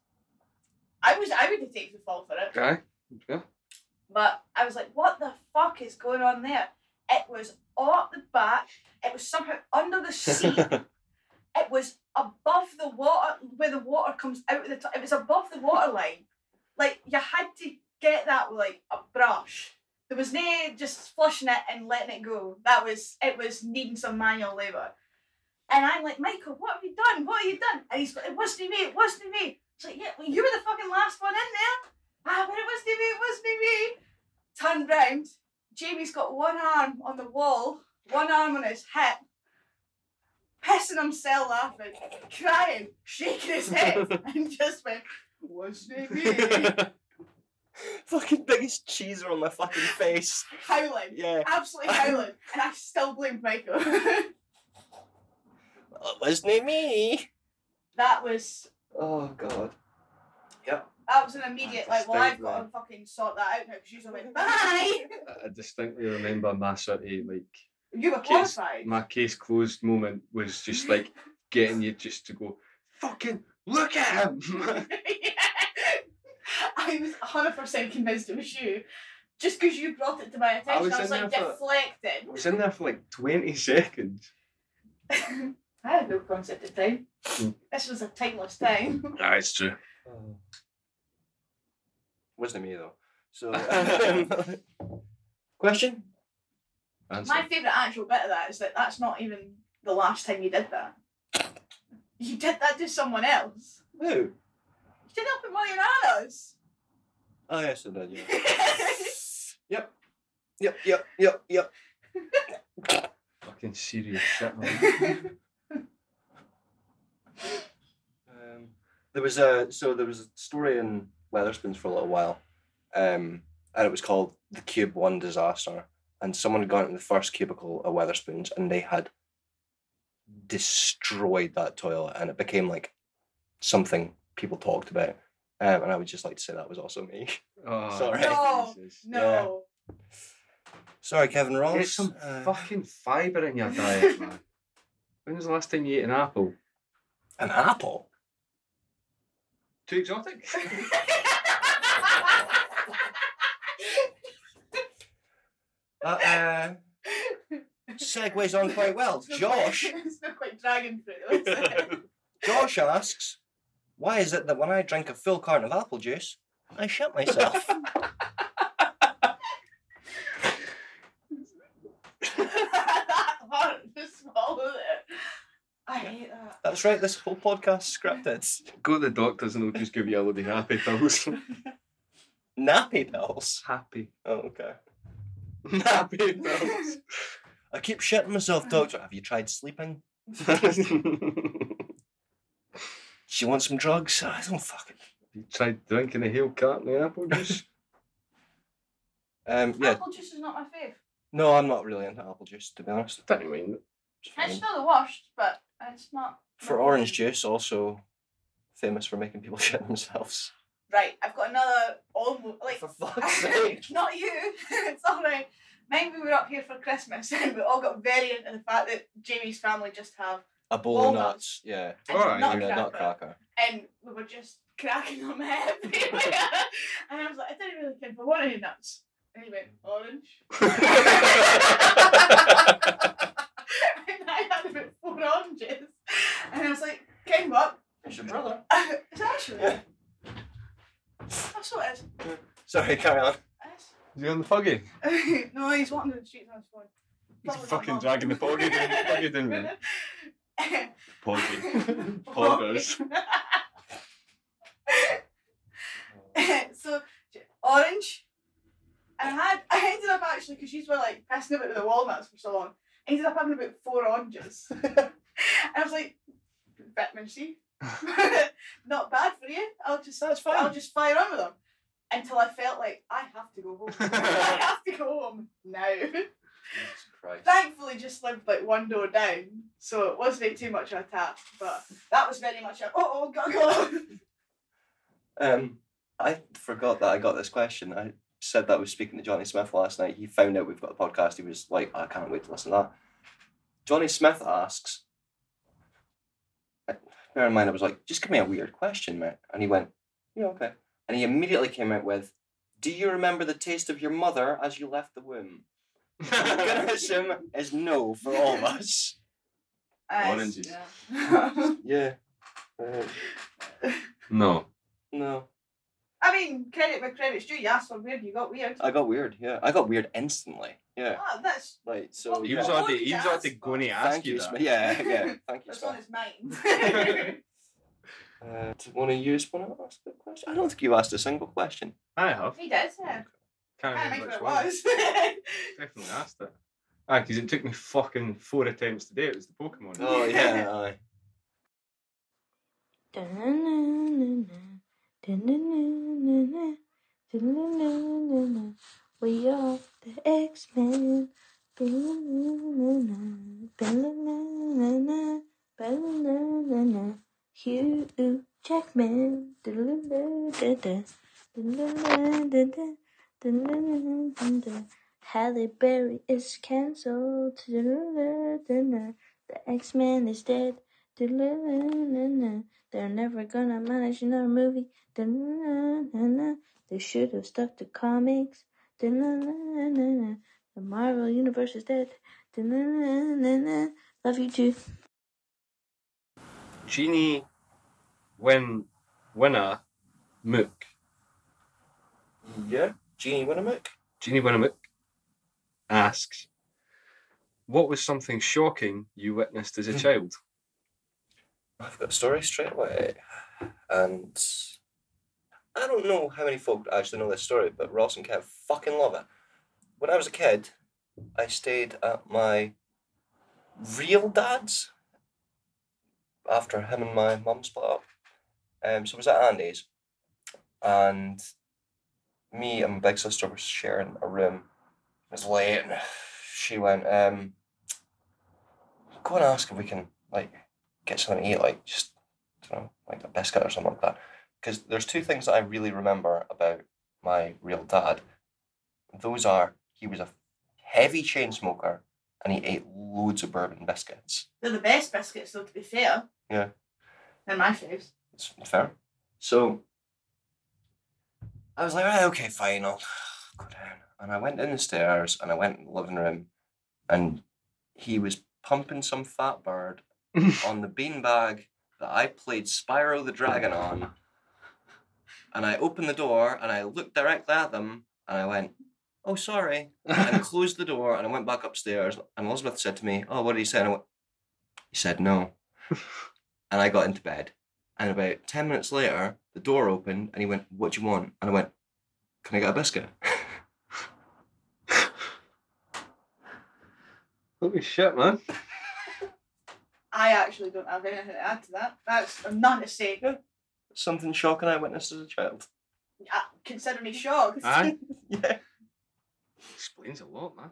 C: I was I would take the fall for it.
B: Aye. Yeah.
C: But I was like, what the fuck is going on there? It was all up the back. It was somehow under the seat. it was above the water where the water comes out of the top. It was above the water line. Like you had to get that with like a brush. There was no just flushing it and letting it go. That was it was needing some manual labour. And I'm like, Michael, what have you done? What have you done? And he's like, it wasn't me, it wasn't me. It's like, yeah, well, you were the fucking last one in there. Ah, but it wasn't me, it wasn't me. Turned round. Jamie's got one arm on the wall, one arm on his hip, pissing himself laughing, crying, shaking his head, and just went, wasn't me.
A: fucking biggest cheeser on my fucking face.
C: howling.
A: Yeah.
C: Absolutely howling. And I still blame Michael.
A: Uh, Wasn't it me?
C: that was
A: Oh god.
C: that was an immediate like, well, I've got
B: Distinctly.
C: to fucking sort that out now because you went bye.
B: I distinctly remember my sort of like
C: You were
B: Kids.
C: horrified.
B: my case closed moment was just like getting you just to go fucking look at him.
C: I was hundred percent convinced it was you, just because you brought it to my attention. I was,
B: was in
C: like
B: there for-
C: deflected.
B: I was in there for like twenty seconds.
C: I had no concept of time. this was a timeless time.
B: Ah, it's true.
A: Wasn't it me though. So um, question?
C: My favourite actual bit of that is that that's not even the last time you did that. You did that to someone else.
A: Who?
C: You did that with one of your nanas.
A: Oh yes I did, yeah. Yep. Yep, yep, yep, yep.
B: Fucking serious shit, man.
A: Um, there was a so there was a story in Weatherspoons for a little while, um, and it was called the Cube One Disaster. And someone had gone into the first cubicle at Weatherspoons, and they had destroyed that toilet, and it became like something people talked about. Um, and I would just like to say that was also me.
B: Oh,
A: Sorry.
C: No.
B: Jesus.
C: no.
A: Sorry, Kevin Ross.
B: Get some
A: Uh,
B: fucking fibre in your diet, man. when was the last time you ate an apple?
A: An apple.
B: Too exotic?
A: That uh, segues on quite well.
C: It's not
A: Josh.
C: quite- it's not quite dragon fruit. though, is it?
A: Josh asks, why is it that when I drink a full carton of apple juice, I shut myself?
C: that hurt to swallow it. I hate that.
A: That's right, this whole podcast is scripted.
B: Go to the doctors and they'll just give you a load of happy pills.
A: Nappy pills.
B: happy.
A: Oh, okay.
B: Nappy pills.
A: I keep shitting myself, doctor. Have you tried sleeping?
B: you
A: She wants some drugs? Ah, I don't fucking.
B: tried drinking a whole carton of apple juice?
A: Um, yeah,
C: Apple juice is not my fave.
A: no, I'm not really into apple juice, to be honest.
B: don't mind it.
A: It's
C: It's
A: fine.
C: not the worst, but it's not.
A: For
C: not-
A: orange juice, also famous for making people shit themselves.
C: Right, I've got another almost like
A: For fuck's sake.
C: not you. it's all right. Mine, we were up here for Christmas, and we all got very into the fact that Jamie's family just have
A: A bowl of
C: Walnuts.
A: nuts. Yeah.
C: and
B: All right,
A: Yeah,
C: not
A: nutcracker.
C: and we were just cracking them everywhere. and I was like, I didn't really care if I wanted any nuts. And he went, orange. and I had about four oranges.
A: Sorry, carry on.
B: Is he on the foggy?
C: no, he's walking down the street on his phone.
B: He's
C: Probably
B: fucking
C: not.
B: dragging the poggy down. Poggy down, man. Poggy. Poggers.
C: so orange, and I had I ended up actually because she's were like pissing about the walnuts for so long. I ended up having about four oranges, and I was like, vitamin C, not bad for you. I'll just I'll just fire on with them until I felt like I have to go home. I have to go home now.
A: Jesus Christ.
C: thankfully just lived like one door down, so it wasn't too much of a tap. But that was very much a oh oh gotta go.
A: Um, I forgot that I got this question. I said that I was speaking to Johnny Smith last night. He found out we've got a podcast. He was like, I can't wait to listen to that. Johnny Smith asks, uh, bear in mind, I was like, just give me a weird question, mate. And he went, yeah, okay. And he immediately came out with, do you remember the taste of your mother as you left the womb? I'm going to assume is no for all of us.
C: Aye,
B: Oranges.
C: yeah.
A: Yeah. Uh,
B: no.
A: no.
C: I mean, credit where credit's due. You asked for weird, you got weird.
A: I got weird. Yeah. I got weird instantly. Yeah.
C: Ah, that's
A: Like, so.
C: Well,
B: He
A: yeah.
B: was
C: What
B: already,
C: did
B: he was
C: you
B: already
C: ask
B: going to
C: for?
B: ask you
A: Smith.
B: that.
A: Yeah, yeah. Thank you,
C: that's on
A: Smith.
C: his mind.
A: Uh, do one of you want to ask a question? I don't think you asked a single question.
B: I have.
C: he does, yeah.
B: Can't
C: Can't
B: remember
C: remember
B: which
C: what it
B: one.
C: was.
B: Definitely asked it. Ah, because it took me fucking four attempts today. It was the Pokemon.
A: Oh yeah, aye.
E: We are the X Men. Hugh Jackman. Halle Berry is cancelled. The X Men is dead. They're never gonna manage another movie. They should have stuck to comics. The Marvel Universe is dead. Love you too.
B: Genie, Win, Winner, Mook.
A: Yeah, Jeannie Winnemick.
B: Jeannie Winnamook asks, What was something shocking you witnessed as a child?
A: I've got a story straight away, and I don't know how many folk actually know this story, but Ross and Kev fucking love it. When I was a kid, I stayed at my real dad's after him and my mum split up. Um, so it was at Andy's, and me and my big sister were sharing a room. It was late, and she went, um, "Go and ask if we can like get something to eat, like just I don't know, like a biscuit or something like that." Because there's two things that I really remember about my real dad. Those are he was a heavy chain smoker, and he ate loads of bourbon biscuits.
C: They're the best biscuits, though. To be fair.
A: Yeah.
C: They're my faves.
A: It's fair. So I was like, right, okay, fine, I'll go down. And I went in the stairs and I went in the living room and he was pumping some fat bird on the beanbag that I played Spyro the Dragon on. And I opened the door and I looked directly at them and I went, oh, sorry. And closed the door and I went back upstairs. And Elizabeth said to me, oh, what did he say? And I went, he said no. and I got into bed. And about 10 minutes later, the door opened and he went, What do you want? And I went, Can I get a biscuit?
B: Holy shit, man.
C: I actually don't have anything to add to that. That's none to say.
A: Something shocking I witnessed as a child.
C: Uh, consider me shocked.
B: Aye.
A: Yeah.
B: Explains a lot, man.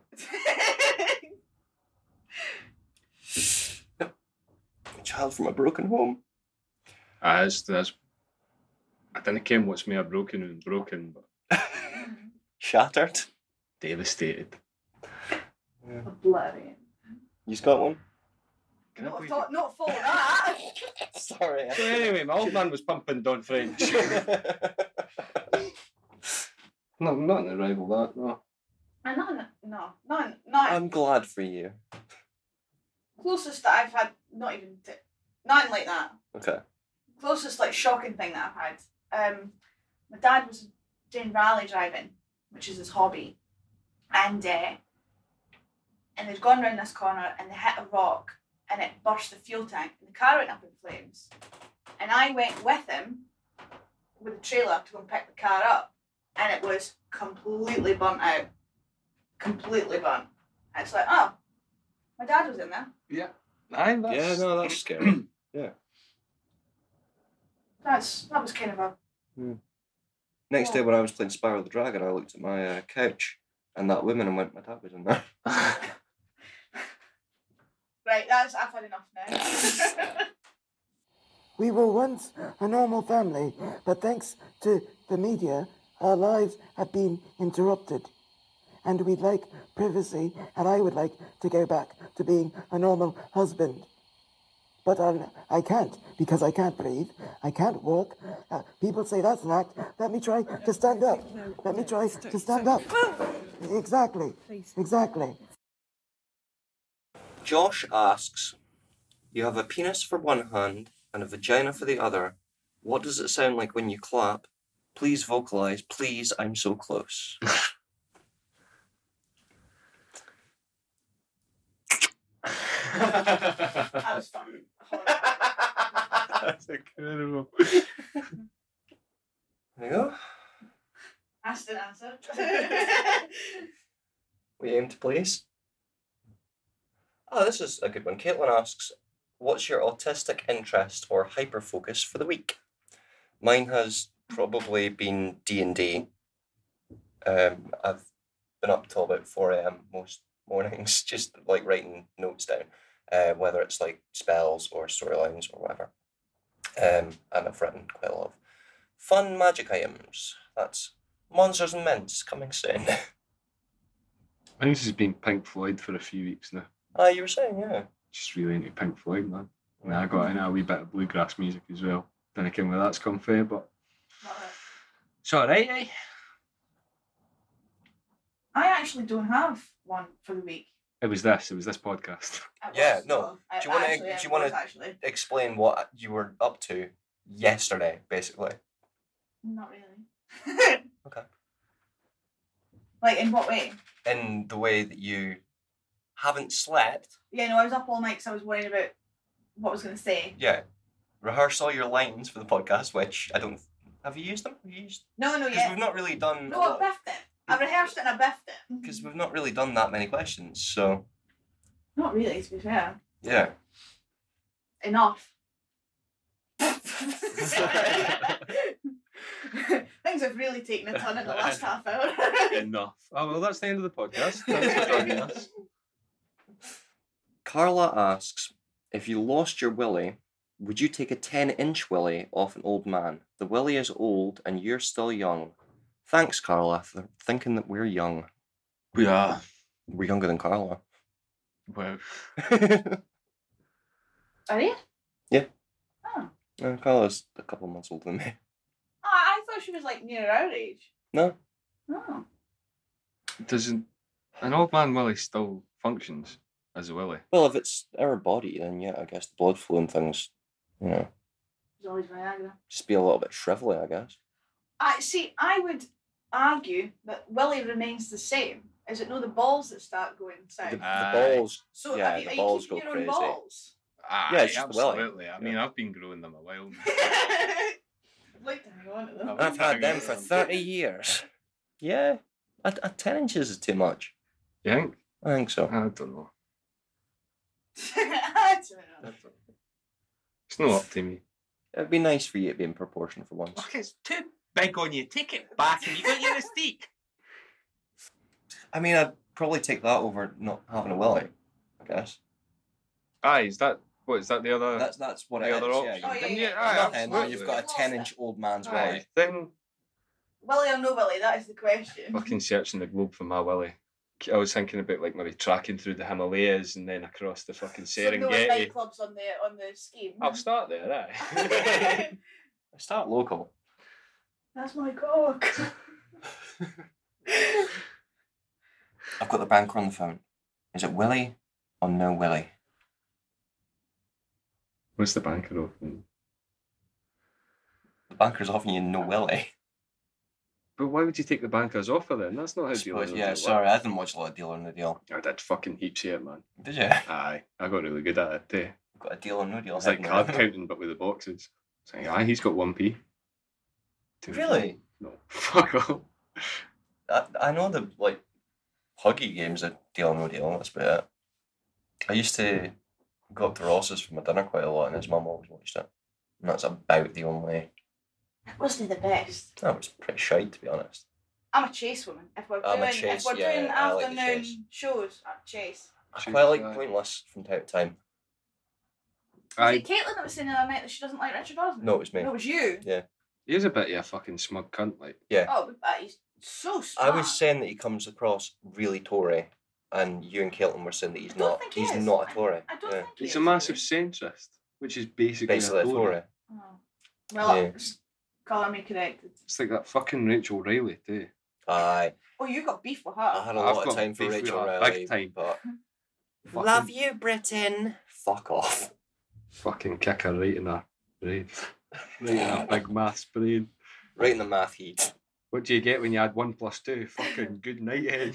A: A child from a broken home.
B: Ah, that's, that's, I didn't care what's me a broken and broken, but
A: Shattered.
B: devastated.
C: Oblivion.
A: You've got one?
B: Can I
C: Not,
B: please-
C: thought, not for that.
A: Sorry.
B: So anyway, my old man was pumping Don French. no, not in the rival that, no.
C: And none, no, none, none.
B: Um,
A: I'm glad for you.
C: Closest that I've had, not even, t- none like that.
A: Okay.
C: Closest like shocking thing that I've had. Um, my dad was doing rally driving, which is his hobby, and uh, and they'd gone round this corner and they hit a rock and it burst the fuel tank and the car went up in flames. And I went with him with a trailer to go and pick the car up, and it was completely burnt out, completely burnt. And it's like, oh, my dad was in there.
B: Aye, that's,
A: yeah, no, that's scary.
C: That's that was kind of a
A: Next
C: Yeah.
A: day when I was playing Spiral the Dragon, I looked at my uh, couch and that woman and went, "My dad was in there."
C: right. That's I've had enough now.
J: We were once a normal family, but thanks to the media, our lives have been interrupted. And we'd like privacy, and I would like to go back to being a normal husband. But I, I can't because I can't breathe. I can't walk. Uh, people say that's an act. Let me try to stand up. Let me try to stand up. Exactly. Exactly.
A: Josh asks, "You have a penis for one hand and a vagina for the other. What does it sound like when you clap? Please vocalize. Please, I'm so close."
C: that was fun.
B: that's incredible.
A: There you go.
C: Asked and answered.
A: We aim to please. Oh, this is a good one. Caitlin asks, "What's your autistic interest or hyperfocus for the week?" Mine has probably been D and D. Um, I've been up till about four a.m. most mornings, just like writing notes down, uh, whether it's like spells or storylines or whatever. Um, and I've written quite a lot of fun magic items. That's Monsters and Mints coming soon.
B: Mine's has been Pink Floyd for a few weeks now.
A: Ah, you were saying, yeah.
B: Just really into Pink Floyd, man. And I got in a wee bit of bluegrass music as well. Don't know ken where that's come from, but it's all right, eh?
C: I actually don't have one for the week.
B: It was this. It was this podcast.
C: At
A: Yeah,
C: once,
A: no.
C: though. I-
A: Do you wanna-
C: actually,
A: do
C: I
A: you wanna-
C: was Actually,
A: explain what you were up to yesterday, basically.
C: not really.
A: Okay.
C: Like in what way?
A: In the way that you haven't slept.
C: Yeah, no, I was up all night because I was worried about what I was going to say.
A: Yeah. Rehearse all your lines for the podcast, which I don't. Have you used them? Have you used?
C: No, no,
A: Because
C: yeah.
A: we've not really done.
C: No, I biffed it. I rehearsed it and I biffed it.
A: Because we've not really done that many questions, so
C: Not really, to be fair.
A: yeah.
C: Enough. Things have really taken a turn in the last half hour.
B: Enough. Oh well, that's the end of the podcast. Thanks for joining us.
A: Carla asks if you lost your willy, would you take a ten-inch willy off an old man? The willy is old, and you're still young. Thanks, Carla, for thinking that we're young.
B: We are.
A: We're younger than Carla.
B: Well,
C: Are you?
A: Yeah.
C: Oh.
A: Uh, Carla's a couple of months older than me.
C: oh, I thought she was like near our age.
A: No?
C: Oh.
B: doesn't an old man Willie still functions as a Willie?
A: Well, if it's our body, then yeah, I guess the blood flow and things, you know,
C: She's always Viagra.
A: just be a little bit shrivelly, I guess.
C: I see. I would argue that Willie remains the same. Is it no the balls that start going
A: The,
C: south?
A: the
B: Aye.
A: balls.
C: so
A: yeah,
C: are you,
A: the
C: are you
A: balls
C: keeping
A: go
C: your
A: crazy.
C: own balls?
B: Ah,
A: Yeah, it's just a Willy.
B: absolutely. I mean, I've been growing them a while. now.
C: I'd like to hang on to them.
B: Oh. I've had them for 30
A: years. Yeah. A, a 10 inches is too much.
B: you think?
A: I think so.
B: I don't know.
C: I don't know.
B: It's not up to me.
A: It'd be nice for you to be in proportion for once.
I: it's too big on you. Take it back and you got your mistake.
A: I mean, I'd probably take that over not having a willy, I guess.
B: Aye, is that what? Is that the other?
A: That's that's what
B: Uh, the
A: it
B: other
A: is,
B: option.
A: yeah.
C: Oh,
A: you've
C: yeah,
A: got
B: yeah,
C: yeah.
B: aye,
A: nothing, and
B: absolutely.
A: you've got a 10 inch old man's willy.
B: Aye, then
C: Willie or no Willie, that is the question.
B: fucking searching the globe for my Willie. I was thinking about like maybe tracking through the Himalayas and then across the fucking
C: So no
B: Serengeti.
C: nightclubs on the on the scheme.
B: I'll start there, aye.
C: That's
A: Start local.
C: my cock.
A: I've got the banker on the phone. Is it Willie or no Willie?
B: What's the banker open?
A: The banker's offering you no Willie.
B: But why would you take the banker's offer then? That's not how dealers
A: Suppose-
B: are
A: yeah,
B: gonna
A: sorry, I didn't watch a lot of Deal or No Deal.
B: work. I did fucking heaps of it, man.
A: Did you?
B: Aye, I got really good at it. eh? Too.
A: Got a Deal or No Deal.
B: It's like
A: hidden
B: card
A: around.
B: counting, but with the boxes. It's like, aye, he's got one p. Two.
A: Really?
B: No, fuck off.
A: I, I know the like Huggy games are Deal or No Deal. That's about it. I used to go up to Ross's for my dinner quite a lot, and his mum always watched it. And that's about the only.
C: It wasn't the best.
A: That was pretty shite, to be honest.
C: I'm a chase woman. If we're
A: I'm a
C: doing,
A: chase,
C: if we're
A: yeah,
C: doing
A: I like the
C: afternoon
A: chase.
C: shows, i chase.
A: I
B: Shoot,
A: quite like
B: aye.
A: Pointless from time to time.
C: Was
B: Aye,
C: it Caitlin that was saying the other night that she doesn't like Richard Osman?
A: No, it was me.
C: No, it was you.
B: he is a bit of a fucking smug cunt. Like,
C: Oh, but that is so
A: I
C: smart.
A: was saying that he comes across really Tory, and you and Kelton were saying that he's
C: I don't
A: not.
C: think he
A: He's
C: is.
A: not a Tory.
C: I don't
A: yeah.
C: think he
B: he's
C: is,
B: a massive centrist, which is basically,
A: Basically, a Tory.
C: really. Oh. Well,
A: Yeah.
C: colour me corrected.
B: It's like that fucking Rachel Riley too.
A: Aye,
C: Oh, you got beef with
A: I
C: her.
A: had a
B: I've
A: lot of
B: got
A: time for
B: beef with
A: Rachel
B: her,
A: Riley,
B: big time.
A: but
B: Fucking,
H: you, Britain.
A: fuck off.
B: Fucking kick her right in her brain, right in her big maths brain.
A: Right in the math heat.
B: What do you get when you add one plus two? Fucking good night, Ed.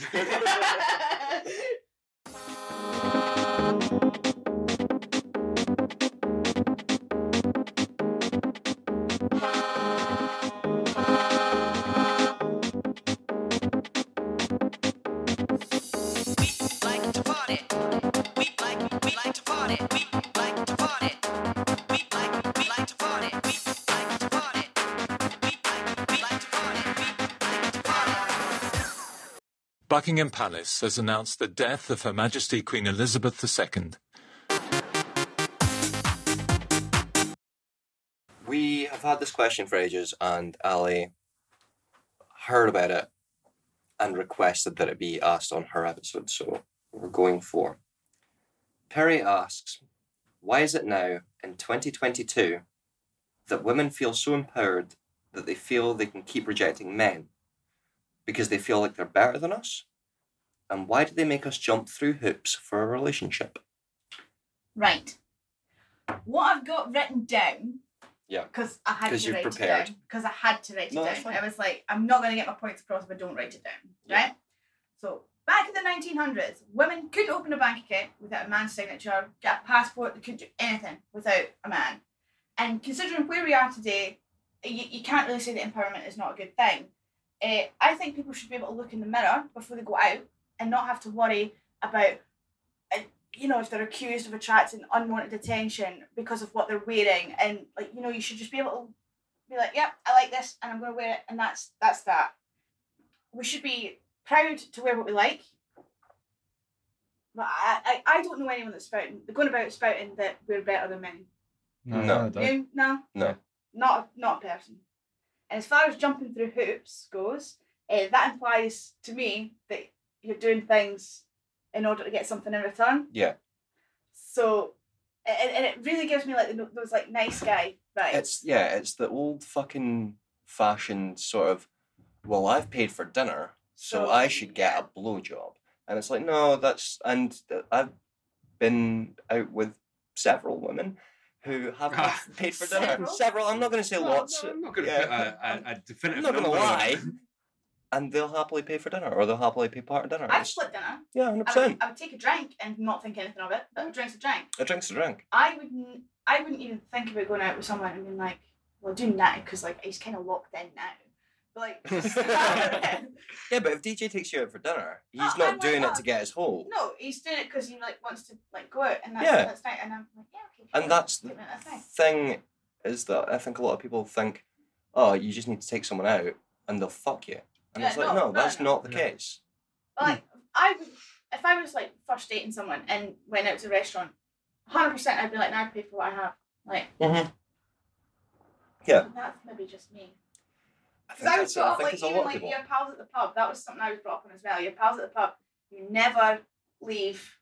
K: Buckingham Palace has announced the death of Her Majesty Queen Elizabeth II.
A: We have had this question for ages, and Ali heard about it and requested that it be asked on her episode, so we're going for. Perry asks, why is it now in 2022 that women feel so empowered that they feel they can keep rejecting men? Because they feel like they're better than us? And why do they make us jump through hoops for a relationship?
C: Right. What I've got written down.
A: Yeah.
C: Because I had
A: 'Cause
C: to
A: you've
C: write
A: prepared.
C: it down. Because I had to write it
A: No, that's
C: down.
A: fine.
C: I was like, I'm not going to get my points across if I don't write it down. Right? So, back in the 1900s, women couldn't open a bank account without a man's signature, get a passport, they couldn't do anything without a man. And considering where we are today, you, you can't really say that empowerment is not a good thing. Uh, I think people should be able to look in the mirror before they go out and not have to worry about eh, you know, if they're accused of attracting unwanted attention because of what they're wearing, and like you know, you should just be able to be like, "Yep, I like this, and I'm going to wear it," and that's that's that. We should be proud to wear what we like. But I, I, I don't know anyone that's spouting they're going about spouting that we're better than men.
A: No, No. I
C: You? No.
A: No.
C: Not a, not a person. And as far as jumping through hoops goes, uh, that implies to me that you're doing things in order to get something in return.
A: Yeah.
C: So, and, and it really gives me like the- those like nice guy vibes.
A: It's yeah, it's the old fucking fashioned sort of. Well, I've paid for dinner, so,
C: So,
A: I should get
C: yeah.
A: a blowjob, and it's like no, that's and uh, I've been out with several women who have
B: Ah.
A: paid for dinner. Several.
C: Several?
A: I'm not going to say
B: Well,
A: lots.
B: no, I'm not going to
A: yeah.
B: put a, a, a definitive
A: I'm not going to
B: number on
A: lie.
B: it.
A: And they'll happily pay for dinner, or they'll happily pay part of dinner.
C: I'd
A: It's-
C: split dinner.
A: yeah, hundred
C: I would,
A: percent.
C: I would take a drink and not think anything of it. But a drink's a drink.
A: A drink's a drink.
C: I wouldn't. I wouldn't even think about going out with someone and being like, "Well, do now," because like he's kind of locked in now. But, like,
A: Yeah, but if DJ takes you out for dinner, he's
C: Oh,
A: not
C: I'm like,
A: doing it
C: oh,
A: to get his hole.
C: no, he's doing it because he like wants to like go out and that's
A: Yeah.
C: that's right. And I'm like, yeah, okay.
A: And
C: cool.
A: that's the
C: Keep it at that thing.
A: thing is that I think a lot of people think, oh, you just need to take someone out and they'll fuck you. And
C: Yeah,
A: it's like,
C: no,
A: no,
C: no,
A: that's
C: no.
A: not the
B: Yeah.
A: case.
C: But, like I would, if I was like first dating someone and went out to a restaurant, hundred percent I'd be like, "Now I pay for what I have." Like,
A: Mm-hmm. Yeah.
C: and that's maybe just me.
A: I
C: Because I was
A: that's it.
C: brought
A: I
C: up
A: think
C: like
A: there's a
C: even
A: lot of
C: like
A: people.
C: your pals at the pub. That was something I was brought up on as well. Your pals at the pub, you never leave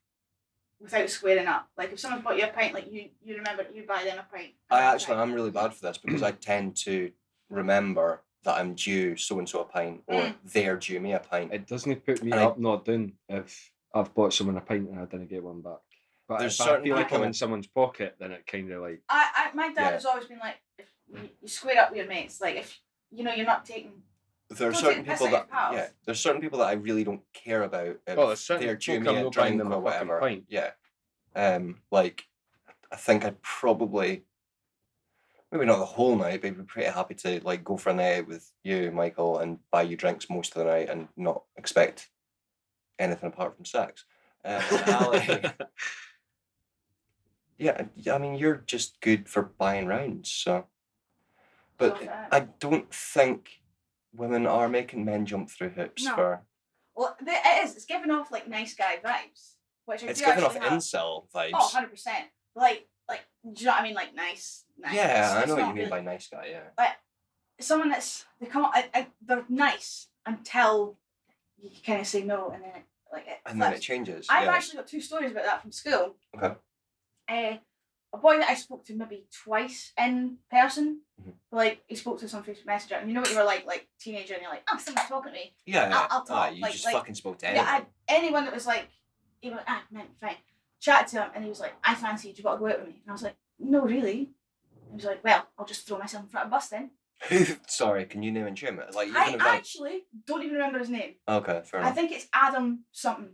C: without squaring up. Like if someone bought you a pint, like you you remember you buy them a pint.
A: I actually am really bad for this because I tend to remember that I'm due so and so a pint or
C: Mm.
A: they're due me a pint.
B: It doesn't put me
A: And I-
B: up not down if I've bought someone a pint and I didn't get one back. But
A: There's
B: if I
A: certain
B: feel like I'm
A: people-
B: in someone's pocket, then it kind of like
C: I, I my dad
A: Yeah.
C: has always been like, if you, you square up with your mates, like if you know you're not taking
A: there are
C: Don't
A: certain
C: take the piss
A: people
C: out of
A: that
C: your pals.
A: yeah, there's certain people that I really don't care about. If
B: Well, there's certain
A: they're
B: people
A: due
B: come,
A: me a
B: they'll bring
A: drink
B: them a
A: or
B: fucking
A: whatever.
B: pint.
A: Yeah, um, like I think I'd probably maybe not the whole night, but I'd be pretty happy to like go for a night out with you, Michael, and buy you drinks most of the night and not expect anything apart from sex. Um, Ali, yeah, I mean you're just good for buying rounds, so. But
C: Love that.
A: I don't think women are making men jump through hoops
C: No.
A: for.
C: Well, there, it is. It's giving off like nice guy vibes, which I
A: It's
C: do
A: giving off
C: actually have.
A: incel vibes.
C: Oh, 100 percent. Like, like, do you know what I mean? Like, nice, nice.
A: yeah,
C: It's-
A: I
C: it's
A: know what you
C: not
A: mean
C: really-
A: by nice guy. Yeah.
C: Like, someone that's they come, I, I, they're nice until you kind of say no, and then it, like it.
A: And then it
C: flips.
A: changes.
C: I've
A: yeah.
C: actually got two stories about that from school.
A: Okay.
C: Uh, a boy that I spoke to maybe twice in person,
A: Mm-hmm.
C: like he spoke to us on Facebook Messenger, and you know what you were like, like teenager, and you're like, oh, someone's talking to me.
A: yeah,
C: I'll, I'll
A: ah,
C: talk.
A: you
C: like,
A: just
C: like,
A: fucking spoke to anyone.
C: yeah, I, anyone that was like, he went, ah, man, fine. Chatted to him and he was like, I fancy you, do you want to go out with me? And I was like, no, really. He was like, well, I'll just throw myself in front of a bus then.
A: Sorry, can you name and shame it? Like you
C: I
A: can have
C: actually don't even remember his name.
A: done. Okay, fair
C: I
A: enough.
C: think it's Adam something,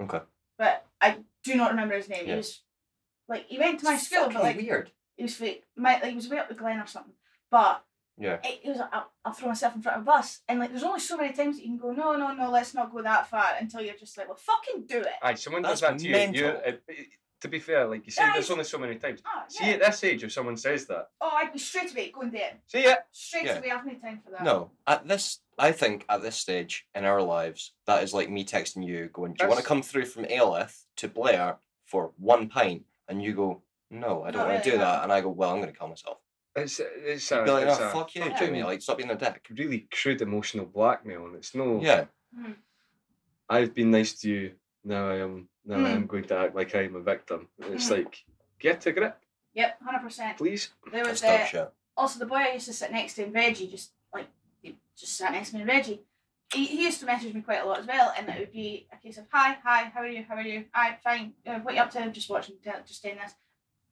A: okay.
C: but I do not remember his name.
A: Yeah.
C: He was like, he went to my school, but
A: Fucking
C: like,
A: weird.
C: he was like, my, like, he was way up the Glen or something. But
A: Yeah.
C: it, it was like, I'll, I'll throw myself in front of a bus. And like, there's only so many times that you can go, no, no, no, let's not go that far until you're just like, well, fucking do it.
B: Aye, someone does
A: That's
B: that to you. you
A: mental.
B: uh, to be fair, like you said,
C: Guys-
B: there's only so many times.
C: Oh,
B: See,
C: yeah.
B: at this age, if someone says that,
C: Oh, I'd be straight away going there.
B: see ya.
C: Straight
A: Yeah.
C: away, I've no time for that.
A: No, at this, I think at this stage in our lives, that is like me texting you, going, "Do you want
B: That's-
A: to come through from Aylith to Blair for one pint?" And you go, "No, I don't
C: Not
A: want to
C: really,
A: do
C: no.
A: that." And I go, "Well, I'm going to kill myself."
B: It's it's
A: You'd
B: a,
A: be like,
B: it's
A: "No,
B: a
A: fuck you,
B: fucking
A: Jamie. Like, stop being a dick."
B: really crude emotional blackmail, and it's no.
A: Yeah,
C: Hmm.
B: I've been nice to you. Now I am. Now I
C: Mm.
A: Hmm.
B: am going to act like I am a victim. It's
C: Mm.
B: like get a grip,
C: Yep, hundred percent.
B: please.
C: There
A: that's
C: was
A: dumb
C: uh,
A: shit.
C: also the boy I used to sit next to, and Reggie, just like he just sat next to me. And Reggie, he, he used to message me quite a lot as well, and it would be a case of hi, hi, how are you, how are you, hi, fine, uh, what you up to? Just watching, tel- just doing this.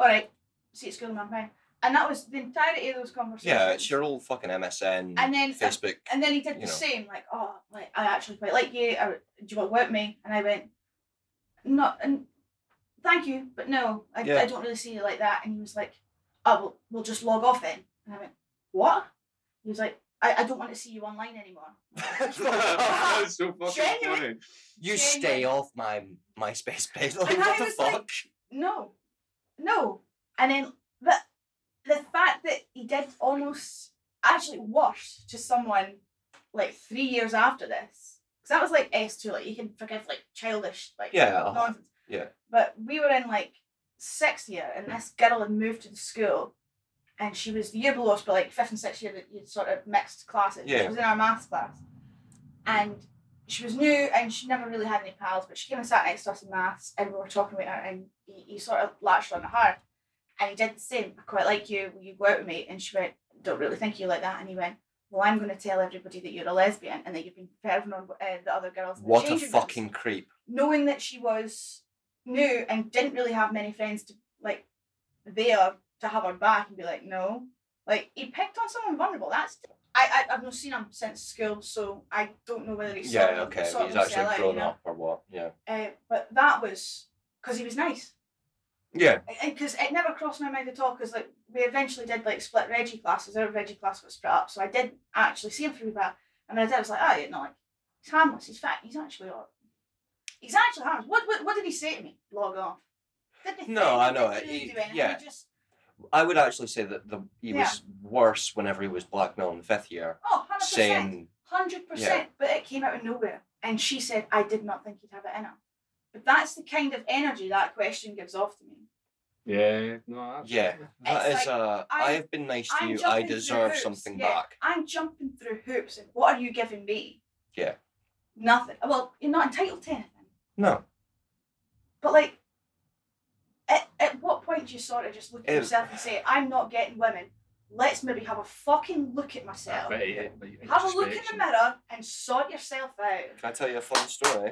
C: All right, see you at school, man, bye. And that was the entirety of those conversations.
A: Yeah, it's your old fucking MSN,
C: And then-
A: Facebook.
C: And then he did
A: you
C: the
A: know.
C: same, like, oh, like I actually quite like you. I, do you want to work with me? And I went, not, and thank you, but no, I,
A: Yeah.
C: I don't really see you like that. And he was like, oh, well, we'll just log off then. And I went, what? He was like, I, I don't want to see you online anymore.
B: That was so fucking
C: Genuine.
B: funny.
A: you
C: genuine-
A: stay off my MySpace page. Like,
C: And I
A: what the
C: was like-
A: fuck?
C: No, no. And then, but the fact that he did almost actually worse to someone like three years after this, because that was like S2, like you can forgive like childish, like
A: Yeah, uh-huh.
C: nonsense.
A: yeah.
C: But we were in like sixth year, and this girl had moved to the school, and she was the year below us, but like fifth and sixth year that you sort of mixed classes.
A: Yeah.
C: She was in our maths class, and she was new, and she never really had any pals. But she came and sat next to us in maths, and we were talking about her, and he, he sort of latched on to her, and he did the same. I quite like you. Will you go out with me? And she went, "Don't really think you like that." And he went. Well, I'm going to tell everybody that you're a lesbian and that you've been perving on uh, the other girls. in the
A: What a
C: changing rooms."
A: fucking creep.
C: knowing that she was new and didn't really have many friends to like there to have her back and be like no like he picked on someone vulnerable that's I, I I've not seen him since school so I don't know whether he's sort
A: Yeah,
C: of-
A: okay.
C: sort of
A: He's actually
C: sell out,
A: grown
C: you know?
A: up or what? Yeah.
C: uh, but that was because he was nice
A: Yeah.
C: because it never crossed my mind at all because like we eventually did like split Reggie classes our Reggie class was split up so I did actually see him through that and when I did I was like oh yeah no like he's harmless he's fat he's actually all he's actually harmless what what, what did he say to me log off didn't he
A: No,
C: threaten
A: I
C: me?
A: know,
C: Didn't he
A: he-
C: do anything?
A: yeah.
C: He just
A: I would actually say that the he
C: Yeah.
A: was worse whenever he was blackmailing the fifth year,
C: oh 100%
A: saying,
C: 100% but it came out of nowhere and she said I did not think he'd have it in him but that's the kind of energy that question gives off to me
B: Yeah, no.
A: "Yeah, that
C: It's
A: is
C: like,
A: uh, I
C: I'm-
A: have been nice to
C: I'm
A: you. I
C: jumping through
A: deserve
C: hoops,
A: something
C: yeah.
A: back."
C: I'm jumping through hoops, and what are you giving me?
A: Yeah.
C: Nothing. Well, you're not entitled to anything.
A: No,
C: But like, at, at what point do you sort of just look at
A: Ew.
C: yourself and say, "I'm not getting women. Let's maybe have a fucking look at myself.
B: Right, yeah, like,
C: Have a look in the
B: introspection.
C: mirror and sort yourself out."
A: can I tell you a fun story?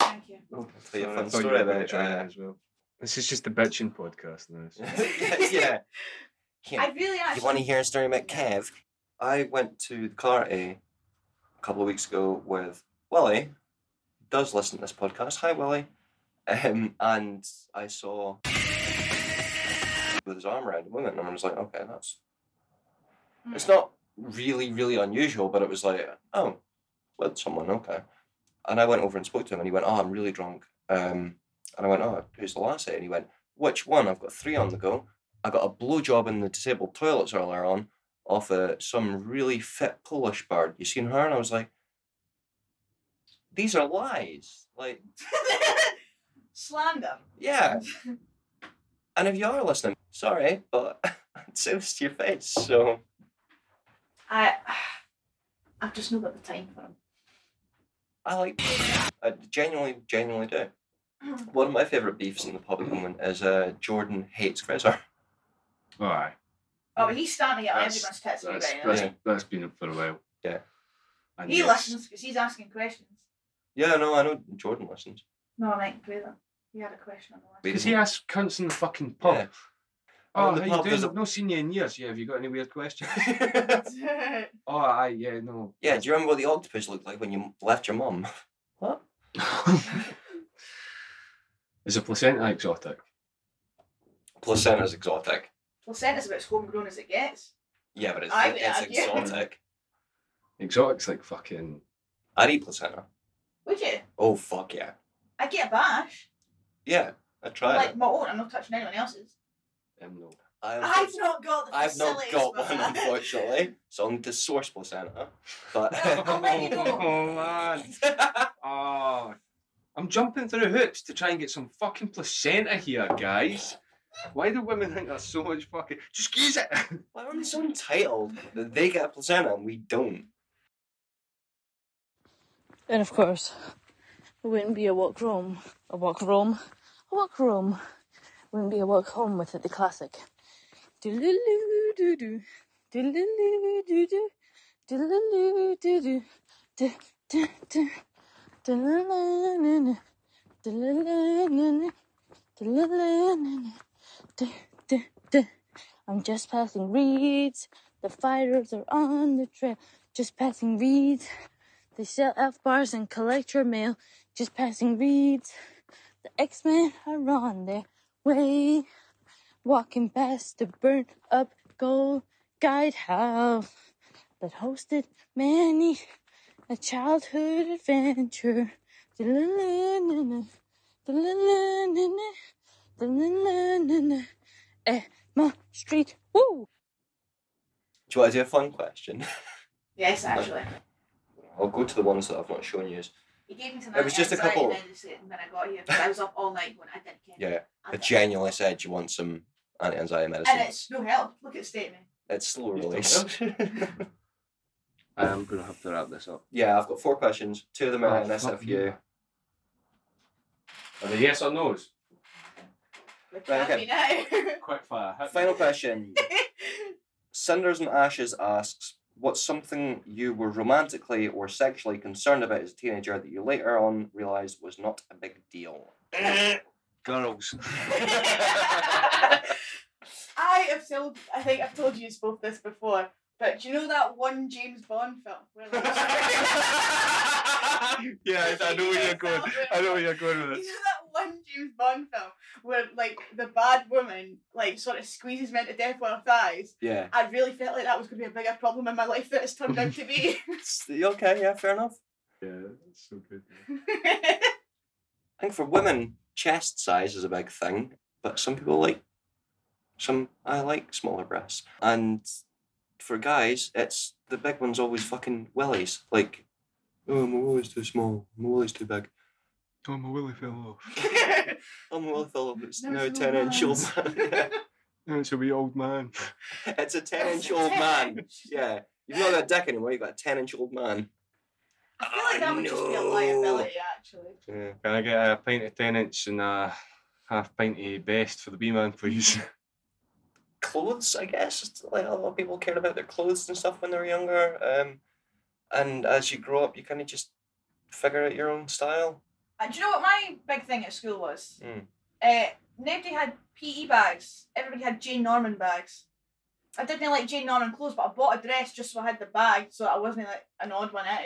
C: Thank you.
B: Oh,
A: tell you a
B: sorry, I
A: fun
B: thought you
A: story
B: were gonna
A: about,
B: join in
A: uh,
B: as well. This is just a bitching podcast now. so-
A: uh, yeah. Here,
C: I really actually.
A: you want to hear a story about Kev? I went to the karate a couple of weeks ago with Willie. who Does listen to this podcast? Hi, Willie. Um, and I saw with his arm around a woman, and I was like, okay, that's
C: Mm.
A: it's not really, really unusual, but it was like, oh, with someone, okay. And I went over and spoke to him, and he went, oh, I'm really drunk. Um, and I went, oh, who's the lassie? And he went, which one? I've got three on the go. I got a blowjob in the disabled toilets earlier on off a, some really fit Polish bird. You seen her? And I was like, these are lies. Like,
C: Slander.
A: yeah. and if you are listening, sorry, but I'd say this to your face. So,
C: I, I've just not got the time for him.
A: I like. I genuinely, genuinely do.
C: Mm-hmm.
A: One of my favourite beefs in the pub at the moment is uh, Jordan hates Grizzer.
B: All right.
C: Oh, he's standing out
B: That's-
C: everyone's tits
B: That's,
C: right now.
B: that's, that's been for a while.
A: Yeah.
B: And
C: He
B: yes,
C: listens because he's asking questions.
A: Yeah, no, I know Jordan listens.
C: No, I might do that. He had a question on the list.
A: But he
B: Because he
A: doesn't-
B: asks cunts in the fucking pub.
A: Yeah.
B: Oh,
A: Well, in the
B: how
A: pub,
B: you
A: there's
B: doing?
A: a-
B: I've not seen you in years. Yeah, have you got any weird questions?
C: I
B: oh, aye, yeah, no.
A: Yeah, do you remember what the octopus looked like when you left your mum? What?
B: Is a placenta exotic?
A: Placenta's exotic.
C: Well, send us about as homegrown as it gets.
A: Yeah, but it's,
C: I would
A: it's
C: argue.
A: exotic.
B: Exotic's like fucking.
A: I'd eat placenta.
C: Would you?
A: Oh, fuck yeah.
C: I get a bash.
A: Yeah, I tried
C: like
A: it.
C: my own. I'm not touching anyone else's.
B: Um, no.
A: I,
C: I've not got the
A: I've not
C: facilities
A: got
C: for
A: one,
C: that.
A: unfortunately. So I'm the source placenta. But
C: I'll let you know.
B: Oh, man. Oh, I'm jumping through hoops to try and get some fucking placenta here, guys. Why do women think that's so much fucking. Just use it!
A: why are we so entitled that they get a placenta and we don't?
E: And of course, it wouldn't be a walk home. A walk home. A walk home. Wouldn't be a walk home without the classic. Do-do-do-do-do. Do-do-do-do-do. Do-do-do-do-do. Do-do-do. Do-la-la-la-la. Do-la-la-la-la. Do-la-la-la-la. Do-do-do. I'm just passing reeds. The fighters are on the trail. Just passing reeds. They sell F bars and collect your mail. Just passing reeds. The X Men are on their way. Walking past the burnt up gold guidehouse that hosted many a childhood adventure. Da-la-la-na-na, da-la-la-na-na, da-la-la-na-na. Emma Street. Woo!
A: Do you want to do a fun question?
C: Yes, actually.
A: I'll go to the ones that I've not shown you.
C: He gave me some.
A: It was just a
C: anxiety
A: couple.
C: Then, he said when I got here, 'cause I was up all night when I didn't care.
A: Yeah,
C: I
A: I
C: didn't.
A: genuinely said you want some anti anxiety medicine.
C: And it's no help. Look at statement.
A: It's slow
B: You don't
A: release.
B: I am going to have to wrap this up.
A: yeah, I've got four questions. Two of them are
B: Oh,
A: in this
B: fuck
A: if you.
B: Are they yes or no's?
C: Look
A: Right,
C: at
A: okay.
C: me now.
B: Quick fire. hit me.
A: Final question. Cinders and Ashes asks, What's something you were romantically or sexually concerned about as a teenager that you later on realised was not a big deal?
B: Girls.
C: I have told, I think I've told you both this before, but do you know that one James Bond film? Where
B: yeah, I know where you're going. I know where you're going with
C: you
B: it.
C: know that one James Bond film where like the bad woman like sort of squeezes men to death with her thighs?
A: Yeah.
C: I really felt like that was going to be a bigger problem in my life than it's turned out to be.
A: okay, yeah, fair enough.
B: Yeah, that's so good.
A: I think for women, chest size is a big thing, but some people like some I like smaller breasts. And for guys, it's the big one's always fucking willies. Like, oh my willy's too small, my willy's too big.
B: Oh, my willy fell off.
A: Oh my willy fell off, it's
C: No,
A: now a
C: it's
A: ten inch old
C: not.
A: man.
B: No, it's a wee old man.
A: it's a ten inch old man. Yeah. You've not got a dick anymore, you've got a ten inch old man.
C: I feel like that would just be a
A: Oh, no.
C: liability, actually.
A: Yeah.
B: Can I get a pint of 10 inch and a half pint of best for the B man, please?
A: clothes, I guess. It's Like a lot of people cared about their clothes and stuff when they were younger. Um, and as you grow up, you kind of just figure out your own style.
C: And Uh, do you know what my big thing at school was?
A: Mm.
C: Uh, nobody had PE bags. Everybody had Jane Norman bags. I didn't like Jane Norman clothes, but I bought a dress just so I had the bag, so I wasn't like an odd one out.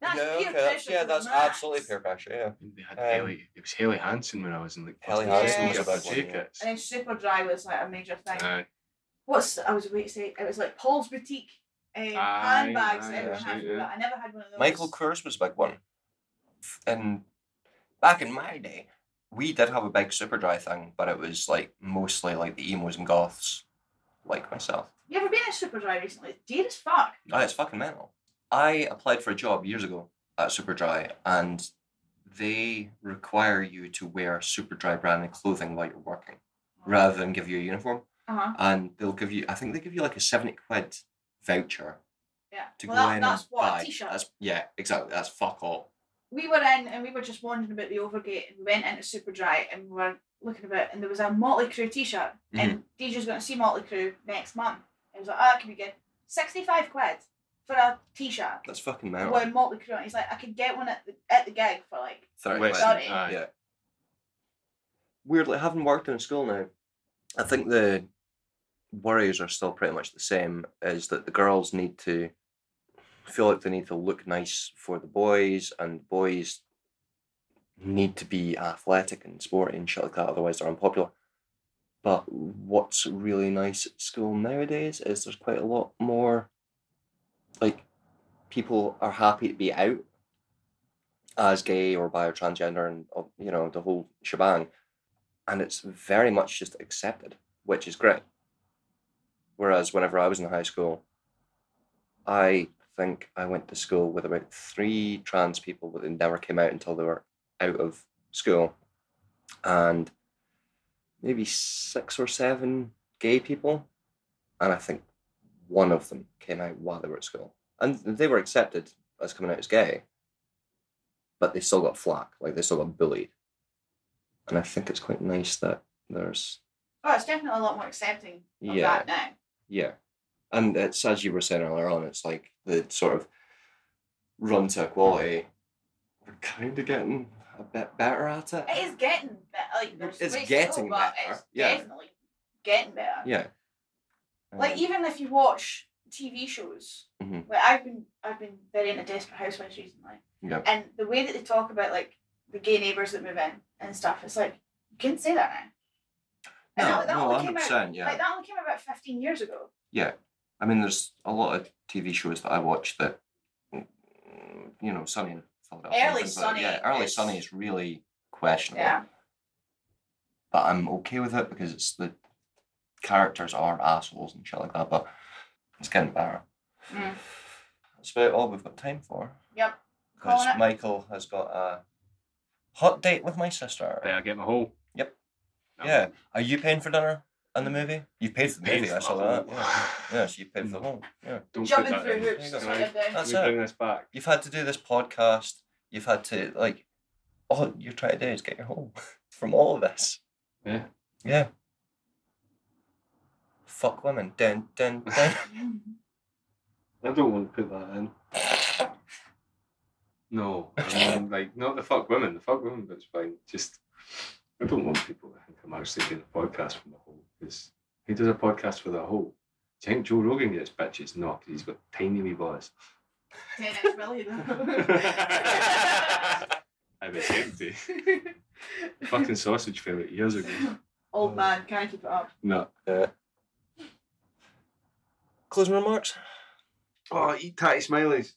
C: That's
A: yeah,
C: peer
A: okay, that's-
C: pressure
A: yeah,
C: to the
A: that's
C: max.
A: absolutely peer pressure. Yeah.
B: They had
A: Um,
B: Haley. It was Haley Hansen when I was in like.
A: Haley
B: first
A: Hansen
B: year
A: was a
B: about
A: big one,
B: jackets.
C: And then Superdry was like a major thing.
B: Aye.
C: What's I was about to say? It was like Paul's boutique um,
A: Aye,
C: handbags.
A: aye,
C: that everyone
A: that's
C: had
A: right,
C: for
A: yeah.
C: that. I never had one of those.
A: Michael Kors was a big one. And back in my day, we did have a big super dry thing, but it was like mostly like the emos and goths, like myself.
C: You ever been at Superdry recently? It's dear as fuck.
A: Oh, it's fucking mental. I applied for a job years ago at Superdry, and they require you to wear Superdry branded clothing while you're working, rather than give you a uniform.
C: Uh-huh.
A: And they'll give you, I think they give you like a seventy quid voucher
C: Yeah.
A: to
C: well,
A: go
C: that,
A: in
C: that's
A: and
C: what
A: buy.
C: a t-shirt.
A: That's yeah, exactly. That's fuck all.
C: we were in and we were just wandering about the Overgate and we went into Superdry and we were looking about and there was a Motley Crue t-shirt
A: Mm-hmm.
C: and DJ's going to see Motley Crue next month. And he was like, ah, that could be good. 65 quid for a t-shirt.
A: That's fucking mental.
C: With Motley Crue. And he's like, I could get one at the, at the gig for like
A: Thirty.
C: Wait,
A: quid.
C: Sorry. aye.
A: Yeah. Weirdly, having worked in a school now, I think the worries are still pretty much the same. Is that the girls need to feel like they need to look nice for the boys, and boys need to be athletic and sporty and shit like that. Otherwise, they're unpopular. But what's really nice at school nowadays is there's quite a lot more, like, people are happy to be out as gay or bi or transgender and uh, you know the whole shebang and it's very much just accepted which is great whereas whenever i was in high school i think i went to school with about three trans people but they never came out until they were out of school and maybe six or seven gay people and i think one of them came out while they were at school and they were accepted as coming out as gay but they still got flack, like they still got bullied. And I think it's quite nice that there's
C: Oh, it's definitely a lot more accepting of
A: Yeah.
C: that now.
A: yeah, and it's as you were saying earlier on, it's like the sort of run to equality. We're kind of getting a bit better at it.
C: It is getting better. Like, there's
A: It's
C: ways to
A: getting
C: go, but
A: better,
C: It's
A: yeah.
C: definitely getting better.
A: Yeah. Um,
C: Like even if you watch TV shows,
A: Mhm.
C: like I've been I've been very into Desperate Housewives recently,
A: Yeah.
C: and the way that they talk about like the gay neighbors that move in and stuff, it's like you couldn't say that now. And
A: No,
C: that, that
A: no,
C: only came out-
A: 100%, yeah.
C: Like that only came out about fifteen years ago.
A: Yeah, I mean, there's a lot of TV shows that I watch that mm, you know, Sunny in Philadelphia, and
C: Early
A: things like that.
C: Sunny
A: yeah, early
C: is-
A: Sunny is really questionable.
C: Yeah.
A: but I'm okay with it because it's the characters are assholes and shit like that. But it's getting better.
C: Mm.
A: That's about all we've got time for
C: Yep.
A: because
C: Calling it.
A: Michael has got a hot date with my sister.
B: Better get my hole.
A: Yep. Yeah. Are you paying for dinner and the movie? You paid for the
B: Mm. Paid
A: movie.
B: for
A: I
B: the Mm.
A: saw
B: whole.
A: that. Yeah. yeah, so you paid for the whole. Yeah.
B: Don't
C: Jumping
B: put that
C: through
B: in.
C: hoops
B: There you
C: to
B: go.
C: get there.
A: That's
B: we
A: it.
B: bring this back.
A: You've had to do this podcast. You've had to like. All you're trying to do is get your home from all of this.
B: Yeah.
A: Yeah. Fuck women. Dun dun dun.
C: Mm-hmm.
B: I don't want to put that in. No, I mean, like not the fuck women. The fuck women bit's fine. Just I don't want people to think I'm actually doing a podcast for the whole. Because he does a podcast for the whole. Do you think Joe Rogan gets bitches? No, 'cause he's got tiny wee boys.
C: Ten X
B: I was empty. Fucking sausage fell out years ago.
C: Old man, can't keep it up.
B: No.
A: Closing remarks.
B: Oh, eat tatty smileys.